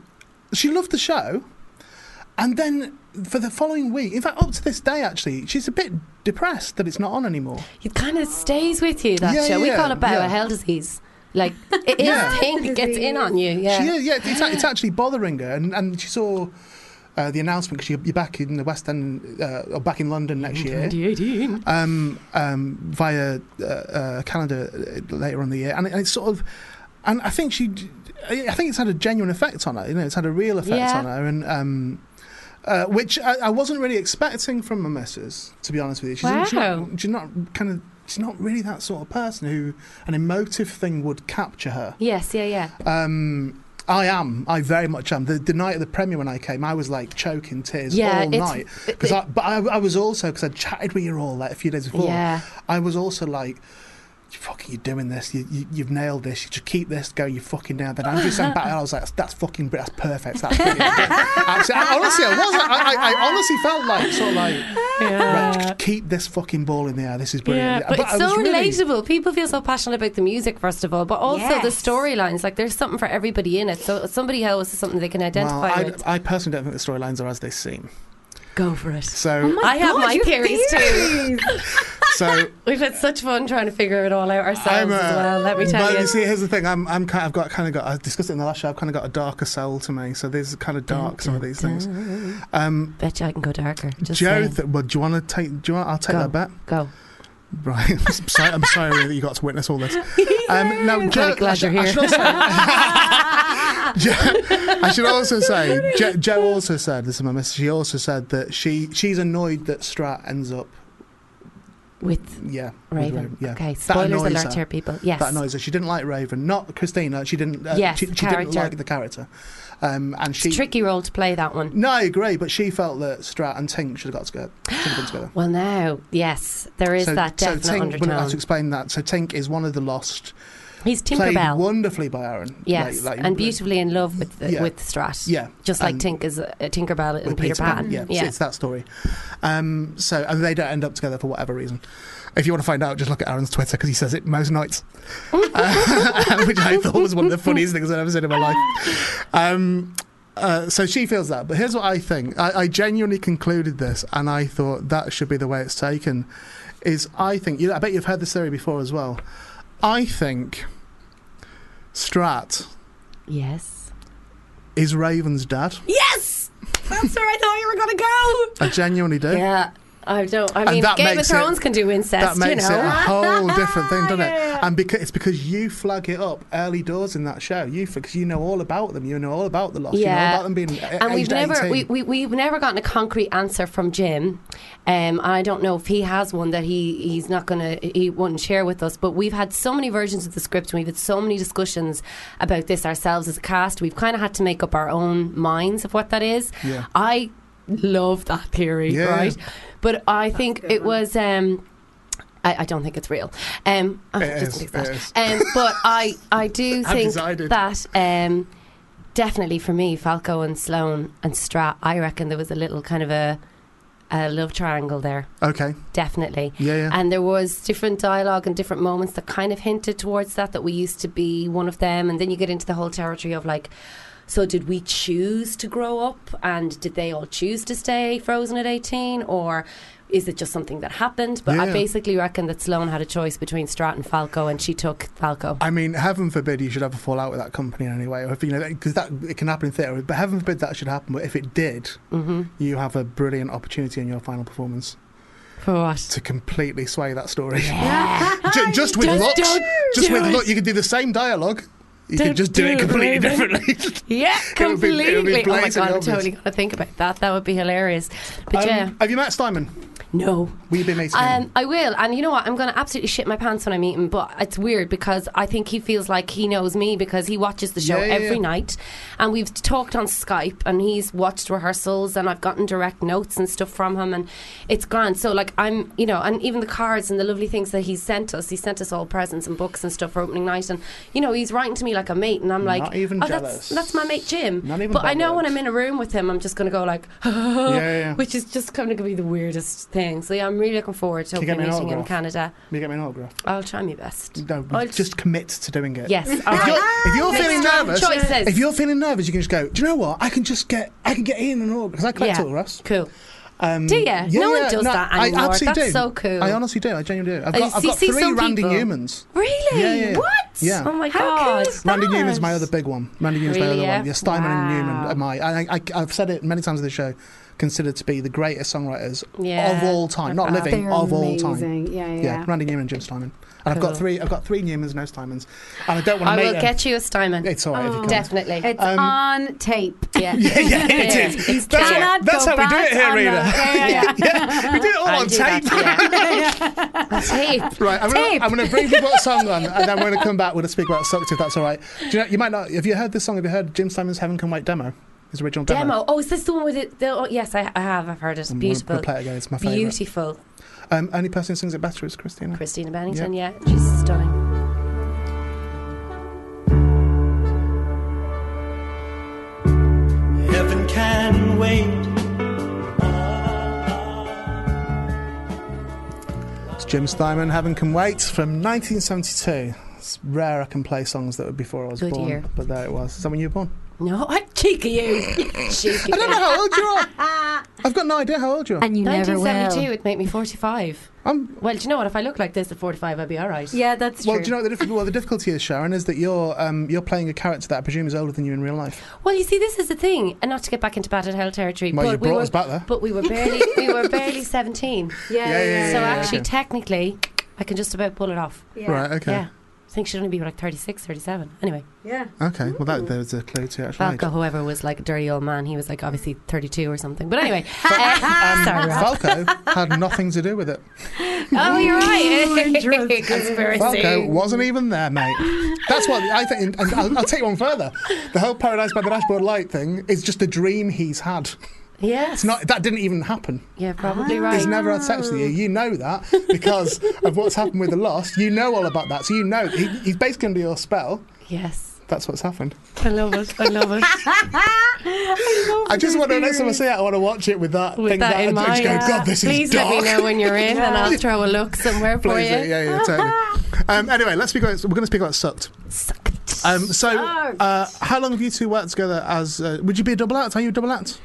S2: she loved the show, and then for the following week, in fact, up to this day, actually, she's a bit depressed that it's not on anymore.
S9: It kind of stays with you that
S2: Yeah,
S9: show. we
S2: yeah,
S9: call it bowel
S2: yeah.
S9: hell disease. Like it is
S2: Yeah.
S9: a thing that gets in on you. Yeah.
S2: She is, yeah, it's,
S9: [gasps]
S2: it's actually bothering her, and, and she saw. Uh, the announcement because you're, you're back in the West End, uh, or back in London next
S9: Mm-hmm.
S2: year.
S9: 2018.
S2: um,
S9: Mm-hmm.
S2: um, via uh, uh, Canada uh, later on in the year, and, it- and it's sort of, and I think she, I think it's had a genuine effect on her. You know, it's had a real effect
S9: Yeah.
S2: on her, and um, uh, which I, I wasn't really expecting from my missus, to be honest with you. She's, she's
S9: Wow.
S2: not, she's not kind of, she's not really that sort of person who an emotive thing would capture her.
S9: Yes. Yeah. Yeah.
S2: Um, I am. I very much am. The, the night of the premiere when I came, I was like choking tears
S9: Yeah,
S2: all
S9: it's-
S2: night. Because I, but I, I was also because I chatted with you all like a few days before.
S9: Yeah.
S2: I was also like. You fucking, you're doing this. You, you, you've nailed this. You just keep this going. You fucking nailed it. And Andrew sang back, and I was like, that's, that's fucking, br- that's perfect. That's
S9: [laughs]
S2: brilliant. Actually, I, honestly, I was. like, I, I, I honestly felt like sort of like, right, just keep this fucking ball in the air. This is
S9: Yeah,
S2: brilliant.
S9: but,
S2: I
S9: it's so
S2: was really-
S9: relatable. People feel so passionate about the music, first of all, but also the
S10: Yes.
S9: storylines. Like, there's something for everybody in it. So somebody else is something they can identify
S2: well, I,
S9: with.
S2: I personally don't think the storylines are as they seem.
S9: Go for it.
S2: So
S9: I have
S10: God,
S9: my
S10: your
S9: theories, too. [laughs]
S2: So
S9: We've had such fun trying to figure it all out
S2: I'm
S9: ourselves
S2: a,
S9: as well. Let me tell
S2: but
S9: you.
S2: see, here's the thing. I'm, I'm kind. I've got kind of got. I discussed it in the last show. I've kind of got a darker soul to me. So these are kind of dark. Some of these things. Um,
S9: Bet you I can go darker. Just
S2: Joe,
S9: saying.
S2: th- well, do you want to take? Do you want? I'll take
S9: Go.
S2: that bet.
S9: go.
S2: Right. [laughs] I'm sorry, I'm sorry that you got to witness
S9: [laughs]
S2: all this. Um, no, Joe.
S9: glad
S2: I should,
S9: you're
S2: I should also, Joe, I should
S9: [laughs]
S2: also say, Joe, Joe also said. This is my message. She also said that she she's annoyed that Strat ends up
S9: [laughs] with
S2: yeah, with
S9: Raven.
S2: yeah.
S9: Okay,
S2: That
S9: spoilers
S2: annoys
S9: alert
S2: her.
S9: here, people. Yes.
S2: That annoys her. She didn't like Raven, not Christina. She didn't. Uh,
S9: Yes,
S2: she,
S9: the
S2: she didn't
S9: character.
S2: like the character. Um, and she
S9: tricky role to play that one.
S2: No, I agree, but she felt that Strat and Tink should have got together. Should have been
S9: [gasps]
S2: together.
S9: Well, now, yes, there is
S2: so,
S9: that
S2: so
S9: definite
S2: Tink,
S9: undertone.
S2: We'll have to explain that. So Tink is one of the lost.
S9: He's
S2: Played
S9: Tinkerbell.
S2: wonderfully by Aaron.
S9: Yes,
S2: Like- like-
S9: and beautifully in love with the,
S2: Yeah.
S9: with Strat.
S2: Yeah,
S9: just like
S2: and-
S9: Tink is uh, Tinkerbell and
S2: with
S9: Peter, Pan.
S2: Yeah, so it's that story. Um, so and they don't end up together for whatever reason. If you want to find out, just look at Aaron's Twitter because he says it most nights, [laughs] Uh, [laughs] which I thought was one of the funniest things I've ever seen in my life. Um, uh, so she feels that, but here's what I think. I, I genuinely concluded this, and I thought that should be the way it's taken. Is I think you know, I bet you've heard this theory before as well. I think Strat
S9: yes
S2: is Raven's dad.
S9: Yes, that's where I thought you were going to go.
S2: I genuinely do.
S9: Yeah, I don't. I
S2: Eh? And
S9: mean,
S2: that
S9: Game of
S2: makes it-
S9: Thrones can do
S2: that
S9: incest.
S2: makes
S9: you know,
S2: it a
S9: [laughs]
S2: whole different thing, doesn't it? And because it's because you flag it up early doors in that show, you because you know all about them, you know all about the loss, you know about them being a-
S9: and we've
S2: aged
S9: never
S2: 18.
S9: we, we, we've never gotten a concrete answer from Jim, um, and I don't know if he has one that he he's not gonna he wouldn't share with us. But we've had so many versions of the script, and we've had so many discussions about this ourselves as a cast. We've kind of had to make up our own minds of what that is.
S8: Yeah.
S9: I love that theory,
S8: Yeah.
S9: right? But I think it was. Um, I, I don't think it's real. Um, I
S8: It
S9: just
S8: is,
S9: fix that.
S8: it is.
S9: Um, but I, I do
S8: I've
S9: think
S8: decided.
S9: that um, definitely for me, Falco and Sloan and Strat, I reckon there was a little kind of a, a love triangle there.
S2: Okay.
S9: Definitely.
S2: Yeah, yeah.
S9: And there was different dialogue and different moments that kind of hinted towards that, that we used to be one of them. And then you get into the whole territory of like, so did we choose to grow up? And did they all choose to stay frozen at 18? Or is it just something that happened? But I
S2: Yeah.
S9: basically reckon that Sloan had a choice between Strat and Falco, and she took Falco.
S2: I mean, heaven forbid you should ever fall out with that company in any way, or if you know, because that it can happen in theatre. But heaven forbid that should happen. But if it did,
S9: Mm-hmm.
S2: you have a brilliant opportunity in your final performance.
S9: For what?
S2: To completely sway that story. [laughs] Ju- just with
S9: Just
S2: looks.
S9: don't
S2: Just
S9: do
S2: with
S9: it.
S2: look, you could do the same dialogue. You could
S9: Don't
S2: just do,
S9: do
S2: it
S9: it,
S2: completely
S9: Raven.
S2: differently.
S9: Yeah,
S2: It would be- it would be
S9: completely. oh
S2: blazingly
S9: my god, I'm
S2: obvious.
S9: totally gonna think about that. That would be hilarious. But
S2: [laughs] Um,
S9: yeah,
S2: Have you met Simon?
S9: No.
S2: Will you be meeting him?
S9: um, I will. And you know what? I'm gonna absolutely shit my pants when I meet him. But it's weird because I think he feels like he knows me because he watches the show
S8: Yeah, yeah,
S9: every
S8: yeah.
S9: night, and we've talked on Skype, and he's watched rehearsals, and I've gotten direct notes and stuff from him, and it's grand. So like I'm, you know, and even the cards and the lovely things that he sent us. He sent us all presents and books and stuff for opening night, and you know he's writing to me like a mate, and I'm like,
S2: Not even
S9: oh,
S2: jealous.
S9: that's that's my mate Jim.
S2: Not even
S9: but I know
S2: bothered.
S9: when I'm in a room with him, I'm just gonna go like, [laughs]
S2: yeah.
S9: which is just kind of going to be the weirdest thing. So yeah, I'm really looking forward to
S2: Can you get
S9: hopefully
S2: me an
S9: meeting in
S2: autograph?
S9: Canada.
S2: Will you get me an autograph?
S9: I'll try my best.
S2: No, just commit to doing it.
S9: Yes,
S2: If
S9: all right.
S2: you're, if you're
S9: Make
S2: feeling
S9: strong
S2: nervous,
S9: choices.
S2: if you're feeling nervous, you can just go. Do you know what? I can just get. I can get Ian an autograph because I collect
S9: Yeah,
S2: autographs.
S9: Cool.
S2: Um,
S9: Do ya? No one does that anymore.
S2: I absolutely
S9: That's
S2: do.
S9: so cool.
S2: I honestly do. I genuinely do. I've
S9: I
S2: got, I've
S9: see-
S2: got
S9: see
S2: three
S9: some
S2: Randy
S9: people.
S2: Newmans.
S9: Really?
S2: Yeah, yeah, yeah.
S9: What?
S2: Yeah.
S9: Oh my god.
S2: Randy Newman's my other big one. Randy Newman's my
S9: Really,
S2: other
S9: yeah?
S2: one. Yeah, Steinman and Newman
S9: Wow.
S2: are my. I, I, I've said it many times on the show. Considered to be the greatest songwriters
S10: Yeah,
S2: of all time, not
S10: they're
S2: living
S10: They're
S2: of all time.
S10: amazing. Yeah, yeah, yeah.
S2: Randy Newman, and Jim Steinman, and I've
S9: Cool.
S2: got three. I've got three Newmans, no Steinmans, and I don't want to
S9: I
S2: make
S9: will get you a Steinman.
S2: It's all right.
S10: Oh,
S2: if you can't.
S9: Definitely.
S10: It's
S2: Um,
S10: on tape.
S9: [laughs]
S2: [laughs]
S9: Yeah.
S2: Yeah, yeah, it is.
S10: It's
S2: That's,
S10: cannot
S2: it. That's how
S10: go
S2: we do
S10: back
S2: it here,
S10: on
S2: Rita.
S10: the- Yeah, yeah,
S2: [laughs]
S10: yeah.
S2: we do it all
S10: I'll
S2: on
S10: do
S2: tape.
S9: tape.
S2: Right, I'm gonna, I'm gonna briefly put a song on, and then we're gonna come back. We're gonna speak about Sucked if that's all right. Do you know? You might not. Have you heard this song? Have you heard Jim Simon's "Heaven Can Wait" demo? His original demo.
S9: Demo. Oh, is this the one with it? The, oh, yes, I, I have. I've heard it.
S2: I'm gonna-
S9: Beautiful.
S2: gonna play it again. It's my favourite.
S9: Beautiful.
S2: Um, only person who sings it better is Christina.
S9: Christina Bennington. Yeah, she's stunning.
S8: Heaven can wait.
S2: It's Jim Steinman. "Heaven Can Wait" from 1972. It's rare I can play songs that were before I was
S9: Good
S2: born,
S9: year.
S2: but there it was. Is that when you were [laughs] born?
S9: No, [laughs] I cheeky you. cheeky.
S2: [laughs] I don't know how old you [laughs] are. I've got no idea how old you are.
S10: And you never
S9: 1972 [laughs]
S10: will.
S9: would make me 45.
S2: Um,
S9: well, do you know what? If I look like this at 45, I'd be all right.
S10: Yeah, that's
S2: Well,
S10: true.
S2: do you know what the, diff- well, the difficulty is, Sharon, is that you're um, you're playing a character that I presume is older than you in real life.
S9: Well, you see, this is the thing, and not to get back into battered hell territory,
S2: Well,
S9: but
S2: you
S9: we
S2: brought
S9: were,
S2: us back there.
S9: But we were
S2: [laughs]
S9: barely, we were barely seventeen.
S2: Yeah, yeah, yeah,
S9: So
S2: yeah,
S9: actually,
S2: yeah.
S9: technically, I can just about pull it off.
S2: Right, okay.
S9: Yeah. think she'd only be like 36, 37. Anyway.
S10: Yeah.
S2: Okay, well, that, there was a clue to your actual age.
S9: Falco, whoever was like a dirty old man, he was like obviously 32 or something. But
S2: [laughs]
S9: anyway,
S2: Um,
S9: sorry, Rob.
S2: Falco had nothing to do with it.
S9: Oh,
S3: [laughs]
S9: you're right. Conspiracy.
S2: Falco wasn't even there, mate. That's what I think. And I'll, I'll take you one further. The whole Paradise by the Dashboard Light thing is just a dream he's had.
S9: [laughs] Yes.
S2: It's not that didn't even happen.
S9: Yeah, probably
S2: He's
S9: right.
S2: never had sex with you. You know that because of what's happened with the lost. You know all about that. So you know he, he's basically under your spell.
S9: Yes.
S2: That's what's happened.
S9: I love it. I love it.
S2: I just want to next time I see it, I want to watch it with that
S9: With
S2: thing
S9: that in
S2: I just
S9: mind.
S2: go, God, this is
S9: Please
S2: dark.
S9: let me know when you're in
S2: [laughs]
S9: and I'll
S2: Yeah.
S9: throw a look somewhere for
S2: Please,
S9: you.
S2: yeah, yeah, totally. um, anyway, let's speak. About, we're going to speak about sucked. Sucked. Um, so,
S9: Oh,
S10: Oh.
S2: uh, how long have you two worked together? As uh, would you be a double act? Are you a double act?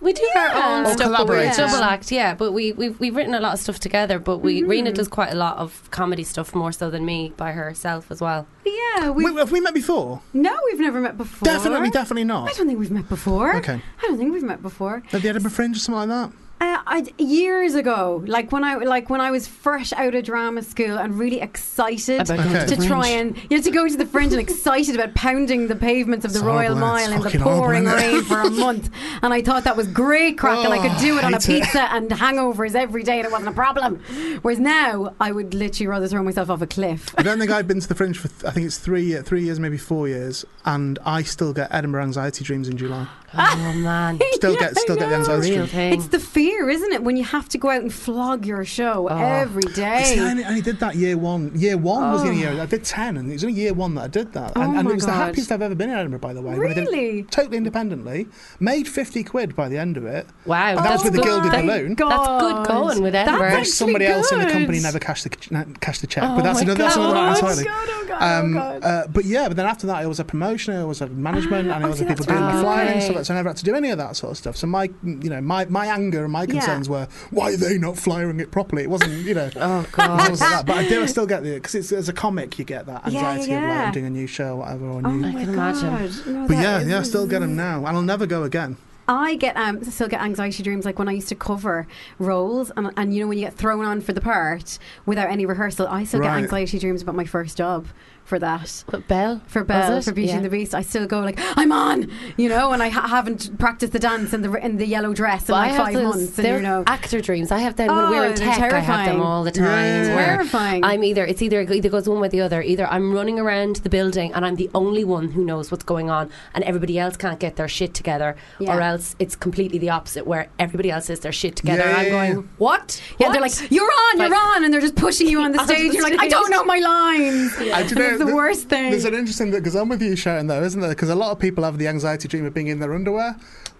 S9: We do our own
S2: Or
S9: stuff, but we're
S2: collaborators.
S9: double act, yeah. But we we've, we've written a lot of stuff together. But we
S10: Mm-hmm.
S9: Rena does quite a lot of comedy stuff more so than me by herself as well.
S10: Yeah, Uh, we
S2: Wait, have we met before?
S10: no, we've never met before.
S2: Definitely, definitely
S10: I
S2: not.
S10: don't think we've met before.
S2: Okay.
S10: I don't think we've met before.
S2: At the Edinburgh Fringe or something like that.
S10: Uh, I, years ago, like when I like when I was fresh out of drama school and really excited
S9: About going
S2: to
S10: to
S2: the
S10: try
S2: Fringe.
S10: and you had to go to the fringe and excited about pounding the pavements of the
S2: It's
S10: Royal
S2: horrible,
S10: Mile
S2: it's
S10: in the
S2: fucking horrible,
S10: pouring
S2: isn't it? [laughs]
S10: rain for a month, and I thought that was great crack, and I could do
S2: Oh,
S10: it on a
S2: hate it.
S10: pizza and hangovers every day, and it wasn't a problem. Whereas now, I would literally rather throw myself off a cliff.
S2: I don't think I've been to the Fringe for. Th- I think it's three, year, three years, maybe four years, and I still get Edinburgh anxiety dreams in July.
S9: Oh
S10: [laughs]
S9: man,
S2: Still
S10: Yeah,
S2: get, still
S10: I
S2: get the
S10: know.
S2: anxiety
S9: real
S2: dreams.
S9: thing.
S10: It's the fear, isn't it, when you have to go out and flog your show
S9: Oh.
S10: every
S2: You See, I,
S10: day?
S2: only, I only did that year one. Year one was the only year I did ten, and it was only year one that I did that. And,
S10: Oh
S2: and
S10: my
S2: it was the
S10: God.
S2: happiest I've ever been in Edinburgh, by the way. when I did it
S10: Really?
S2: totally independently. Made fifty quid by the end of it. that
S9: wow,
S2: was
S9: that's
S2: with the
S9: good.
S2: Gilded
S9: that-
S2: Balloon.
S9: That's good
S10: God.
S9: going with
S10: That's
S9: Edinburgh.
S2: Though
S10: actually
S2: somebody else in the
S10: good.
S2: company never cashed the c- na- cashed the check,
S9: Oh
S2: but that's
S9: my
S2: another that's another matter
S9: God.
S10: Oh,
S2: entirely.
S10: God, oh, God,
S2: Um,
S10: oh, God.
S2: uh, but yeah, but then after that, I always had promotion, I always had management, and I
S10: oh,
S2: always
S10: see,
S2: had people
S10: that's
S2: doing the
S9: right.
S2: flying,
S9: Okay.
S2: so that's I never had to do any of that sort of stuff. So my, you know, my, my anger and my concerns were why are they not flying it properly? It wasn't, you know,
S9: Oh
S2: it was
S9: god.
S2: always like that. But I do I still get the because as a comic, you get that
S10: Yeah, yeah,
S2: anxiety of like
S10: yeah.
S2: I'm doing a new show, or whatever, or a
S10: Oh
S2: new.
S10: my
S9: I can imagine.
S10: God. No,
S2: but
S10: that
S2: yeah,
S10: is-
S2: yeah, I still get them now, and I'll never go again.
S10: I get um, still get anxiety dreams like when I used to cover roles, and, and you know when you get thrown on for the part without any rehearsal, I still
S2: Right.
S10: get anxiety dreams about my first job for that.
S9: But Belle,
S10: For
S9: was
S10: Belle,
S9: it?
S10: for Beauty
S9: Yeah.
S10: and the Beast, I still go like I'm on, you know, and I ha- haven't practiced the dance in the in the yellow dress in
S9: But I
S10: like
S9: have
S10: five
S9: those-
S10: months, and
S9: they're
S10: you know,
S9: actor dreams. I have them when we're in
S10: Oh, they're
S9: tech. I have them
S10: terrifying.
S9: all the time.
S2: Yeah.
S9: where
S10: Terrifying.
S9: I'm either it's either either goes one way or the other. Either I'm running around the building and I'm the only one who knows what's going on, and everybody else can't get their shit together,
S10: Yeah.
S9: or else it's completely the opposite where everybody else has their shit together.
S2: Yeah,
S9: and I'm
S2: yeah, yeah.
S9: going what?
S10: yeah,
S9: What?"
S10: they're like you're on, you're
S9: Like-
S10: on, and they're just
S2: [laughs]
S10: pushing you on
S9: [laughs]
S10: the
S9: On the
S10: stage. you're like I
S9: stage.
S10: don't know my lines.
S2: I
S10: It's
S2: don't know,
S10: the
S2: th-
S10: worst thing.
S2: There's an interesting thing because I'm with you, Sharon, though, isn't there? Because a lot of people have the anxiety dream of being in their underwear,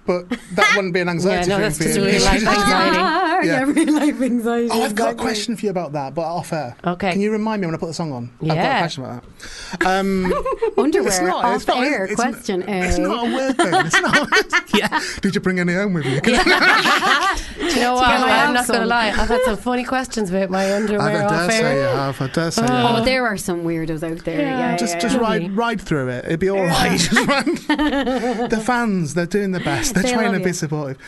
S2: but that wouldn't be
S10: [laughs]
S2: an
S9: yeah,
S2: anxiety
S9: no,
S2: dream
S9: that's
S2: for
S9: just
S2: you.
S9: real
S2: [laughs]
S9: life anxiety.
S10: Ah,
S2: Yeah.
S10: yeah. real life anxiety.
S2: Oh, I've got a
S10: exactly.
S2: question for you about that, but off air.
S9: Okay.
S2: Can you remind me when I put the song on? I've got a
S9: Yeah.
S2: question about that. Um,
S10: [laughs] Underwear
S2: it's not.
S10: off
S2: it's not,
S10: air
S2: it's,
S10: question. eh?
S2: [laughs] It's not a weird thing. It's
S10: [laughs]
S2: not. yeah. Did you bring any home with you? 'Cause
S9: Do you know what?
S10: Can I have
S9: I'm not going to
S10: some?
S9: lie. I've had some funny questions about
S2: [laughs]
S9: my
S2: I
S9: underwear
S2: dare
S9: off
S2: say you
S9: air.
S2: have. I dare say you
S10: Oh,
S2: have.
S10: there are some weirdos out there. Yeah, yeah,
S2: Just,
S10: yeah,
S2: just
S10: yeah.
S2: ride, ride through it. It'd be all [laughs] right. Just ride. [laughs] the fans, they're doing their best. They're
S9: They
S2: trying
S9: love
S2: to be
S9: you.
S2: supportive.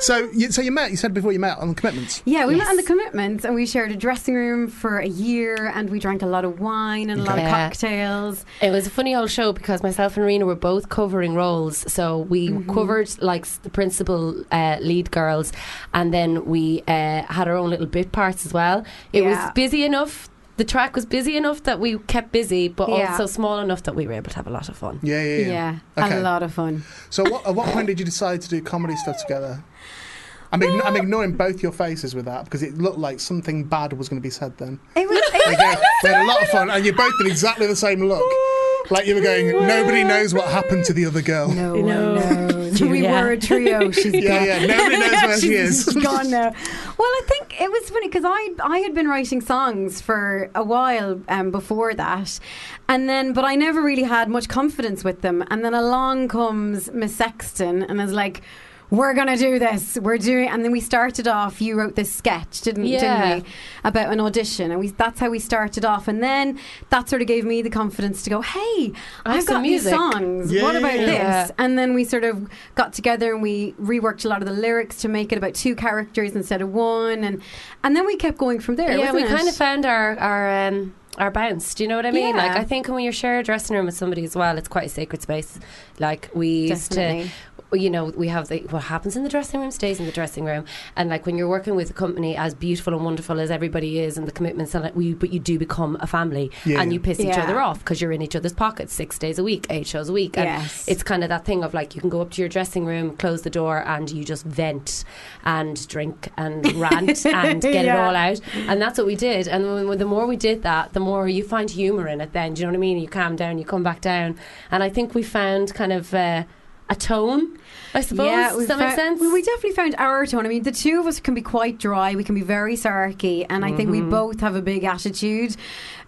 S2: So, you, so you met. You said before you met on commitments.
S10: Yeah, we met on the commitments and we shared a dressing room for a year and we drank a lot of wine and a lot of
S9: Okay. Yeah.
S10: cocktails.
S9: It was a funny old show because myself and Rena were both covering roles. So we
S10: Mm-hmm.
S9: covered like s- the principal uh, lead girls, and then we uh, had our own little bit parts as well. It
S10: Yeah.
S9: was busy enough. The track was busy enough that we kept busy, but
S10: Yeah.
S9: also small enough that we were able to have a lot of fun.
S2: Yeah, yeah,
S10: Yeah,
S2: yeah.
S10: a
S2: Okay.
S10: lot of fun.
S2: So, what, at what point did you decide to do comedy stuff together? I'm, ign- I'm ignoring both your faces with that because it looked like something bad was going to be said then.
S10: It was, it was-
S2: Like, uh, we had a lot of fun, and you both did exactly the same look. Like you were going, nobody knows what happened to the other girl.
S10: no one knows. we
S9: Julia.
S10: were a trio. She's
S2: Yeah,
S10: gone.
S2: yeah, nobody knows
S10: [laughs]
S2: where she is.
S10: She's gone now. Well, I think it was funny because I I had been writing songs for a while um, before that, and then but I never really had much confidence with them. And then along comes Miss Sexton and is like. we're gonna do this. We're doing, and then we started off. You wrote this sketch, didn't,
S9: Yeah.
S10: didn't we, about an audition, and we that's how we started off, and then that sort of gave me the confidence to go, hey,
S9: I have
S10: I've
S9: some
S10: got these
S9: music.
S10: songs. What about
S9: Yeah.
S10: this?
S9: Yeah.
S10: And then we sort of got together and we reworked a lot of the lyrics to make it about two characters instead of one, and and then we kept going from there.
S9: Yeah,
S10: wasn't
S9: we
S10: it?
S9: kind of found our our um, our bounce. Do you know what I mean? Like
S10: Yeah.
S9: I think when you share a dressing room with somebody as well, it's quite a sacred space. Like we used
S10: Definitely.
S9: to. You know, we have the, what happens in the dressing room stays in the dressing room, and like when you're working with a company as beautiful and wonderful as everybody is, and the commitments, and like we, but you do become a family,
S10: Yeah.
S9: and you piss each
S10: Yeah.
S9: other off because you're in each other's pockets six days a week, eight shows a week, and
S10: Yes.
S9: it's kind of that thing of like you can go up to your dressing room, close the door, and you just vent and drink
S10: [laughs]
S9: and rant and get it
S10: Yeah.
S9: all out. And that's what we did. And when- when- the more we did that, the more you find humor in it. Then do you know what I mean? You calm down, you come back down. And I think we found kind of uh, a tone. I suppose. Does that make
S10: found-
S9: sense?
S10: We, we definitely found our tone. I mean, the two of us can be quite dry. We can be very sarky, and I think we
S9: Mhm.
S10: both have a big attitude.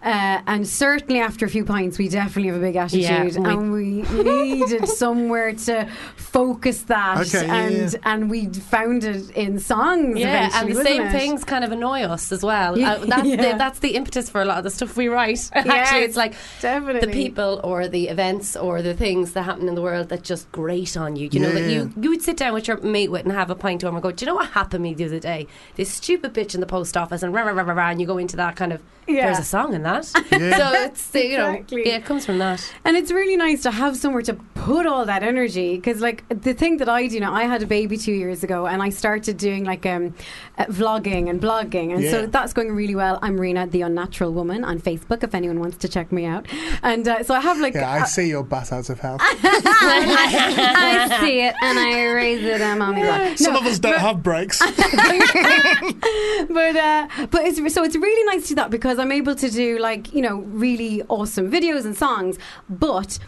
S10: Uh, and certainly after a few pints, we definitely have a big attitude,
S9: we-
S10: and
S9: [laughs]
S10: we needed somewhere to focus that.
S9: Okay, yeah,
S10: and
S9: yeah.
S10: and we found it in songs.
S9: yeah,
S10: eventually,
S9: and the
S10: wasn't
S9: same
S10: it?
S9: things kind of annoy us as well.
S10: Yeah.
S9: Uh, that's,
S10: [laughs] Yeah.
S9: the, that's the impetus for a lot of the stuff we write. [laughs]
S10: Yes,
S9: Actually, it's like
S10: definitely.
S9: the people or the events or the things that happen in the world that just grate on you. You know, that
S10: Yeah.
S9: you, you would sit down with your mate with and have a pint to him and go, Do you know what happened to me the other day? This stupid bitch in the post office and rah, rah, rah, rah, rah, and you go into that kind of,
S10: Yeah.
S9: there's a song in that.
S10: [laughs] Yeah.
S9: So it's, uh, you know,
S10: Exactly.
S9: yeah, it comes from that.
S10: And it's really nice to have somewhere to put all that energy because, like, the thing that I do now, I had a baby two years ago, and I started doing like um, uh, vlogging and blogging, and so
S11: Yeah.
S10: that's going really well. I'm Rena, the unnatural woman, on Facebook. If anyone wants to check me out, and uh, so I have like
S2: Yeah,
S10: uh,
S2: I see your butt out of hell.
S10: [laughs] I, I see it and I raise it. I'm on the
S2: Some of us don't have breaks.
S10: [laughs] but uh, but it's so it's really nice to do that because I'm able to do like you know really awesome videos and songs, but.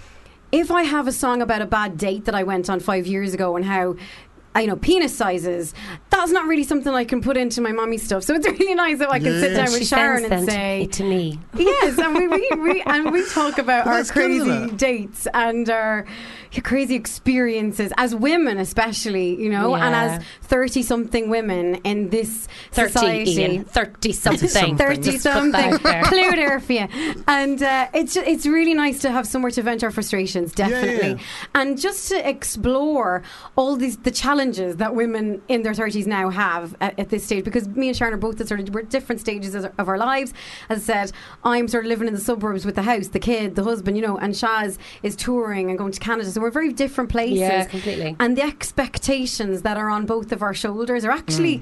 S10: If I have a song about a bad date that I went on five years ago and how, uh, you know, penis sizes, that's not really something I can put into my mommy stuff. So it's [laughs] really nice that I can sit
S9: Yeah.
S10: down
S9: She
S10: with Sharon
S9: sends
S10: and
S9: them
S10: say
S9: to me.
S10: Yes, and we, we, we and we talk about
S9: But
S10: our
S9: that's good, isn't
S10: crazy
S9: it?
S10: dates and our crazy experiences as women, especially you know, and
S9: Yeah.
S10: as thirty-something women in this
S9: 30,
S10: society.
S9: Ian. 30 something.
S10: [laughs] Thirty
S9: Let's put that
S10: something.
S9: [laughs]
S10: [laughs]
S9: out there.
S10: Clear there for you. And uh, it's ju- it's really nice to have somewhere to vent our frustrations,
S9: yeah.
S10: definitely, and just to explore all these the challenges that women in their thirties now have at, at this stage. Because me and Sharon are both at sort of we're at different stages of of our lives. As I said, I'm sort of living in the suburbs with the house, the kid, the husband, you know, and Shaz is touring and going to Canada. So we're very different places.
S9: Yeah, completely.
S10: And the expectations that are on both of our shoulders are
S9: Mm.
S10: actually.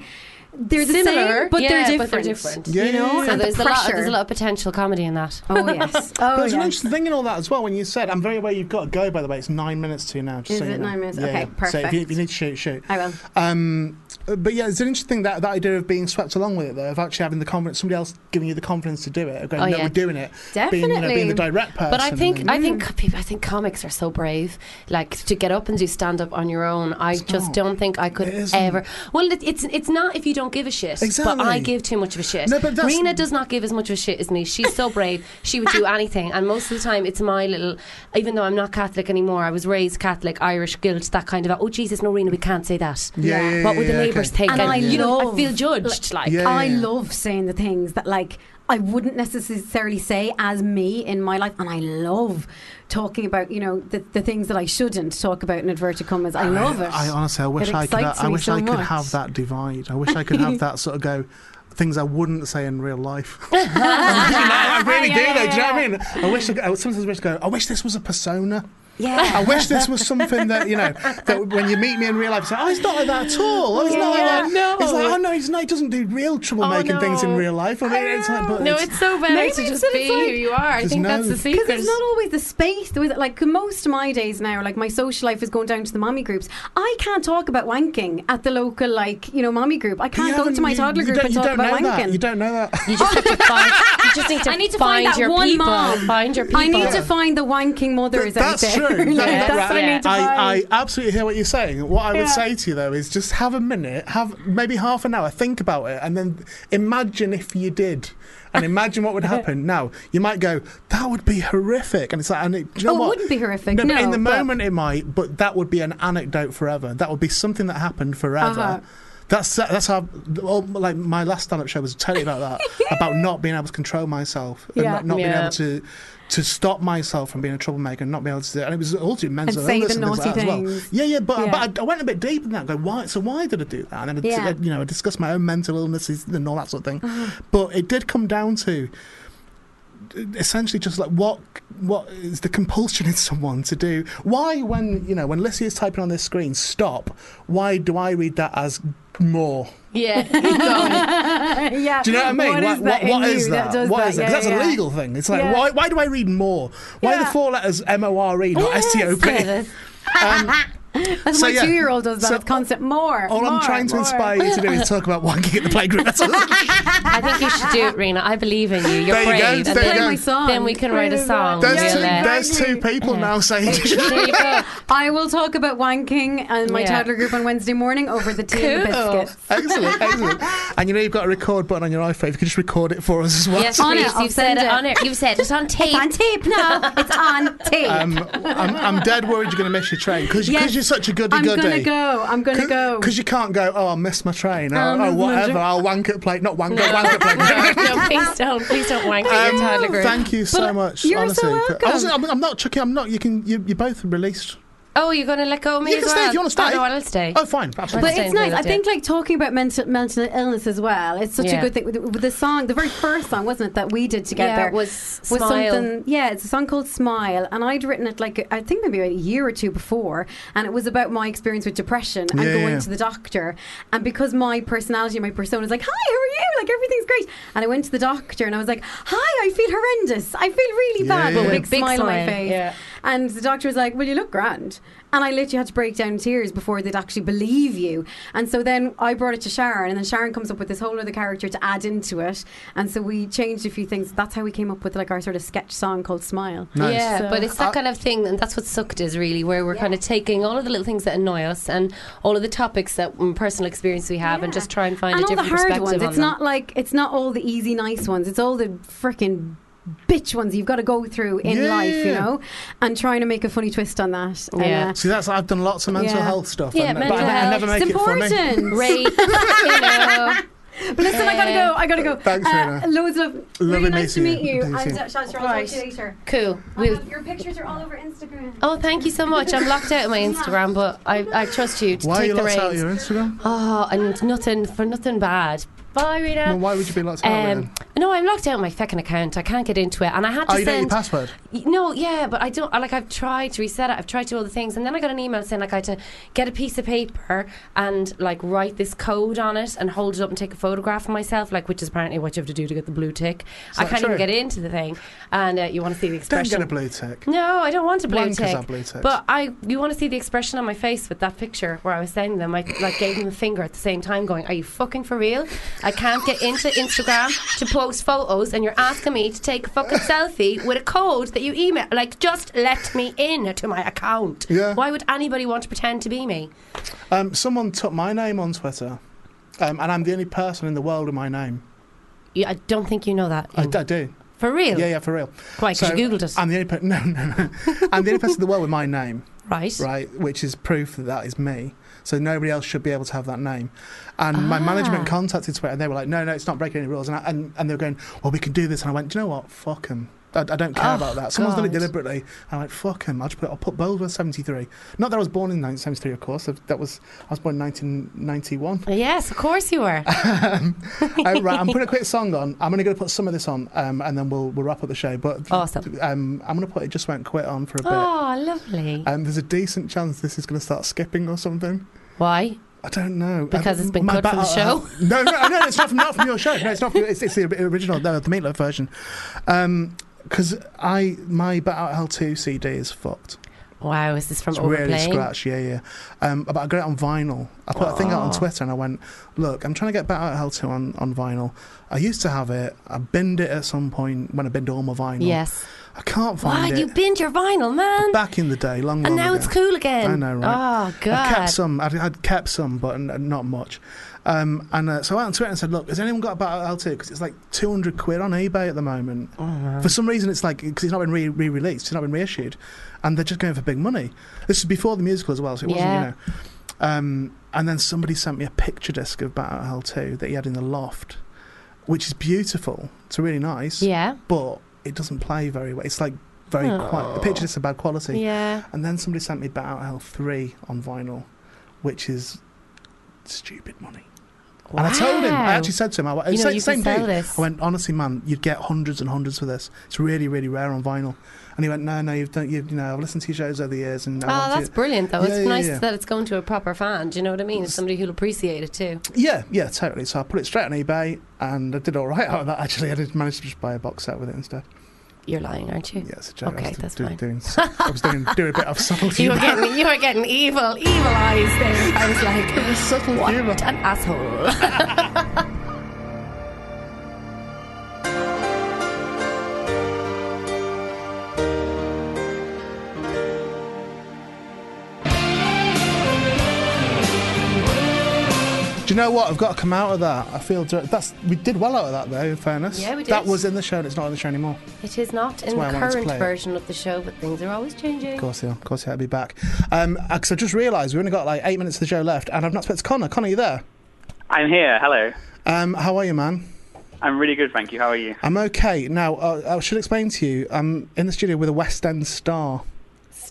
S10: They're the
S9: Similar,
S10: same, but
S9: yeah,
S10: they're different.
S9: but they're different.
S10: You know,
S9: So
S10: and the
S9: there's a lot-
S10: pressure.
S9: there's a lot of potential comedy in that.
S10: Oh yes.
S2: But
S10: Oh
S2: there's an
S10: yeah.
S2: interesting thing in all that as well. When you said, "I'm very aware you've got to go," by the way, it's nine minutes to you now. Just
S10: Is
S2: so you
S10: it
S2: know.
S10: nine minutes?
S2: Yeah,
S10: Okay,
S2: yeah. So if
S10: perfect.
S2: you, if you need to shoot, shoot.
S10: I will.
S2: Um, but yeah, it's an interesting that that idea of being swept along with it, though, of actually having the confidence, somebody else giving you the confidence to do it, of going,
S9: Oh,
S2: "No,
S9: yeah.
S2: we're doing it." Being, you know, being the direct person.
S9: But I
S2: and
S9: think
S2: then-
S9: I think people I think comics are so brave. Like to get up and do stand up on your own. I just don't think I could ever. Well, it, it's it's not if you don't give a shit. But I
S11: Exactly.
S9: give too much of a shit.
S11: No, but that's-
S9: Rena does not give as much of a shit as me. She's so brave.
S11: [laughs]
S9: she would do anything. And most of the time, it's my little. Even though I'm not Catholic anymore, I was raised Catholic, Irish guilt, that kind of. Oh Jesus, no, Rena, we can't say that.
S10: Yeah, yeah, yeah,
S9: what would the
S10: yeah,
S9: neighbours
S10: okay.
S9: think?
S10: And I
S9: you know, I
S10: love-
S9: feel judged. Like
S10: I love saying the things that like I wouldn't necessarily say as me in my life, and I love talking about you know the, the things that I shouldn't talk about in inverted commas. I love it.
S2: I honestly, I wish
S10: It
S2: I could. uh,
S10: excites
S2: I
S10: me
S2: wish
S10: so
S2: I could
S10: much.
S2: have that divide. I wish I could
S10: [laughs]
S2: have that sort of go. Things I wouldn't say in real life. [laughs] I really do, though. Do you know what I mean? I wish I, could- I sometimes wish I go. I wish this was a persona.
S10: Yeah.
S2: I wish this was something that you know that when you meet me in real life, you say, "Oh, he's not like that at all. Oh, he's not like
S9: Yeah,
S2: that."
S9: no.
S2: It's like, "Oh no, he's not. He doesn't do real
S10: Oh,
S2: troublemaking
S9: no.
S2: things in real life." I mean, it's like, but
S9: No, it's so better
S10: Maybe
S9: to
S10: it's
S9: just
S10: that
S9: be
S10: it's like-
S9: who you are. I
S2: There's
S9: think
S2: no-
S9: that's the secret.
S10: Because it's not always the space. There was like 'cause most of my days now, like my social life is going down to the mommy groups. I can't talk about wanking at the local like you know mommy group. I
S2: You
S10: can't go
S2: haven't-
S10: to my
S2: you-
S10: toddler
S2: you
S10: group
S2: don't-
S10: and
S2: you
S10: talk
S2: don't
S10: about
S2: know
S10: wanking.
S2: That. You don't know that.
S9: You just have to find. You just need to
S10: I need to
S9: find
S10: find, that
S9: your
S10: one
S9: people.
S10: mom.
S9: Find your
S10: I need
S9: people.
S10: to find the wanking mothers out
S2: That's true.
S10: there. [laughs] Like,
S2: That-
S10: that's
S2: that-
S10: what I need to find.
S2: I, I absolutely hear what you're saying. What I would
S10: Yeah.
S2: say to you though is just have a minute, have maybe half an hour, think about it, and then imagine if you did, and imagine
S10: [laughs]
S2: what would happen. Now you might go, "That would be horrific," and it's like, and it, do you know
S10: Oh, it
S2: what?
S10: wouldn't be horrific,
S2: No, but in
S10: no,
S2: the
S10: but-
S2: moment it might, but that would be an anecdote forever. That would be something that happened forever.
S10: Uh-huh.
S2: That's that's how well, like my last stand-up show was totally about
S10: [laughs]
S2: that about not being able to control myself and
S10: Yeah.
S2: not, not being
S9: Yeah.
S2: able to to stop myself from being a troublemaker and not being able to do it. And it was all to mental
S10: say the
S2: illness and things
S10: naughty
S2: like that as well.
S10: things.
S2: Yeah, yeah, but,
S10: Yeah.
S2: but I, I went a bit deep in that. Go, why? So why did I do that? And then I,
S10: Yeah. Uh-huh.
S2: you know I discussed my own mental illnesses and all that sort of thing. But it did come down to essentially just like what what is the compulsion in [laughs] someone to do why when you know when Lissy is typing on this screen stop why do I read that as more
S9: Yeah.
S10: [laughs] yeah.
S2: do you know what I mean?
S10: What is that? in
S2: what
S10: you
S2: is that?
S10: does
S2: What
S10: that?
S2: is that?
S10: Yeah,
S2: 'Cause
S10: yeah,
S2: that's
S10: yeah.
S2: a legal thing. It's like,
S10: Yeah.
S2: why, why do I read more? Why are the
S10: Yeah.
S2: four letters M O R E, not S T O P?
S10: That's
S2: So,
S10: my
S2: yeah.
S10: two-year-old does that
S2: So-
S10: concept more.
S2: All I'm
S10: more,
S2: trying to
S10: more.
S2: inspire
S10: [laughs]
S2: you to do is talk about wanking at the playground. That's [laughs] all.
S9: I think you should do it, Rena. I believe in you. You're
S2: There you
S9: brave.
S2: go,
S9: And
S2: there
S9: then,
S2: you go.
S10: Play my song.
S9: then we can write a song.
S2: There's,
S9: Yeah,
S2: two,
S9: yeah.
S2: there's two people now saying you should.
S9: There you [laughs] go.
S10: I will talk about wanking and my
S9: Yeah.
S10: toddler group on Wednesday morning over the tea and the
S9: Cool.
S10: biscuit.
S2: [laughs] Excellent, excellent. And you know you've got a record button on your iPhone. You can just record it for us as well.
S9: Yes,
S10: On it,
S9: please.
S10: I'll
S9: You've said
S10: send
S9: it
S10: it.
S9: on it. You've said it's on tape.
S10: It's on tape now. It's on tape.
S2: Um, I'm, I'm dead worried you're going to miss your train because
S10: Yes.
S2: you're such a goody
S10: I'm
S2: goody.
S10: gonna go. I'm gonna go.
S2: Because you can't go, oh, I missed my train, or,
S10: Oh, I
S2: oh,
S10: missed my
S2: whatever,
S10: train."
S2: I'll wank at play. Not wank, no. wank at play. Um,
S9: no, please don't. Please don't wank at your toddler group.
S2: Thank you so
S10: But, uh,
S2: much.
S10: you're
S2: honestly,
S10: so
S2: But I
S10: welcome.
S2: wasn't, I'm, I'm not chucking. I'm not. You can. You, you're both released.
S9: Oh, you're going to let go of me
S2: you
S9: as
S2: can stay
S9: well?
S2: if you want to stay.
S9: Oh, no, I'll stay.
S2: Oh, fine. Absolutely.
S10: But
S9: Staying
S10: it's nice. I
S9: with it.
S10: think like talking about mental mental illness as well. It's such
S9: Yeah.
S10: a good thing. With, with the song, the very first song wasn't it that we did together
S9: Yeah, it was Smile.
S10: something. Yeah, it's a song called Smile, and I'd written it like I think maybe a year or two before, and it was about my experience with depression and
S2: Yeah,
S10: going
S2: yeah.
S10: to the doctor. And because my personality, my persona is like, "Hi, how are you? Like everything's great." And I went to the doctor and I was like, "Hi, I feel horrendous. I feel really
S2: Yeah,
S10: bad."
S2: yeah.
S10: With
S2: But
S10: a big,
S9: with a big
S10: smile, on my
S9: smile,
S10: face.
S9: yeah.
S10: And the doctor was like, Well, you look grand. And I literally had to break down in tears before they'd actually believe you. And so then I brought it to Sharon, and then Sharon comes up with this whole other character to add into it. And so we changed a few things. That's how we came up with like our sort of sketch song called Smile.
S2: Nice.
S9: Yeah,
S10: So- uh,
S9: but it's that kind of thing, and that's what sucked is really, where we're kind of taking all of the little things that annoy us and all of the topics that mm, personal experience we have, and
S10: Yeah.
S9: just try and find
S10: and
S9: a
S10: all
S9: different
S10: the hard
S9: perspective
S10: ones.
S9: on
S10: It's
S9: them.
S10: not like it's not all the easy, nice ones. It's all the freaking bitch ones you've got to go through in
S2: Yeah.
S10: life, you know. And trying to make a funny twist on that. And,
S9: Yeah.
S10: uh,
S2: See, that's I've done lots of mental
S10: Yeah.
S2: health stuff.
S9: Yeah,
S2: and-
S9: mental
S2: but I, I
S9: health.
S2: never make
S10: it's
S2: it funny.
S10: important. [laughs]
S9: rape, you know.
S10: But listen, I gotta go. I gotta go.
S2: Thanks,
S10: uh,
S2: Rena.
S10: Loads of really
S2: Lovely
S10: nice to
S2: meeting
S10: meet
S2: you.
S10: you.
S2: Good
S10: And
S2: to see you.
S10: uh, Shall, shall I talk to you later?
S9: Cool.
S10: I
S9: We'll,
S10: love- your pictures are all over Instagram.
S9: oh, thank you so much. I'm locked out
S10: [laughs]
S9: of my Instagram, but I, I trust you to
S2: Why are
S9: take
S2: you
S9: the
S2: locked out of
S9: reins.
S2: your Instagram?
S9: Oh, and nothing for nothing bad. Bye, Rita.
S2: Well, why would you be locked out? of it
S9: Um,
S2: then?
S9: no, I'm locked out of my feckin' account. I can't get into it, and I had to
S2: Oh, you don't need your
S9: send.
S2: password.
S9: Y- No, yeah, but I don't. I- Like I've tried to reset it. I've tried to do all the things, and then I got an email saying like I had to get a piece of paper and like write this code on it and hold it up and take a photograph of myself, like which is apparently what you have to do to get the blue tick. I
S2: that
S9: can't
S2: true?
S9: even get into the thing, and uh, you want to see the
S2: Don't
S9: expression.
S2: get a blue tick.
S9: no, I don't want a blue
S2: Wankers
S9: tick.
S2: have blue ticks.
S9: But I, you want to see the expression on my face with that picture where I was sending them. I like gave them a finger at the same time, going, "Are you fucking for real? I can't get into Instagram to post photos, and you're asking me to take
S2: [laughs]
S9: a fucking selfie with a code that you email. Like, just let me in to my account.
S2: Yeah.
S9: Why would anybody want to pretend to be me?
S2: Um, someone took my name on Twitter, um, and I'm the only person in the world with my name.
S9: Yeah, I don't think you know that.
S2: I,
S9: Ian.
S2: I do.
S9: for real?
S2: Yeah, um, yeah, for real.
S9: Why? 'Cause you googled it,
S2: I'm the only person. [laughs] No, no, no. I'm the only person in the world with my name.
S9: right?
S2: right? Which is proof that that is me. So nobody else should be able to have that name. And
S9: Ah.
S2: my management contacted Twitter, and they were like, "No, no, it's not breaking any rules." And I, and, and they were going, "Well, we can do this." And I went, "Do you know what? Fuck 'em. I, I don't care
S9: Oh,
S2: about that. Someone's done it
S9: God.
S2: deliberately. And I went, fuck him. I'll just put, I'll put Boulder 73. Not that I was born in 1973, of course. That was, I was born in
S9: [laughs]
S2: 1991.
S9: Yes, of course
S2: [laughs]
S9: you were.
S2: Uh, right, I'm putting a quick song on. I'm only going to put some of this on, um, and then we'll, we'll wrap up the show. But
S9: Awesome.
S2: um, I'm going to put It Just Won't Quit on for a bit.
S9: oh, lovely.
S2: Um, there's a decent chance this is going to start skipping or something.
S9: Why?
S2: I don't know
S9: Because
S2: I-
S9: it's been
S2: my
S9: cut from the show?
S2: [laughs] no, no, no, it's not from not from your show. No, it's not. From, it's, it's the original, no, the meatloaf Um, version. Because I my bat out L two CD is fucked.
S9: Wow, is this from
S2: it's
S9: overplaying?
S2: really scratch, yeah, yeah. Um, but I got it on vinyl. I put a thing out on
S9: Aw.
S2: Twitter and I went, look, I'm trying to get better at how to on, on vinyl. I used to have it. I binned it at some point when I binned all my vinyl.
S9: Yes.
S2: I can't
S9: Why
S2: find it.
S9: you binned your vinyl, man?
S2: Back in the day, long,
S9: And
S2: long
S9: now
S2: ago.
S9: it's cool again.
S2: I know, right?
S9: Oh god.
S2: I kept some. I'd, I'd kept some, but n- not much. Um, and uh, so I went on Twitter and said, "Look, has anyone got a battle L2? Because it's like 200 quid on eBay at the moment.
S9: Oh,
S2: For some reason, it's like because it's not been re- re-released, it's not been reissued, and they're just going for big money. This is before the musical as well, so it wasn't,
S9: Yeah.
S2: you know. Um, and then somebody sent me a picture disc of Battle L2 that he had in the loft, which is beautiful. It's really nice.
S9: Yeah.
S2: But it doesn't play very well. It's like very quiet. The
S9: Oh.
S2: picture discs are bad quality.
S9: Yeah.
S2: And then somebody sent me Bat Out Hell 3 on vinyl, which is stupid money. And I told him, I
S9: Wow.
S2: actually said to him, I went,
S9: You know,
S2: same,
S9: you
S2: same
S9: can sell
S2: day,
S9: this.
S2: I went, honestly, man, you'd get hundreds and hundreds for this. It's really, really rare on vinyl. And he went, no, no, you've done, you've, you know, I've listened to your shows over the years. and I
S9: Oh,
S2: want
S9: that's
S2: you-
S9: brilliant though.
S2: Yeah,
S9: it's
S2: yeah,
S9: nice
S2: yeah.
S9: that it's going to a proper fan. Do you know what I mean? It's somebody who'll appreciate it too.
S2: Yeah, yeah, totally. So I put it straight on eBay and I did all right out of that, actually. I did manage to just buy a box set with it instead.
S9: You're lying, aren't you?
S2: Yeah, it's a joke. I
S9: Okay,
S2: was
S9: that's
S2: do-
S9: fine.
S2: Doing, I was doing, doing a bit
S9: [laughs]
S2: of subtlety.
S9: You
S2: [laughs]
S9: were
S2: there.
S9: getting you were getting evil, evil eyes there. I was
S2: [laughs]
S9: like,
S2: it was subtle
S9: what
S2: humour.
S9: an asshole.
S2: Do you know what? I've got to come out of that. I feel dir- that's we did well out of that though. In fairness,
S9: Yeah, we did.
S2: That was in the show. and It's not in the show anymore.
S9: It is not in
S2: why
S9: the
S2: I wanted to
S9: current
S2: play it.
S9: version of the show, but things are always changing.
S2: Of course, yeah. Of course, yeah. I'll be back. Um, because I just realised we only got like eight minutes of the show left, and I've not spoken to Connor. Connor, you there?
S6: I'm here. Hello.
S2: Um, how are you, man?
S6: I'm really good, thank you. How are you?
S2: I'm okay. Now, uh, I should explain to you. I'm in the studio with a West End star.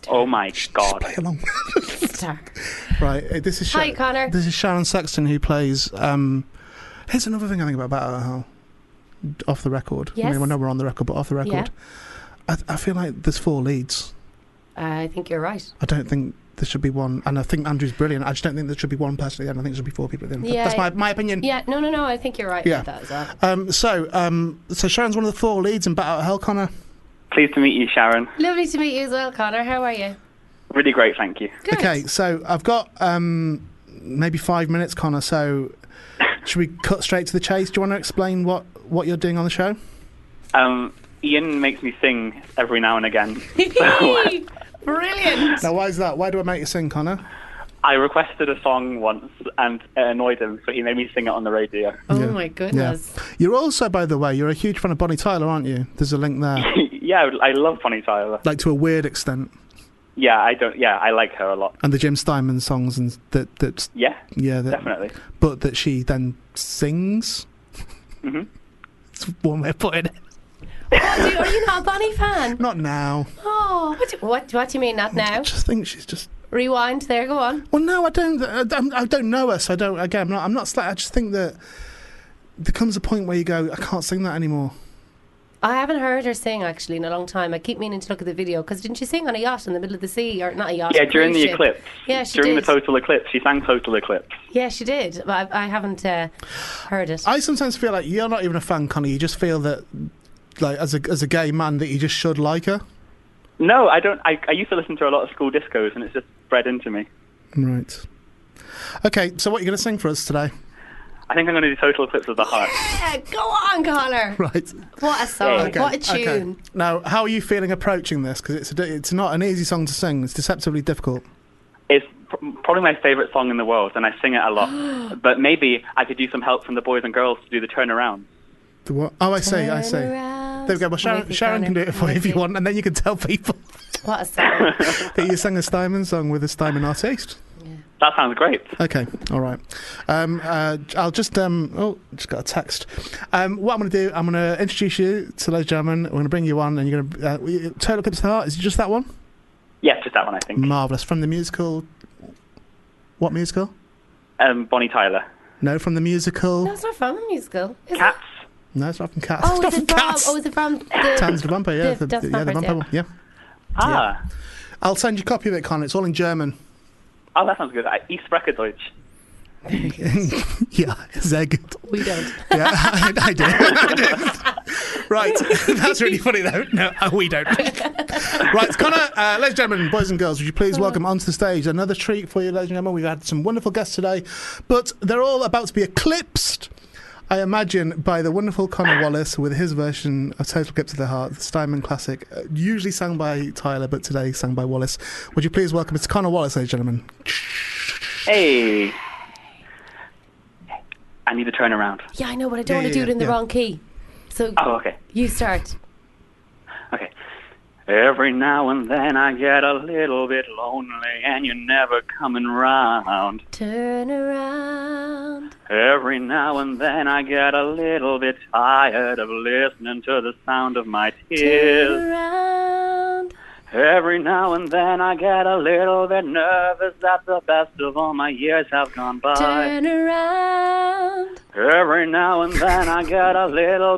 S6: Oh my god.
S2: Play along. [laughs]
S9: Star.
S2: Right, uh, this is Sha-
S9: Hi, Connor.
S2: This is Sharon Sexton who plays. Um, here's another thing I think about Battle Hell, off the record. I
S9: Yes.
S2: mean, I know we're on the record, but off the record, I, I feel like there's four leads.
S9: I think you're right.
S2: I don't think there should be one, and I think Andrew's brilliant. I just don't think there should be one person at the end. I think there should be four people at the end. But
S9: Yeah.
S2: That's my my opinion.
S9: Yeah, no, no, no. I think you're right
S2: Yeah.
S9: about that as well.
S2: Um, so, um, so Sharon's one of the four leads in Battle at Hell, Connor.
S6: Pleased to meet you, Sharon.
S9: Lovely to meet you as well, Connor. How are [laughs] you?
S6: Really great, thank you.
S9: Good.
S2: Okay, so I've got um, maybe five minutes, Connor. So, should we cut straight to the chase? Do you want to explain what what you're doing on the show?
S6: Um, Ian makes me sing every now and again.
S9: Brilliant.
S2: Now, why is that? Why do I make you sing, Connor?
S6: I requested a song once and it annoyed him, so he made me sing it on the radio.
S9: Oh
S2: Yeah.
S9: my goodness.
S2: You're also, by the way, you're a huge fan of Bonnie Tyler, aren't you? There's a link there,
S6: yeah, I love Bonnie Tyler.
S2: like to a weird extent,
S6: Yeah, I don't. Yeah, I like her a lot.
S2: and the Jim Steinman songs, and that that
S6: Yeah,
S2: yeah, that,
S6: definitely.
S2: but that she then sings.
S6: Mm-hmm.
S2: It's one way of putting it.
S9: Oh, dude, are you not a Bonnie fan?
S2: Not now.
S9: Oh, what do, what, what do you mean not
S2: I
S9: now?
S2: just think she's just.
S9: Rewind. There, go on.
S2: Well, no, I don't. I don't, I don't know her, so I don't. Again, I'm not. I'm not. slight. I just think that there comes a point where you go, I can't sing that anymore.
S9: I haven't heard her sing actually in a long time. I keep meaning to look at the video because didn't she sing on a yacht in the middle of the sea or not a yacht?
S6: Yeah,
S9: a
S6: during
S9: cruise
S6: the
S9: ship?
S6: eclipse.
S9: Yeah, she
S6: during
S9: did.
S6: the total eclipse, she sang "Total Eclipse."
S9: Yeah, she did. But I, I haven't uh, heard it.
S2: I sometimes feel like you're not even a fan, Connie. You just feel that, like, as a as a gay man, that you just should like her.
S6: No, I don't. I, I used to listen to a lot of school discos, and it's just bred into me.
S2: Right. Okay, so what are you going to sing for us today? [laughs]
S6: I think I'm going to do "Total Eclipse of the Heart."
S9: Yeah, go on, Connor.
S2: Right.
S9: Oh, What a song.
S6: Okay,
S9: Oh, What a
S2: okay.
S9: tune.
S2: Now, how are you feeling approaching this? Because it's a, di- it's not an easy song to sing. It's deceptively difficult.
S6: It's pr- probably my favorite song in the world, and I sing it
S3: [gasps]
S6: a lot. but maybe I could do some help from the boys and girls to do the turnaround.
S2: The what? Oh, I see. I
S9: Turn
S2: see.
S9: around.
S2: There we go. Well,
S9: I'm
S2: Sharon,
S9: with you,
S2: Sharon can do
S9: Connor.
S2: it for you
S9: I'm
S2: if you
S9: with
S2: want, and then you can tell people [laughs]
S9: What a [laughs] song.
S2: that you sang a Steinman song with a Steinman artiste.
S6: That sounds great.
S2: Okay, all right. Um, uh, I'll just um, oh, just got a text. Um, what I'm going to do, I'm going to introduce you to Les German. We're going to bring you on, and you're going to uh, we- Total Eclipse of the Heart. Is it just that one?
S6: Yeah, just that one, I think.
S2: Marvelous from the musical. What musical?
S6: Um, Bonnie Tyler.
S2: No, from the musical.
S9: That's not from a musical. Is it?
S6: Cats.
S2: No, it's not from Cats.
S9: Oh,
S2: it's not
S9: is
S2: from
S9: it from?
S2: Cats.
S9: Oh, is it from? The,
S2: Tans the Bumper, yeah,
S9: The-
S2: the,
S9: that's
S2: yeah, the
S9: Bumpers,
S2: Bumper
S9: yeah.
S2: one, yeah.
S6: Ah.
S2: I'll send you a copy of it, Con. It's all in German.
S9: Uh,
S6: Oh, that sounds good. I, East Breckerdeutsch.
S2: [laughs] yeah, sehr gut.
S10: We don't.
S2: Yeah, [laughs] I, I
S10: [laughs]
S2: do. I do. right, that's really funny though. No, uh, we don't. right, Connor, uh, ladies and gentlemen, boys and girls, would you please welcome onto the stage another treat for you, ladies and gentlemen? We've had some wonderful guests today, but they're all about to be eclipsed. I imagine by the wonderful Connor Wallace with his version of Total Eclipse of the Heart, the Steinman classic, uh, usually sung by Tyler, but today sung by Wallace. Would you please welcome Mr. Connor Wallace, ladies and gentlemen?
S9: Hey. I need to turn around.
S10: Yeah, I know, but I don't
S9: Yeah,
S10: want to
S9: yeah,
S10: do it in the
S9: yeah.
S10: wrong key. So
S9: Oh, okay.
S10: you start.
S9: Every now and then I get a little bit lonely and you're never coming round.
S10: Turn around.
S9: Every now and then I get a little bit tired of listening to the sound of my tears.
S10: Turn around.
S9: Every now and then I get a little bit nervous that the best of all my years have gone by.
S10: Turn around.
S9: Every now and then I get a little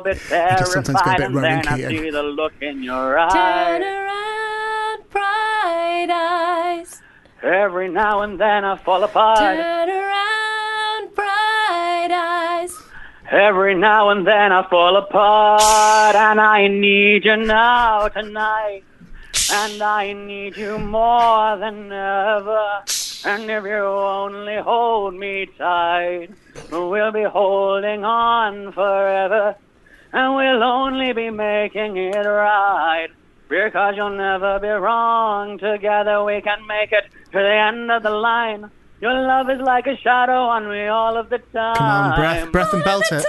S2: [laughs]
S9: bit
S2: sometimes get a
S9: terrified
S2: bit
S9: and then I
S2: Ronan Keating.
S9: see the look in your eyes.
S10: Turn around. Bright eyes.
S9: Every now and then I fall apart.
S10: Turn around. Bright eyes.
S9: Every now and then I fall apart, and I need you now tonight. And I need you more than ever. And if you only hold me tight, we'll be holding on forever. And we'll only be making it right. Because you'll never be wrong. Together we can make it to the end of the line. Your love is like a shadow on me all of the time.
S2: Come on, breath, breath and belt it.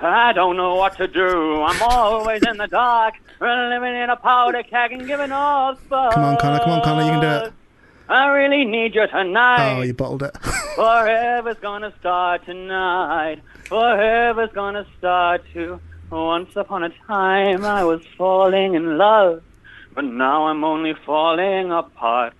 S9: I don't know what to do. I'm always in the dark, living in a powder keg and giving off sparks.
S2: Come on, Connor, come on, Connor, you can do it.
S9: I really need you
S2: Oh,
S9: tonight.
S2: you bottled it. [laughs]
S9: Forever's gonna start tonight. Forever's gonna start to. Once upon a time, I was falling in love, but now I'm only falling apart.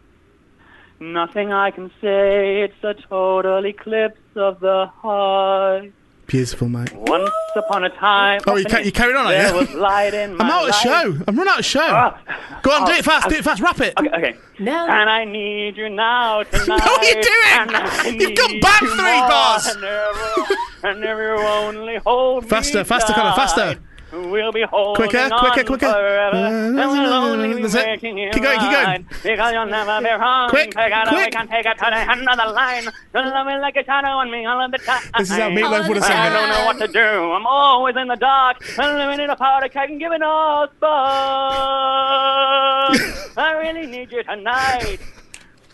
S9: Nothing I can say, it's a total eclipse of the heart.
S2: Beautiful, mate.
S9: Once upon a time.
S2: Oh, you ca- you carried on, are
S9: There
S2: you?
S7: [laughs]
S9: was light in my
S2: I'm out of
S9: life. Ah. Oh.
S2: show. I'm run out of show. Go on, do it fast, do it fast, wrap it.
S9: Okay, okay.
S10: No.
S9: And I need you now tonight.
S2: [laughs] What are you doing?
S9: And I
S2: [laughs] You've gone
S9: need
S2: back
S9: you
S2: three
S9: more
S2: bars.
S9: than ever. And if you only hold me
S2: Faster, faster, Connor, faster.
S9: tight, We'll be holding
S2: Quicker,
S9: on
S2: quicker, quicker. Uh,
S9: forever. And we'll only be
S2: That's it.
S9: making it
S2: Keep going, keep going.
S9: right. Because you'll never be wrong.
S2: Quick,
S9: Together we
S2: quick.
S9: can take it to the end of the line. You'll love me like a shadow on me all of the time.
S2: This is how Meatloaf would have sung
S9: I don't
S2: it.
S9: know what to do. I'm always in the dark. I'm living in a powder keg and giving all sparks. I really need you tonight.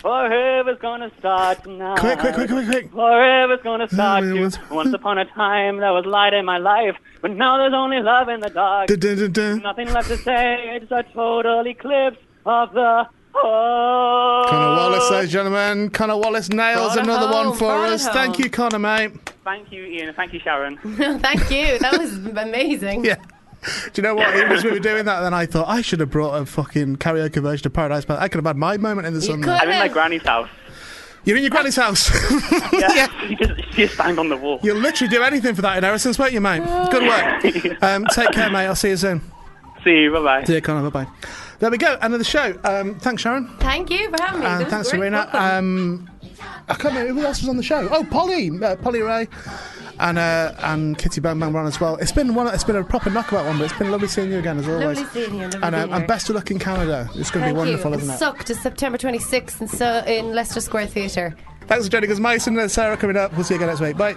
S9: Forever's gonna start
S2: [laughs]
S9: tonight.
S2: Quick, quick, quick, quick, quick.
S9: Forever's gonna start
S2: Mm,
S9: you.
S2: what's-
S9: Once upon a time, there was light in my life, but now there's only love in the
S2: [laughs]
S9: dark.
S2: Dun, dun, dun, dun.
S9: Nothing left to say. It's a total eclipse of the heart.
S2: Connor
S9: Oh.
S2: Wallace, ladies and gentlemen. Connor Wallace nails
S9: Brought it
S2: another
S9: home,
S2: one for
S9: brought it
S2: us.
S9: home.
S2: Thank you, Connor, mate.
S9: Thank you, Ian. Thank you, Sharon.
S10: [laughs] Thank you. That was amazing.
S2: Yeah. Do you know what? Even as we were doing that, then I thought I should have brought a fucking karaoke version of Paradise By I could have had my moment in the sun. there.
S9: I'm in my granny's house.
S2: You're in your granny's house. [laughs]
S9: Yeah, she just she just banged on the wall.
S2: You'll literally do anything for that inheritance, won't you, mate? Good work.
S9: [laughs]
S2: Um, take care, mate. I'll see you soon.
S9: See you. Bye bye.
S2: See you, Connor. Bye bye. There we go. Another show. Um, thanks, Sharon.
S12: Thank you for having me.
S2: Um,
S12: That was
S2: thanks,
S12: great
S2: Serena.
S12: fun.
S2: Um, I can't remember who else was on the show. Oh, Polly, uh, Polly Ray, and uh, and Kitty Bang Bang Ran as well. It's been one. It's been a proper knockabout one, but it's been lovely seeing you again as always.
S10: Lovely seeing you. Lovely
S2: and,
S10: being
S2: um, and
S10: here.
S2: best of luck in Canada. It's going to
S10: Thank
S2: be wonderful,
S10: you.
S2: isn't it?
S10: Sucked is September 26th and so in Leicester Square Theatre.
S2: Thanks for joining us, Mason and Sarah coming up. We'll see you again next week. Bye.